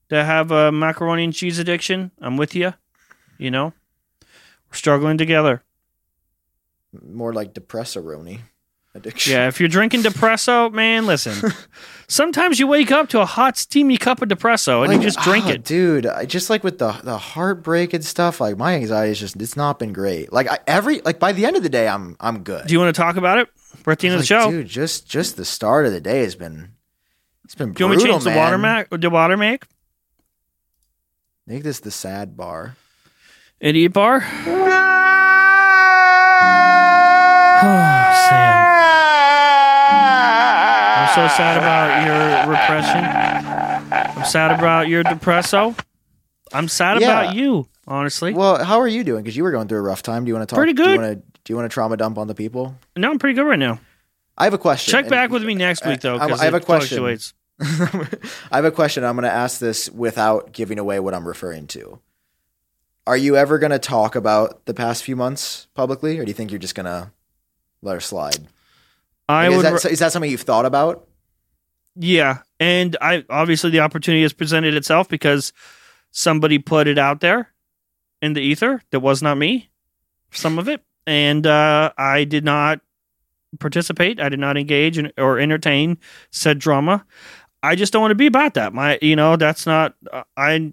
[SPEAKER 2] that have a macaroni and cheese addiction. I'm with you. You know, we're struggling together.
[SPEAKER 1] more like depressaroni addiction.
[SPEAKER 2] Yeah, if you're drinking depresso, man, listen. Sometimes you wake up to a hot, steamy cup of depresso and
[SPEAKER 1] Like,
[SPEAKER 2] you just drink
[SPEAKER 1] ah,
[SPEAKER 2] it.
[SPEAKER 1] dude. I just like with the the heartbreak and stuff. Like my anxiety is just it's not been great. Like I, every like by the end of the day, I'm I'm good.
[SPEAKER 2] Do you want to talk about it? We're at the end of the
[SPEAKER 1] Like,
[SPEAKER 2] show.
[SPEAKER 1] dude. Just just the start of the day has been it's been
[SPEAKER 2] Do
[SPEAKER 1] brutal.
[SPEAKER 2] you want me to change the water
[SPEAKER 1] man.
[SPEAKER 2] mac? The water make
[SPEAKER 1] Make this the sad bar.
[SPEAKER 2] idiot bar. oh, Sam. I'm so sad about your repression. I'm sad about your depresso. I'm sad
[SPEAKER 1] Yeah.
[SPEAKER 2] about you, honestly.
[SPEAKER 1] Well, how are you doing? Because you were going through a rough time. Do you want to talk?
[SPEAKER 2] Pretty
[SPEAKER 1] Do you
[SPEAKER 2] good.
[SPEAKER 1] want to do you want to trauma dump on the people?
[SPEAKER 2] no, I'm pretty good right now.
[SPEAKER 1] I have a question.
[SPEAKER 2] Check
[SPEAKER 1] and-
[SPEAKER 2] back with me next week, though,
[SPEAKER 1] I-
[SPEAKER 2] because
[SPEAKER 1] I have
[SPEAKER 2] it
[SPEAKER 1] a question.
[SPEAKER 2] fluctuates.
[SPEAKER 1] I have a question. I'm going to ask this without giving away what I'm referring to. Are you ever going to talk about the past few months publicly, or do you think you're just going to let her slide?
[SPEAKER 2] I
[SPEAKER 1] Like, is,
[SPEAKER 2] would.
[SPEAKER 1] that, is that something you've thought about?
[SPEAKER 2] Yeah, and I obviously the opportunity has presented itself because somebody put it out there in the ether that was not me, some of it, and uh, I did not participate. I did not engage in, or entertain said drama. I just don't want to be about that. My, you know, that's not uh, I.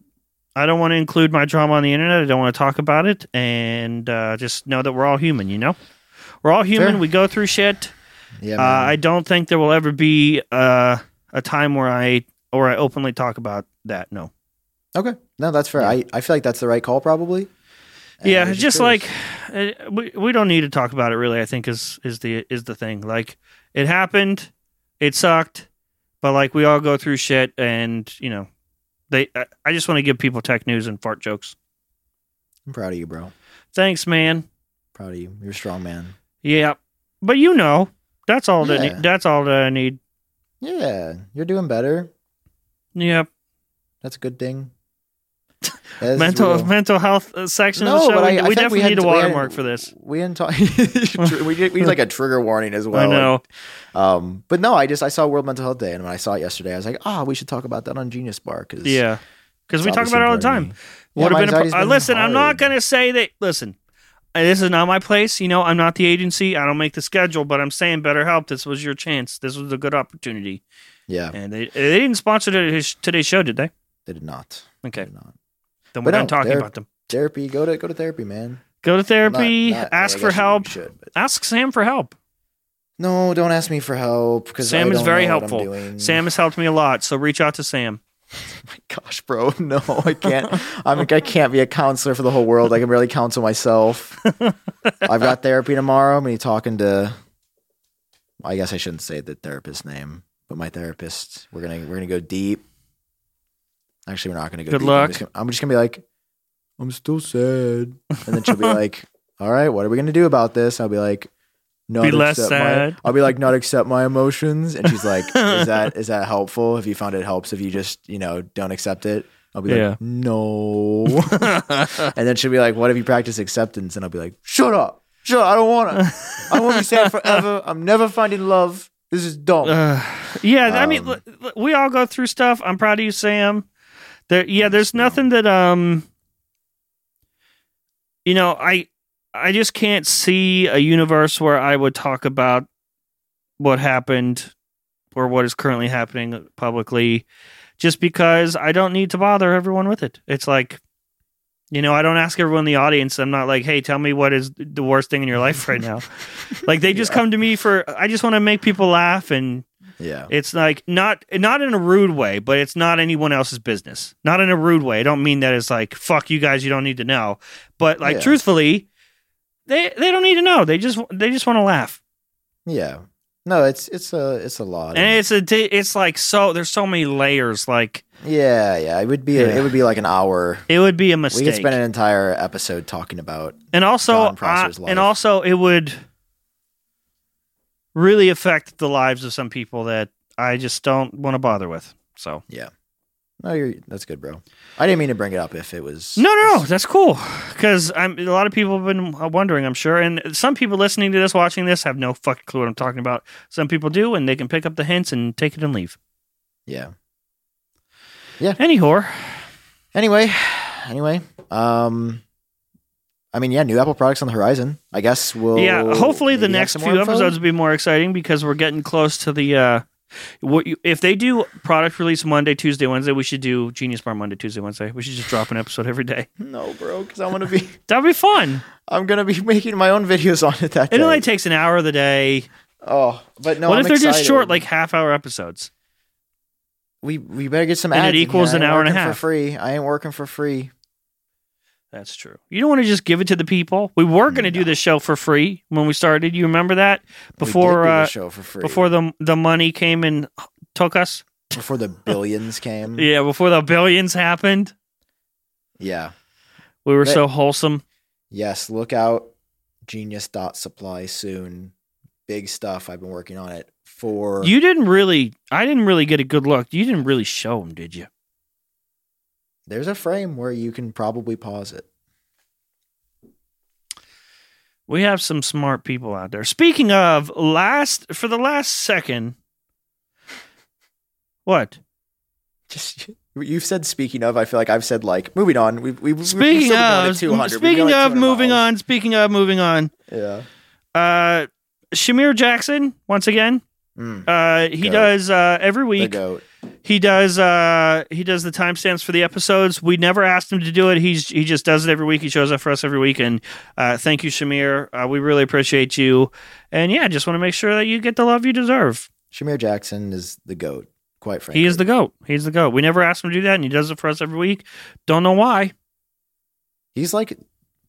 [SPEAKER 2] I don't want to include my drama on the internet. I don't want to talk about it, and uh, just know that we're all human. You know, we're all human.
[SPEAKER 1] Fair.
[SPEAKER 2] We go through shit.
[SPEAKER 1] Yeah,
[SPEAKER 2] Uh,
[SPEAKER 1] man.
[SPEAKER 2] I don't think there will ever be uh, a time where I or I openly talk about that. No.
[SPEAKER 1] okay. No, that's fair. I, I feel like that's the right call, probably. And I
[SPEAKER 2] yeah,
[SPEAKER 1] was
[SPEAKER 2] just,
[SPEAKER 1] curious.
[SPEAKER 2] like uh, we we don't need to talk about it. Really, I think is is the is the thing. Like it happened, it sucked, but like we all go through shit, and you know, they. I, I just want to give people tech news and fart jokes.
[SPEAKER 1] I'm proud of you, bro.
[SPEAKER 2] Thanks, man.
[SPEAKER 1] Proud of you. You're a strong man.
[SPEAKER 2] Yeah, but you know, that's all that
[SPEAKER 1] Yeah.
[SPEAKER 2] that's all that I need.
[SPEAKER 1] Yeah, you're doing better.
[SPEAKER 2] Yep.
[SPEAKER 1] That's a good thing. That is
[SPEAKER 2] mental
[SPEAKER 1] real.
[SPEAKER 2] mental health uh, section of
[SPEAKER 1] No,
[SPEAKER 2] the show.
[SPEAKER 1] but I-
[SPEAKER 2] we
[SPEAKER 1] I
[SPEAKER 2] we
[SPEAKER 1] think
[SPEAKER 2] definitely
[SPEAKER 1] we had
[SPEAKER 2] need a
[SPEAKER 1] to- we had-
[SPEAKER 2] watermark for this.
[SPEAKER 1] We didn't talk. we did. We did like a trigger warning as well.
[SPEAKER 2] I know.
[SPEAKER 1] Um, but no, I just I saw World Mental Health Day, and when I saw it yesterday, I was like, ah, we should talk about that on Genius Bar because
[SPEAKER 2] Yeah, because we talk about it all the time. Would have been, a pro- uh, listen. I'm not gonna say that. Listen, uh, this is not my place. You know, I'm not the agency. I don't make the schedule. But I'm saying, BetterHelp, this was your chance. This was a good opportunity.
[SPEAKER 1] Yeah,
[SPEAKER 2] And they they didn't sponsor today's, today's show, did they?
[SPEAKER 1] they did not. They
[SPEAKER 2] Okay,
[SPEAKER 1] did not.
[SPEAKER 2] then
[SPEAKER 1] But
[SPEAKER 2] we're
[SPEAKER 1] no,
[SPEAKER 2] not talking
[SPEAKER 1] they're-
[SPEAKER 2] about them.
[SPEAKER 1] Therapy. Go to go to therapy, man.
[SPEAKER 2] Go to
[SPEAKER 1] Well, not-
[SPEAKER 2] therapy.
[SPEAKER 1] not- well,
[SPEAKER 2] ask
[SPEAKER 1] I
[SPEAKER 2] for
[SPEAKER 1] guess you
[SPEAKER 2] help.
[SPEAKER 1] should, but-
[SPEAKER 2] Ask Sam for help.
[SPEAKER 1] no, don't ask me for help because
[SPEAKER 2] Sam is very helpful.
[SPEAKER 1] i doing.
[SPEAKER 2] Sam has helped me a lot, so reach out to Sam.
[SPEAKER 1] my gosh, bro, no, I can't. I'm I can't be a counselor for the whole world. I can barely counsel myself. I've got therapy tomorrow. I'm gonna be talking to. I guess I shouldn't say the therapist's name, but my therapist. We're gonna we're gonna go deep. Actually, we're not gonna go.
[SPEAKER 2] Good
[SPEAKER 1] deep.
[SPEAKER 2] luck.
[SPEAKER 1] I'm just, gonna, I'm just gonna be like, I'm still sad, and then she'll be like, All right, what are we gonna do about this? I'll be like. Not
[SPEAKER 2] Be less
[SPEAKER 1] accept uh, my-
[SPEAKER 2] sad.
[SPEAKER 1] I'll be like, not accept my emotions, and she's like, "Is that is that helpful? Have you found it helps if you just you know don't accept it?" I'll be
[SPEAKER 2] Yeah.
[SPEAKER 1] like, "No," and then she'll be like, "What if you practice acceptance?" And I'll be like, "Shut up, shut! Up. I don't want to. I want to be sad forever. I'm never finding love. This is dumb."
[SPEAKER 2] Uh-huh. Uh, yeah, I mean,
[SPEAKER 1] Oh. Um,
[SPEAKER 2] l- l- we all go through stuff. I'm proud of you, Sam. There, yeah, there's nothing that um, you know, I I just can't see a universe where I would talk about what happened or what is currently happening publicly, just because I don't need to bother everyone with it. It's like. You know, I don't ask everyone in the audience. I'm not like, "Hey, tell me what is the worst thing in your life right now." like they just come to me for I just want to make people laugh and
[SPEAKER 1] yeah,
[SPEAKER 2] it's like not not in a rude way, but it's not anyone else's business. Not in a rude way. I don't mean that as like fuck you guys, you don't need to know. But like
[SPEAKER 1] Yeah.
[SPEAKER 2] truthfully, they they don't need to know. They just they just want to laugh.
[SPEAKER 1] yeah. No, it's it's a it's a lot.
[SPEAKER 2] And it's a di- it's like so there's so many layers. Like
[SPEAKER 1] yeah, yeah. It would be a,
[SPEAKER 2] Yeah.
[SPEAKER 1] it would be like an hour.
[SPEAKER 2] it would be a
[SPEAKER 1] We could
[SPEAKER 2] mistake.
[SPEAKER 1] spend an entire episode talking about.
[SPEAKER 2] and also
[SPEAKER 1] Don Prosser's
[SPEAKER 2] I-
[SPEAKER 1] life.
[SPEAKER 2] and also it would really affect the lives of some people that I just don't want to bother with. So
[SPEAKER 1] No, you're that's good, bro. I didn't mean to bring it up if it was
[SPEAKER 2] No, no, no. That's cool because I'm. A lot of people have been wondering. I'm sure, and some people listening to this, watching this, have no fucking clue what I'm talking about. Some people do, and they can pick up the hints and take it and leave.
[SPEAKER 1] Yeah.
[SPEAKER 2] Any whore.
[SPEAKER 1] Anyway, anyway, um, I mean, yeah, new Apple products on the horizon. I guess we'll.
[SPEAKER 2] yeah. Hopefully, the
[SPEAKER 1] maybe have
[SPEAKER 2] next
[SPEAKER 1] Oh, some
[SPEAKER 2] few
[SPEAKER 1] more info?
[SPEAKER 2] episodes will be more exciting because we're getting close to the. uh what you, if they do product release Monday, Tuesday, Wednesday, we should do Genius Bar Monday, Tuesday, Wednesday. We should just drop an episode every day.
[SPEAKER 1] No, bro, because I'm gonna be,
[SPEAKER 2] That'd be fun.
[SPEAKER 1] I'm gonna be making my own videos on it that
[SPEAKER 2] It
[SPEAKER 1] day.
[SPEAKER 2] only takes an hour of the day.
[SPEAKER 1] oh, but no.
[SPEAKER 2] what
[SPEAKER 1] I'm
[SPEAKER 2] if they're just
[SPEAKER 1] excited.
[SPEAKER 2] short, like half hour episodes?
[SPEAKER 1] we we better get some
[SPEAKER 2] And
[SPEAKER 1] ads
[SPEAKER 2] it
[SPEAKER 1] in here.
[SPEAKER 2] equals
[SPEAKER 1] I
[SPEAKER 2] an
[SPEAKER 1] ain't
[SPEAKER 2] hour and a
[SPEAKER 1] working
[SPEAKER 2] half.
[SPEAKER 1] for free. I ain't working for free.
[SPEAKER 2] That's true. You don't want to just give it to the people. We were going to do this show for free when we started. You remember that before
[SPEAKER 1] we did do the
[SPEAKER 2] uh,
[SPEAKER 1] show for free
[SPEAKER 2] before the the money came and took us.
[SPEAKER 1] before the billions came.
[SPEAKER 2] Yeah, before the billions happened,
[SPEAKER 1] Yeah.
[SPEAKER 2] we were
[SPEAKER 1] Right.
[SPEAKER 2] so wholesome.
[SPEAKER 1] Yes. Look out, Genius dot supply soon. Big stuff. I've been working on it for
[SPEAKER 2] You didn't really. I didn't really get a good look. You didn't really show them, did you?
[SPEAKER 1] There's a frame where you can probably pause it.
[SPEAKER 2] We have some smart people out there. Speaking of last, for the last second, what?
[SPEAKER 1] Just you've said speaking of. I feel like I've said like moving on. We've we've
[SPEAKER 2] Speaking of,
[SPEAKER 1] two hundred.
[SPEAKER 2] speaking of, moving on. Speaking of, moving on.
[SPEAKER 1] Yeah.
[SPEAKER 2] Uh, Shamir Jackson once again.
[SPEAKER 1] Mm,
[SPEAKER 2] Uh, he
[SPEAKER 1] Goat.
[SPEAKER 2] does uh every
[SPEAKER 1] the
[SPEAKER 2] week.
[SPEAKER 1] goat.
[SPEAKER 2] He does uh he does the timestamps for the episodes. We never asked him to do it. He's he just does it every week. He shows up for us every week. And uh, thank you, Shamir. Uh, we really appreciate you. And yeah, just want to make sure that you get the love you deserve.
[SPEAKER 1] Shamir Jackson is the goat. Quite frankly,
[SPEAKER 2] He is the goat. He's the goat. We never asked him to do that, and he does it for us every week. Don't know why.
[SPEAKER 1] He's like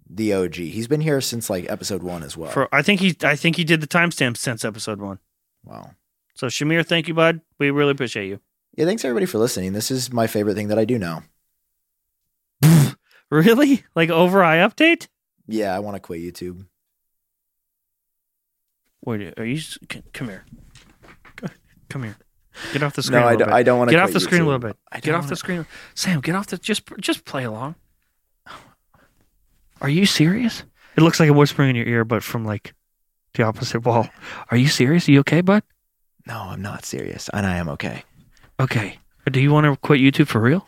[SPEAKER 1] the OG. He's been here since like episode one as well.
[SPEAKER 2] For I think he I think he did the timestamps since episode one.
[SPEAKER 1] wow.
[SPEAKER 2] So Shamir, thank you, bud. We really appreciate you.
[SPEAKER 1] Yeah. Thanks everybody for listening. This is my favorite thing that I do now.
[SPEAKER 2] Really? Like over eye update?
[SPEAKER 1] Yeah, I want to quit YouTube.
[SPEAKER 2] Wait, are you? s- c- Come here. C- Come here. Get off the screen.
[SPEAKER 1] no,
[SPEAKER 2] a
[SPEAKER 1] I
[SPEAKER 2] little
[SPEAKER 1] don't,
[SPEAKER 2] bit.
[SPEAKER 1] I don't want to
[SPEAKER 2] Get off the screen a little bit.
[SPEAKER 1] I
[SPEAKER 2] Get
[SPEAKER 1] don't
[SPEAKER 2] off
[SPEAKER 1] wanna-
[SPEAKER 2] the screen. Sam, get off the. Just, just play along. Are you serious? It looks like a whispering in your ear, but from like the opposite wall. Are you serious? you okay, bud?
[SPEAKER 1] No, I'm not serious, and I am okay.
[SPEAKER 2] Okay. Do you want to quit YouTube for real?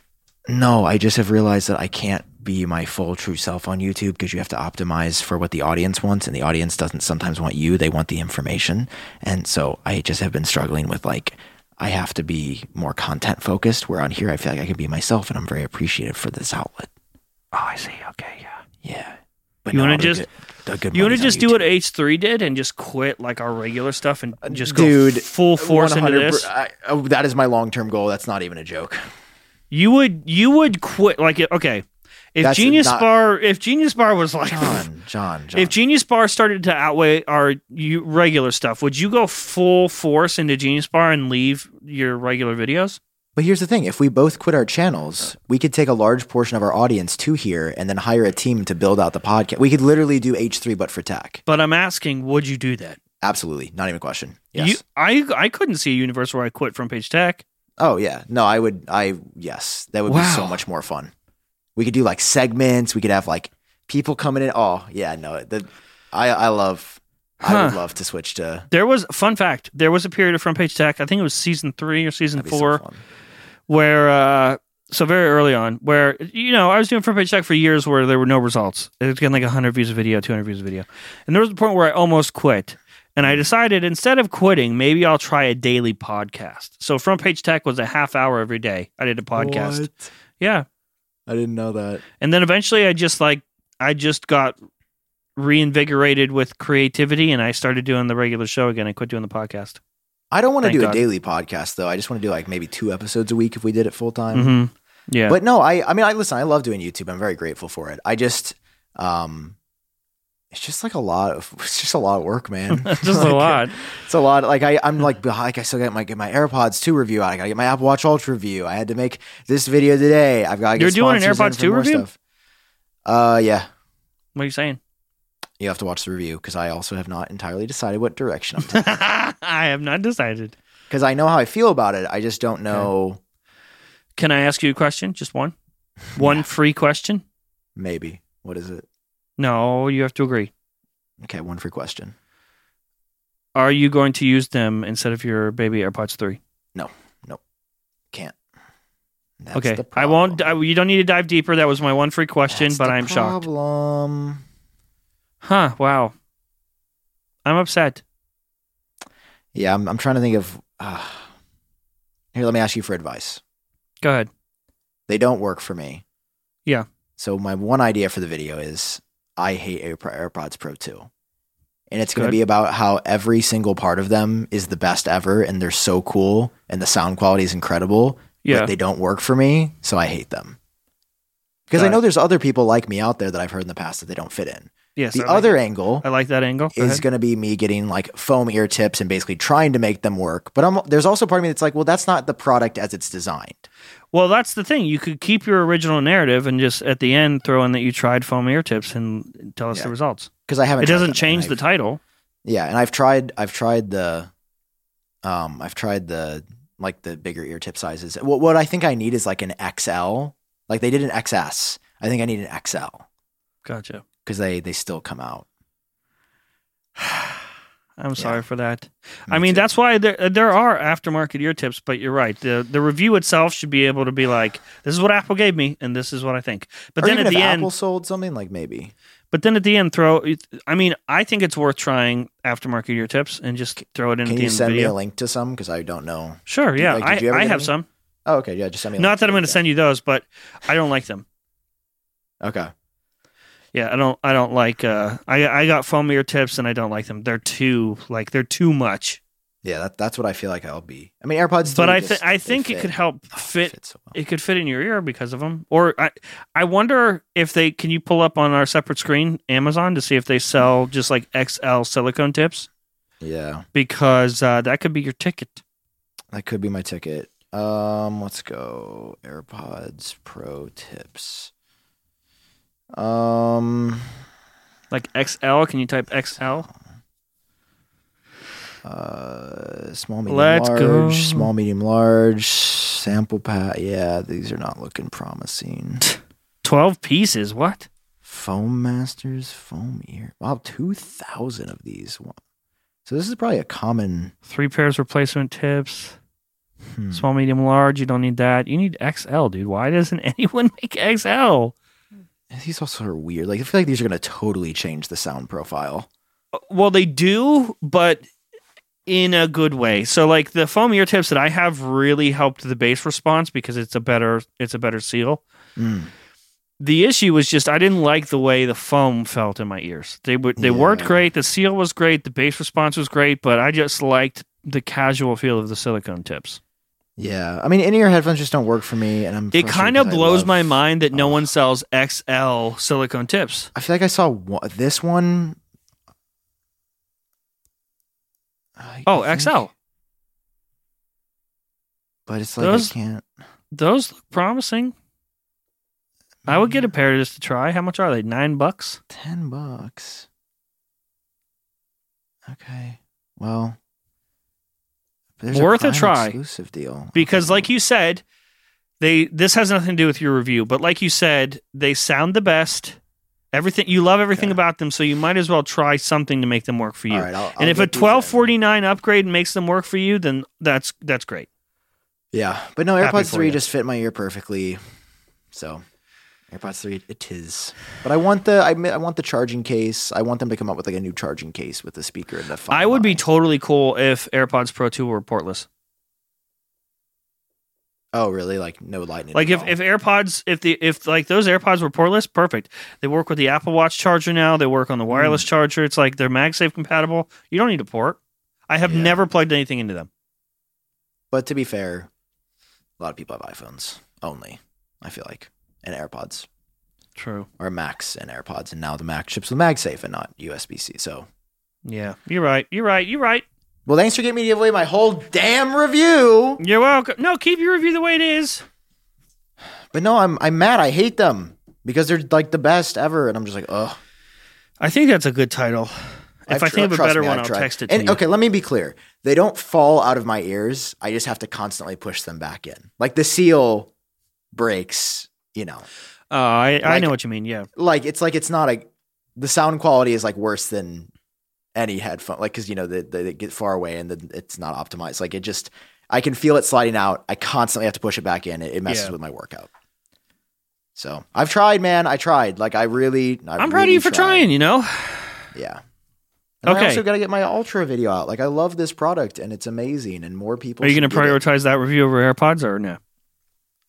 [SPEAKER 1] No, I just have realized that I can't be my full true self on YouTube because you have to optimize for what the audience wants, and the audience doesn't sometimes want you; they want the information. And so I just have been struggling with like I have to be more content focused. Where on here, I feel like I can be myself, and I'm very appreciative for this outlet.
[SPEAKER 2] Oh, I see. Okay, yeah.
[SPEAKER 1] Yeah, but
[SPEAKER 2] You
[SPEAKER 1] no,
[SPEAKER 2] wanna
[SPEAKER 1] the
[SPEAKER 2] just-
[SPEAKER 1] good- the good
[SPEAKER 2] You want to
[SPEAKER 1] money's on
[SPEAKER 2] just do what
[SPEAKER 1] YouTube.
[SPEAKER 2] H three did and just quit like our regular stuff and just go
[SPEAKER 1] Dude,
[SPEAKER 2] full force into
[SPEAKER 1] 100
[SPEAKER 2] this?
[SPEAKER 1] I, oh, that is my long term goal. That's not even a joke.
[SPEAKER 2] You would you would quit like it- okay. If
[SPEAKER 1] That's
[SPEAKER 2] Genius
[SPEAKER 1] not-
[SPEAKER 2] Bar if Genius Bar was like
[SPEAKER 1] John, John, John.
[SPEAKER 2] if Genius Bar started to outweigh our you, regular stuff, would you go full force into Genius Bar and leave your regular videos?
[SPEAKER 1] But here's the thing: if we both quit our channels, we could take a large portion of our audience to here, and then hire a team to build out the podcast. We could literally do H three, but for tech,
[SPEAKER 2] But I'm asking, would you do that?
[SPEAKER 1] absolutely, not even a question. Yes.
[SPEAKER 2] You, I I couldn't see a universe where I quit from Page Tech.
[SPEAKER 1] oh yeah. No, I would. I yes, that would be so
[SPEAKER 2] Wow.
[SPEAKER 1] much more fun. We could do like segments. We could have like people coming in. Oh yeah, no. The I I love. I would
[SPEAKER 2] Huh.
[SPEAKER 1] love to switch to
[SPEAKER 2] There was fun fact. There was a period of Front Page Tech. I think it was season three or season
[SPEAKER 1] that'd be so
[SPEAKER 2] four.
[SPEAKER 1] fun.
[SPEAKER 2] where uh so very early on where you know i was doing front page check for years where there were no results it was getting like 100 views a video 200 views a video and there was a point where i almost quit and i decided instead of quitting maybe i'll try a daily podcast so front page tech was a half hour every day i did a podcast
[SPEAKER 1] What?
[SPEAKER 2] yeah
[SPEAKER 1] I didn't know that.
[SPEAKER 2] and then eventually i just like i just got reinvigorated with creativity and i started doing the regular show again i quit doing the podcast
[SPEAKER 1] I don't want to
[SPEAKER 2] Thank
[SPEAKER 1] do
[SPEAKER 2] God.
[SPEAKER 1] a daily podcast though. I just want to do like maybe two episodes a week if we did it full time.
[SPEAKER 2] hmm yeah
[SPEAKER 1] But no, I I mean I listen, I love doing YouTube. I'm very grateful for it. I just um it's just like a lot of it's just a lot of work, man.
[SPEAKER 2] just
[SPEAKER 1] Like,
[SPEAKER 2] a lot
[SPEAKER 1] It's a lot. Like I I'm like behind- like I still got my get my AirPods 2 review out. I got to get my Apple Watch Ultra review. I had to make this video today. I've got to get
[SPEAKER 2] You're doing an
[SPEAKER 1] sponsors in
[SPEAKER 2] AirPods
[SPEAKER 1] for
[SPEAKER 2] 2
[SPEAKER 1] more
[SPEAKER 2] review?
[SPEAKER 1] Stuff. Uh yeah.
[SPEAKER 2] what are you saying
[SPEAKER 1] You have to watch the review cuz I also have not entirely decided what direction I'm taking.
[SPEAKER 2] i have not decided
[SPEAKER 1] cuz I know how I feel about it. I just don't know
[SPEAKER 2] Can I ask you a question? Just one? One free question?
[SPEAKER 1] maybe what is it?
[SPEAKER 2] No, you have to agree.
[SPEAKER 1] Okay, one free question.
[SPEAKER 2] Are you going to use them instead of your baby AirPods 3?
[SPEAKER 1] Can't. That's
[SPEAKER 2] Okay.
[SPEAKER 1] the
[SPEAKER 2] I won't
[SPEAKER 1] problem.
[SPEAKER 2] I, you don't need to dive deeper. That was my one free question,
[SPEAKER 1] That's
[SPEAKER 2] but
[SPEAKER 1] the
[SPEAKER 2] I'm shocked.
[SPEAKER 1] problem.
[SPEAKER 2] Huh, wow. I'm upset.
[SPEAKER 1] Yeah, I'm, I'm trying to think of. Uh, here, let me ask you for advice.
[SPEAKER 2] Go ahead.
[SPEAKER 1] They don't work for me.
[SPEAKER 2] Yeah.
[SPEAKER 1] So my one idea for the video is I hate Air- AirPods Pro 2. And it's going
[SPEAKER 2] Good.
[SPEAKER 1] to be about how every single part of them is the best ever and they're so cool and the sound quality is incredible,
[SPEAKER 2] Yeah.
[SPEAKER 1] but they don't work for me, so I hate them. Because
[SPEAKER 2] Got
[SPEAKER 1] I know
[SPEAKER 2] it.
[SPEAKER 1] there's other people like me out there that I've heard in the past that they don't fit in.
[SPEAKER 2] Yes.
[SPEAKER 1] the
[SPEAKER 2] I like-
[SPEAKER 1] other angle
[SPEAKER 2] I like that angle. Go
[SPEAKER 1] is
[SPEAKER 2] ahead.
[SPEAKER 1] going to be me getting like foam ear tips and basically trying to make them work. But I'm, there's also part of me that's like, well, that's not the product as it's designed.
[SPEAKER 2] Well, that's the thing. You could keep your original narrative and just at the end throw in that you tried foam ear tips and tell us
[SPEAKER 1] Yeah.
[SPEAKER 2] the results.
[SPEAKER 1] Because I haven't.
[SPEAKER 2] It
[SPEAKER 1] tried
[SPEAKER 2] doesn't
[SPEAKER 1] them,
[SPEAKER 2] change
[SPEAKER 1] and
[SPEAKER 2] the
[SPEAKER 1] I've-
[SPEAKER 2] title.
[SPEAKER 1] Yeah, and I've tried. I've tried the. Um, I've tried the like the bigger ear tip sizes. What what I think I need is like an XL. Like they did an XS. I think I need an XL
[SPEAKER 2] Gotcha.
[SPEAKER 1] because they they still come out.
[SPEAKER 2] I'm sorry for that.
[SPEAKER 1] Me
[SPEAKER 2] I mean,
[SPEAKER 1] too.
[SPEAKER 2] that's why there there are aftermarket ear tips, but you're right. The the review itself should be able to be like, this is what Apple gave me and this is what I think. But
[SPEAKER 1] Or
[SPEAKER 2] then
[SPEAKER 1] even
[SPEAKER 2] at the
[SPEAKER 1] if
[SPEAKER 2] end,
[SPEAKER 1] Apple sold something like maybe.
[SPEAKER 2] but then at the end throw I mean, I think it's worth trying aftermarket ear tips and just throw it in at
[SPEAKER 1] Can
[SPEAKER 2] the
[SPEAKER 1] you
[SPEAKER 2] end of the
[SPEAKER 1] send me
[SPEAKER 2] video.
[SPEAKER 1] a link to some? Because I don't know.
[SPEAKER 2] Sure,
[SPEAKER 1] Did-
[SPEAKER 2] yeah.
[SPEAKER 1] like, did you
[SPEAKER 2] I,
[SPEAKER 1] ever
[SPEAKER 2] I
[SPEAKER 1] get
[SPEAKER 2] have
[SPEAKER 1] any?
[SPEAKER 2] some.
[SPEAKER 1] Oh, okay. Yeah, just send me. A
[SPEAKER 2] Not
[SPEAKER 1] link.
[SPEAKER 2] that I'm going to send you those, but I don't like them.
[SPEAKER 1] Okay.
[SPEAKER 2] Yeah, I don't. I don't like. Uh, I I got foam ear tips, and I don't like them. They're too like they're too much.
[SPEAKER 1] Yeah, that, that's what I feel like I'll be. I mean, AirPods.
[SPEAKER 2] but
[SPEAKER 1] do
[SPEAKER 2] I
[SPEAKER 1] just-
[SPEAKER 2] think I
[SPEAKER 1] they
[SPEAKER 2] think it
[SPEAKER 1] fit.
[SPEAKER 2] could help
[SPEAKER 1] Oh,
[SPEAKER 2] fit.
[SPEAKER 1] fits so well.
[SPEAKER 2] It could fit in your ear because of them. Or I I wonder if they can you pull up on our separate screen Amazon to see if they sell just like XL silicone tips
[SPEAKER 1] Yeah,
[SPEAKER 2] because uh, that could be your ticket.
[SPEAKER 1] that could be my ticket. Um, let's go AirPods Pro tips. Um,
[SPEAKER 2] Like XL, can you type XL?
[SPEAKER 1] uh, small, medium,
[SPEAKER 2] Let's
[SPEAKER 1] large,
[SPEAKER 2] go.
[SPEAKER 1] small, medium, large sample pack. Yeah, these are not looking promising.
[SPEAKER 2] Twelve pieces. What?
[SPEAKER 1] Foam Masters foam ear. Wow, two thousand of these. Wow. So this is probably a common.
[SPEAKER 2] Three pairs replacement tips.
[SPEAKER 1] hmm.
[SPEAKER 2] Small, medium, large. You don't need that. You need XL, dude. Why doesn't anyone make XL?
[SPEAKER 1] These also are weird. Like I feel like these are gonna totally change the sound profile.
[SPEAKER 2] Well, they do, but in a good way. So, like the foam ear tips that I have really helped the bass response because it's a better it's a better seal.
[SPEAKER 1] Mm.
[SPEAKER 2] The issue was just I didn't like the way the foam felt in my ears. They were they worked
[SPEAKER 1] Yeah.
[SPEAKER 2] great. The seal was great. The bass response was great, but I just liked the casual feel of the silicone tips.
[SPEAKER 1] Yeah, I mean, in-ear headphones just don't work for me, and I'm.
[SPEAKER 2] It
[SPEAKER 1] frustrated
[SPEAKER 2] kind of
[SPEAKER 1] 'cause I
[SPEAKER 2] blows
[SPEAKER 1] love- Oh.
[SPEAKER 2] my mind that no
[SPEAKER 1] Ugh.
[SPEAKER 2] one sells XL silicone tips.
[SPEAKER 1] I feel like I saw one, this one. I
[SPEAKER 2] Oh,
[SPEAKER 1] think,
[SPEAKER 2] XL.
[SPEAKER 1] But it's like
[SPEAKER 2] Those-
[SPEAKER 1] I can't.
[SPEAKER 2] Those look promising. I would get
[SPEAKER 1] Mm.
[SPEAKER 2] a pair just to try. How much are they? Nine bucks.
[SPEAKER 1] ten bucks. Okay, well, there's
[SPEAKER 2] Worth a
[SPEAKER 1] Prime
[SPEAKER 2] try.
[SPEAKER 1] Exclusive deal
[SPEAKER 2] Because, like you said, they this has nothing to do with your review, but like you said, they sound the best. Everything you love everything
[SPEAKER 1] Yeah.
[SPEAKER 2] about them, so you might as well try something to make them work for you.
[SPEAKER 1] All right, I'll- I'll
[SPEAKER 2] and if
[SPEAKER 1] get
[SPEAKER 2] a
[SPEAKER 1] these in.
[SPEAKER 2] twelve forty nine upgrade makes them work for you, then that's that's great.
[SPEAKER 1] Yeah, but no,
[SPEAKER 2] Happy
[SPEAKER 1] AirPods
[SPEAKER 2] for
[SPEAKER 1] three
[SPEAKER 2] you.
[SPEAKER 1] just fit my ear perfectly. So, AirPods three, it is. But I want the I, mi- I want the charging case. I want them to come up with like a new charging case with the speaker and the phone.
[SPEAKER 2] I would be
[SPEAKER 1] line.
[SPEAKER 2] totally cool if AirPods Pro two were portless.
[SPEAKER 1] oh, really? Like no lightning.
[SPEAKER 2] Like
[SPEAKER 1] at
[SPEAKER 2] if,
[SPEAKER 1] all.
[SPEAKER 2] if AirPods if the if like those AirPods were portless, perfect. They work with the Apple Watch charger now. They work on the wireless
[SPEAKER 1] Hmm.
[SPEAKER 2] charger. It's like they're MagSafe compatible. You don't need a port. I have
[SPEAKER 1] Yeah.
[SPEAKER 2] never plugged anything into them.
[SPEAKER 1] but to be fair, a lot of people have iPhones only. I feel like and AirPods
[SPEAKER 2] True.
[SPEAKER 1] or Macs and AirPods, and now the Mac ships with MagSafe and not USB C. So,
[SPEAKER 2] Yeah, you're right. You're right. You're right.
[SPEAKER 1] well, thanks for getting me to give away my whole damn review.
[SPEAKER 2] You're welcome. No, keep your review the way it is.
[SPEAKER 1] But no, I'm I'm mad. I hate them because they're like the best ever, and I'm just like, ugh.
[SPEAKER 2] I think that's a good title. If
[SPEAKER 1] I've
[SPEAKER 2] i
[SPEAKER 1] tr-
[SPEAKER 2] think of a
[SPEAKER 1] trust
[SPEAKER 2] better
[SPEAKER 1] me,
[SPEAKER 2] one,
[SPEAKER 1] I've
[SPEAKER 2] I'll
[SPEAKER 1] tried.
[SPEAKER 2] text it to
[SPEAKER 1] And
[SPEAKER 2] you.
[SPEAKER 1] okay, let me be clear. They don't fall out of my ears. I just have to constantly push them back in. Like the seal breaks, you know.
[SPEAKER 2] Uh, I I
[SPEAKER 1] Like-
[SPEAKER 2] know what you mean. Yeah.
[SPEAKER 1] Like it's like it's not a the sound quality is like worse than any headphone. Like cuz you know they, they, they get far away and then it's not optimized. Like it just I can feel it sliding out. I constantly have to push it back in. It, it messes
[SPEAKER 2] Yeah.
[SPEAKER 1] with my workout. So, I've tried, man. I tried. Like I really I
[SPEAKER 2] I'm proud of you for
[SPEAKER 1] trying.
[SPEAKER 2] trying. You know.
[SPEAKER 1] Yeah. And
[SPEAKER 2] Okay.
[SPEAKER 1] I also got to get my Ultra video out. Like, I love this product and it's amazing, and more people.
[SPEAKER 2] Are you going
[SPEAKER 1] should
[SPEAKER 2] to
[SPEAKER 1] get it.
[SPEAKER 2] prioritize that review over AirPods or no?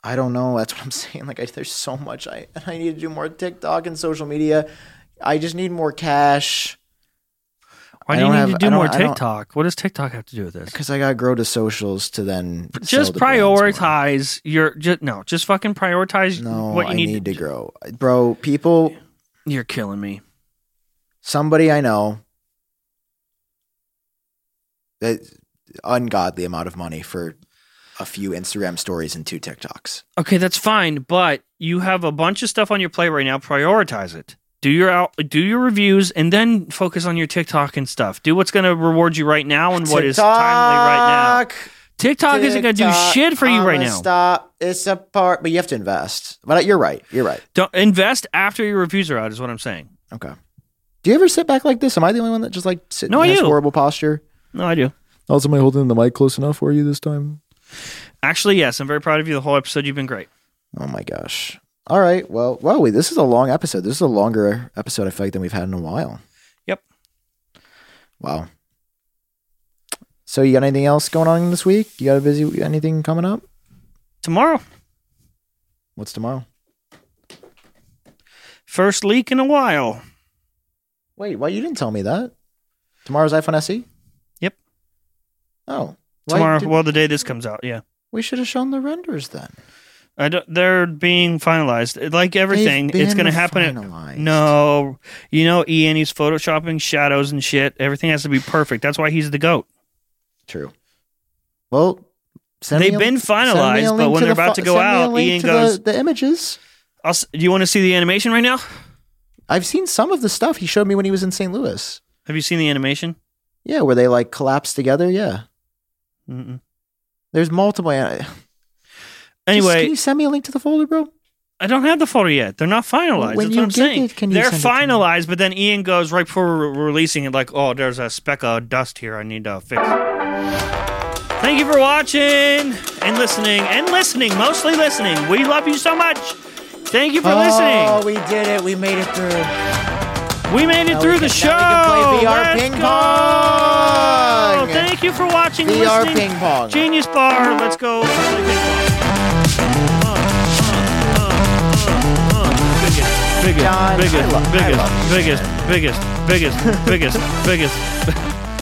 [SPEAKER 1] I don't know. That's what I'm saying. Like, I, there's so much. I and I need to do more TikTok and social media. I just need more cash.
[SPEAKER 2] Why
[SPEAKER 1] I
[SPEAKER 2] do you
[SPEAKER 1] don't
[SPEAKER 2] need
[SPEAKER 1] have-
[SPEAKER 2] to
[SPEAKER 1] I
[SPEAKER 2] do
[SPEAKER 1] don't-
[SPEAKER 2] more
[SPEAKER 1] I don't-
[SPEAKER 2] TikTok? What does TikTok have to do with this?
[SPEAKER 1] because I got to grow to socials to then sell
[SPEAKER 2] Just
[SPEAKER 1] the brands more.
[SPEAKER 2] prioritize your just no, just fucking prioritize
[SPEAKER 1] No,
[SPEAKER 2] what you
[SPEAKER 1] I
[SPEAKER 2] need.
[SPEAKER 1] need, to grow, bro. People,
[SPEAKER 2] You're killing me.
[SPEAKER 1] somebody I know that ungodly amount of money for a few Instagram stories and two TikToks.
[SPEAKER 2] Okay, that's fine, but you have a bunch of stuff on your plate right now. Prioritize it. Do your out, do your reviews, and then focus on your TikTok and stuff. Do what's going to reward you right now and what is timely right now.
[SPEAKER 1] TikTok!
[SPEAKER 2] TikTok isn't going to do
[SPEAKER 1] TikTok,
[SPEAKER 2] shit for you right
[SPEAKER 1] I'ma
[SPEAKER 2] now.
[SPEAKER 1] Stop. It's a part, but you have to invest. But you're right. You're right.
[SPEAKER 2] Don't invest after your reviews are out. Is what I'm saying.
[SPEAKER 1] Okay. Do you ever sit back like this? Am I the only one that just like sits
[SPEAKER 2] No,
[SPEAKER 1] in
[SPEAKER 2] I
[SPEAKER 1] this
[SPEAKER 2] do.
[SPEAKER 1] horrible posture?
[SPEAKER 2] No, I do.
[SPEAKER 1] Also, am I Oh, holding the mic close enough for you this time?
[SPEAKER 2] Actually, yes, I'm very proud of you. The whole episode, you've been great.
[SPEAKER 1] Oh my gosh. All right. Well, wow, wait, this is a long episode. This is a longer episode, I feel like, than we've had in a while.
[SPEAKER 2] Yep.
[SPEAKER 1] Wow. So you got anything else going on this week? You got a busy anything coming up?
[SPEAKER 2] Tomorrow,
[SPEAKER 1] What's tomorrow?
[SPEAKER 2] first leak in a while.
[SPEAKER 1] Wait, why you didn't tell me that? Tomorrow's iPhone SE?
[SPEAKER 2] Yep.
[SPEAKER 1] Oh. why
[SPEAKER 2] Tomorrow,
[SPEAKER 1] did-
[SPEAKER 2] well, the day this comes out, yeah.
[SPEAKER 1] we should have shown the renders then.
[SPEAKER 2] I don't, they're being finalized. Like everything,
[SPEAKER 1] They've
[SPEAKER 2] it's going to
[SPEAKER 1] been
[SPEAKER 2] happen. at-
[SPEAKER 1] finalized.
[SPEAKER 2] no, you know, Ian, he's photoshopping shadows and shit. Everything has to be perfect. That's why he's the goat.
[SPEAKER 1] True. Well, send
[SPEAKER 2] They've
[SPEAKER 1] me a-
[SPEAKER 2] been
[SPEAKER 1] send me a
[SPEAKER 2] finalized, but
[SPEAKER 1] link
[SPEAKER 2] when
[SPEAKER 1] to
[SPEAKER 2] they're
[SPEAKER 1] the
[SPEAKER 2] about
[SPEAKER 1] fi-
[SPEAKER 2] to go
[SPEAKER 1] send me a
[SPEAKER 2] out,
[SPEAKER 1] link
[SPEAKER 2] Ian
[SPEAKER 1] to
[SPEAKER 2] goes,
[SPEAKER 1] the, the images.
[SPEAKER 2] I'll s- Do you want to see the animation right now?
[SPEAKER 1] I've seen some of the stuff he showed me when he was in St. Louis.
[SPEAKER 2] Have you seen the animation?
[SPEAKER 1] Yeah, where they like collapse together. Yeah,
[SPEAKER 2] Mm-mm.
[SPEAKER 1] there's multiple. Anyway,
[SPEAKER 2] Anyway,
[SPEAKER 1] can you send me a link to the folder, bro?
[SPEAKER 2] I don't have the photo yet. They're not finalized.
[SPEAKER 1] When
[SPEAKER 2] That's
[SPEAKER 1] you
[SPEAKER 2] what I'm
[SPEAKER 1] get
[SPEAKER 2] saying.
[SPEAKER 1] it, can you
[SPEAKER 2] They're
[SPEAKER 1] send it to me?
[SPEAKER 2] finalized, but then Ian goes right before we're releasing it, like, oh, there's a speck of dust here. I need to fix. Thank you for watching and listening and listening, mostly listening. We love you so much. Thank you for
[SPEAKER 1] Oh,
[SPEAKER 2] listening.
[SPEAKER 1] we did it. We made it through.
[SPEAKER 2] We made it
[SPEAKER 1] now
[SPEAKER 2] through
[SPEAKER 1] we
[SPEAKER 2] the show.
[SPEAKER 1] can- now we can play VR
[SPEAKER 2] Let's
[SPEAKER 1] ping
[SPEAKER 2] go.
[SPEAKER 1] pong.
[SPEAKER 2] Thank you for watching. and
[SPEAKER 1] VR
[SPEAKER 2] listening.
[SPEAKER 1] ping pong.
[SPEAKER 2] Genius Bar. Let's go. play ping pong. Uh, uh, uh, uh, uh. Biggest, biggest,
[SPEAKER 1] John, I
[SPEAKER 2] biggest,
[SPEAKER 1] love- I
[SPEAKER 2] biggest,
[SPEAKER 1] love you,
[SPEAKER 2] biggest, biggest, biggest, biggest, biggest.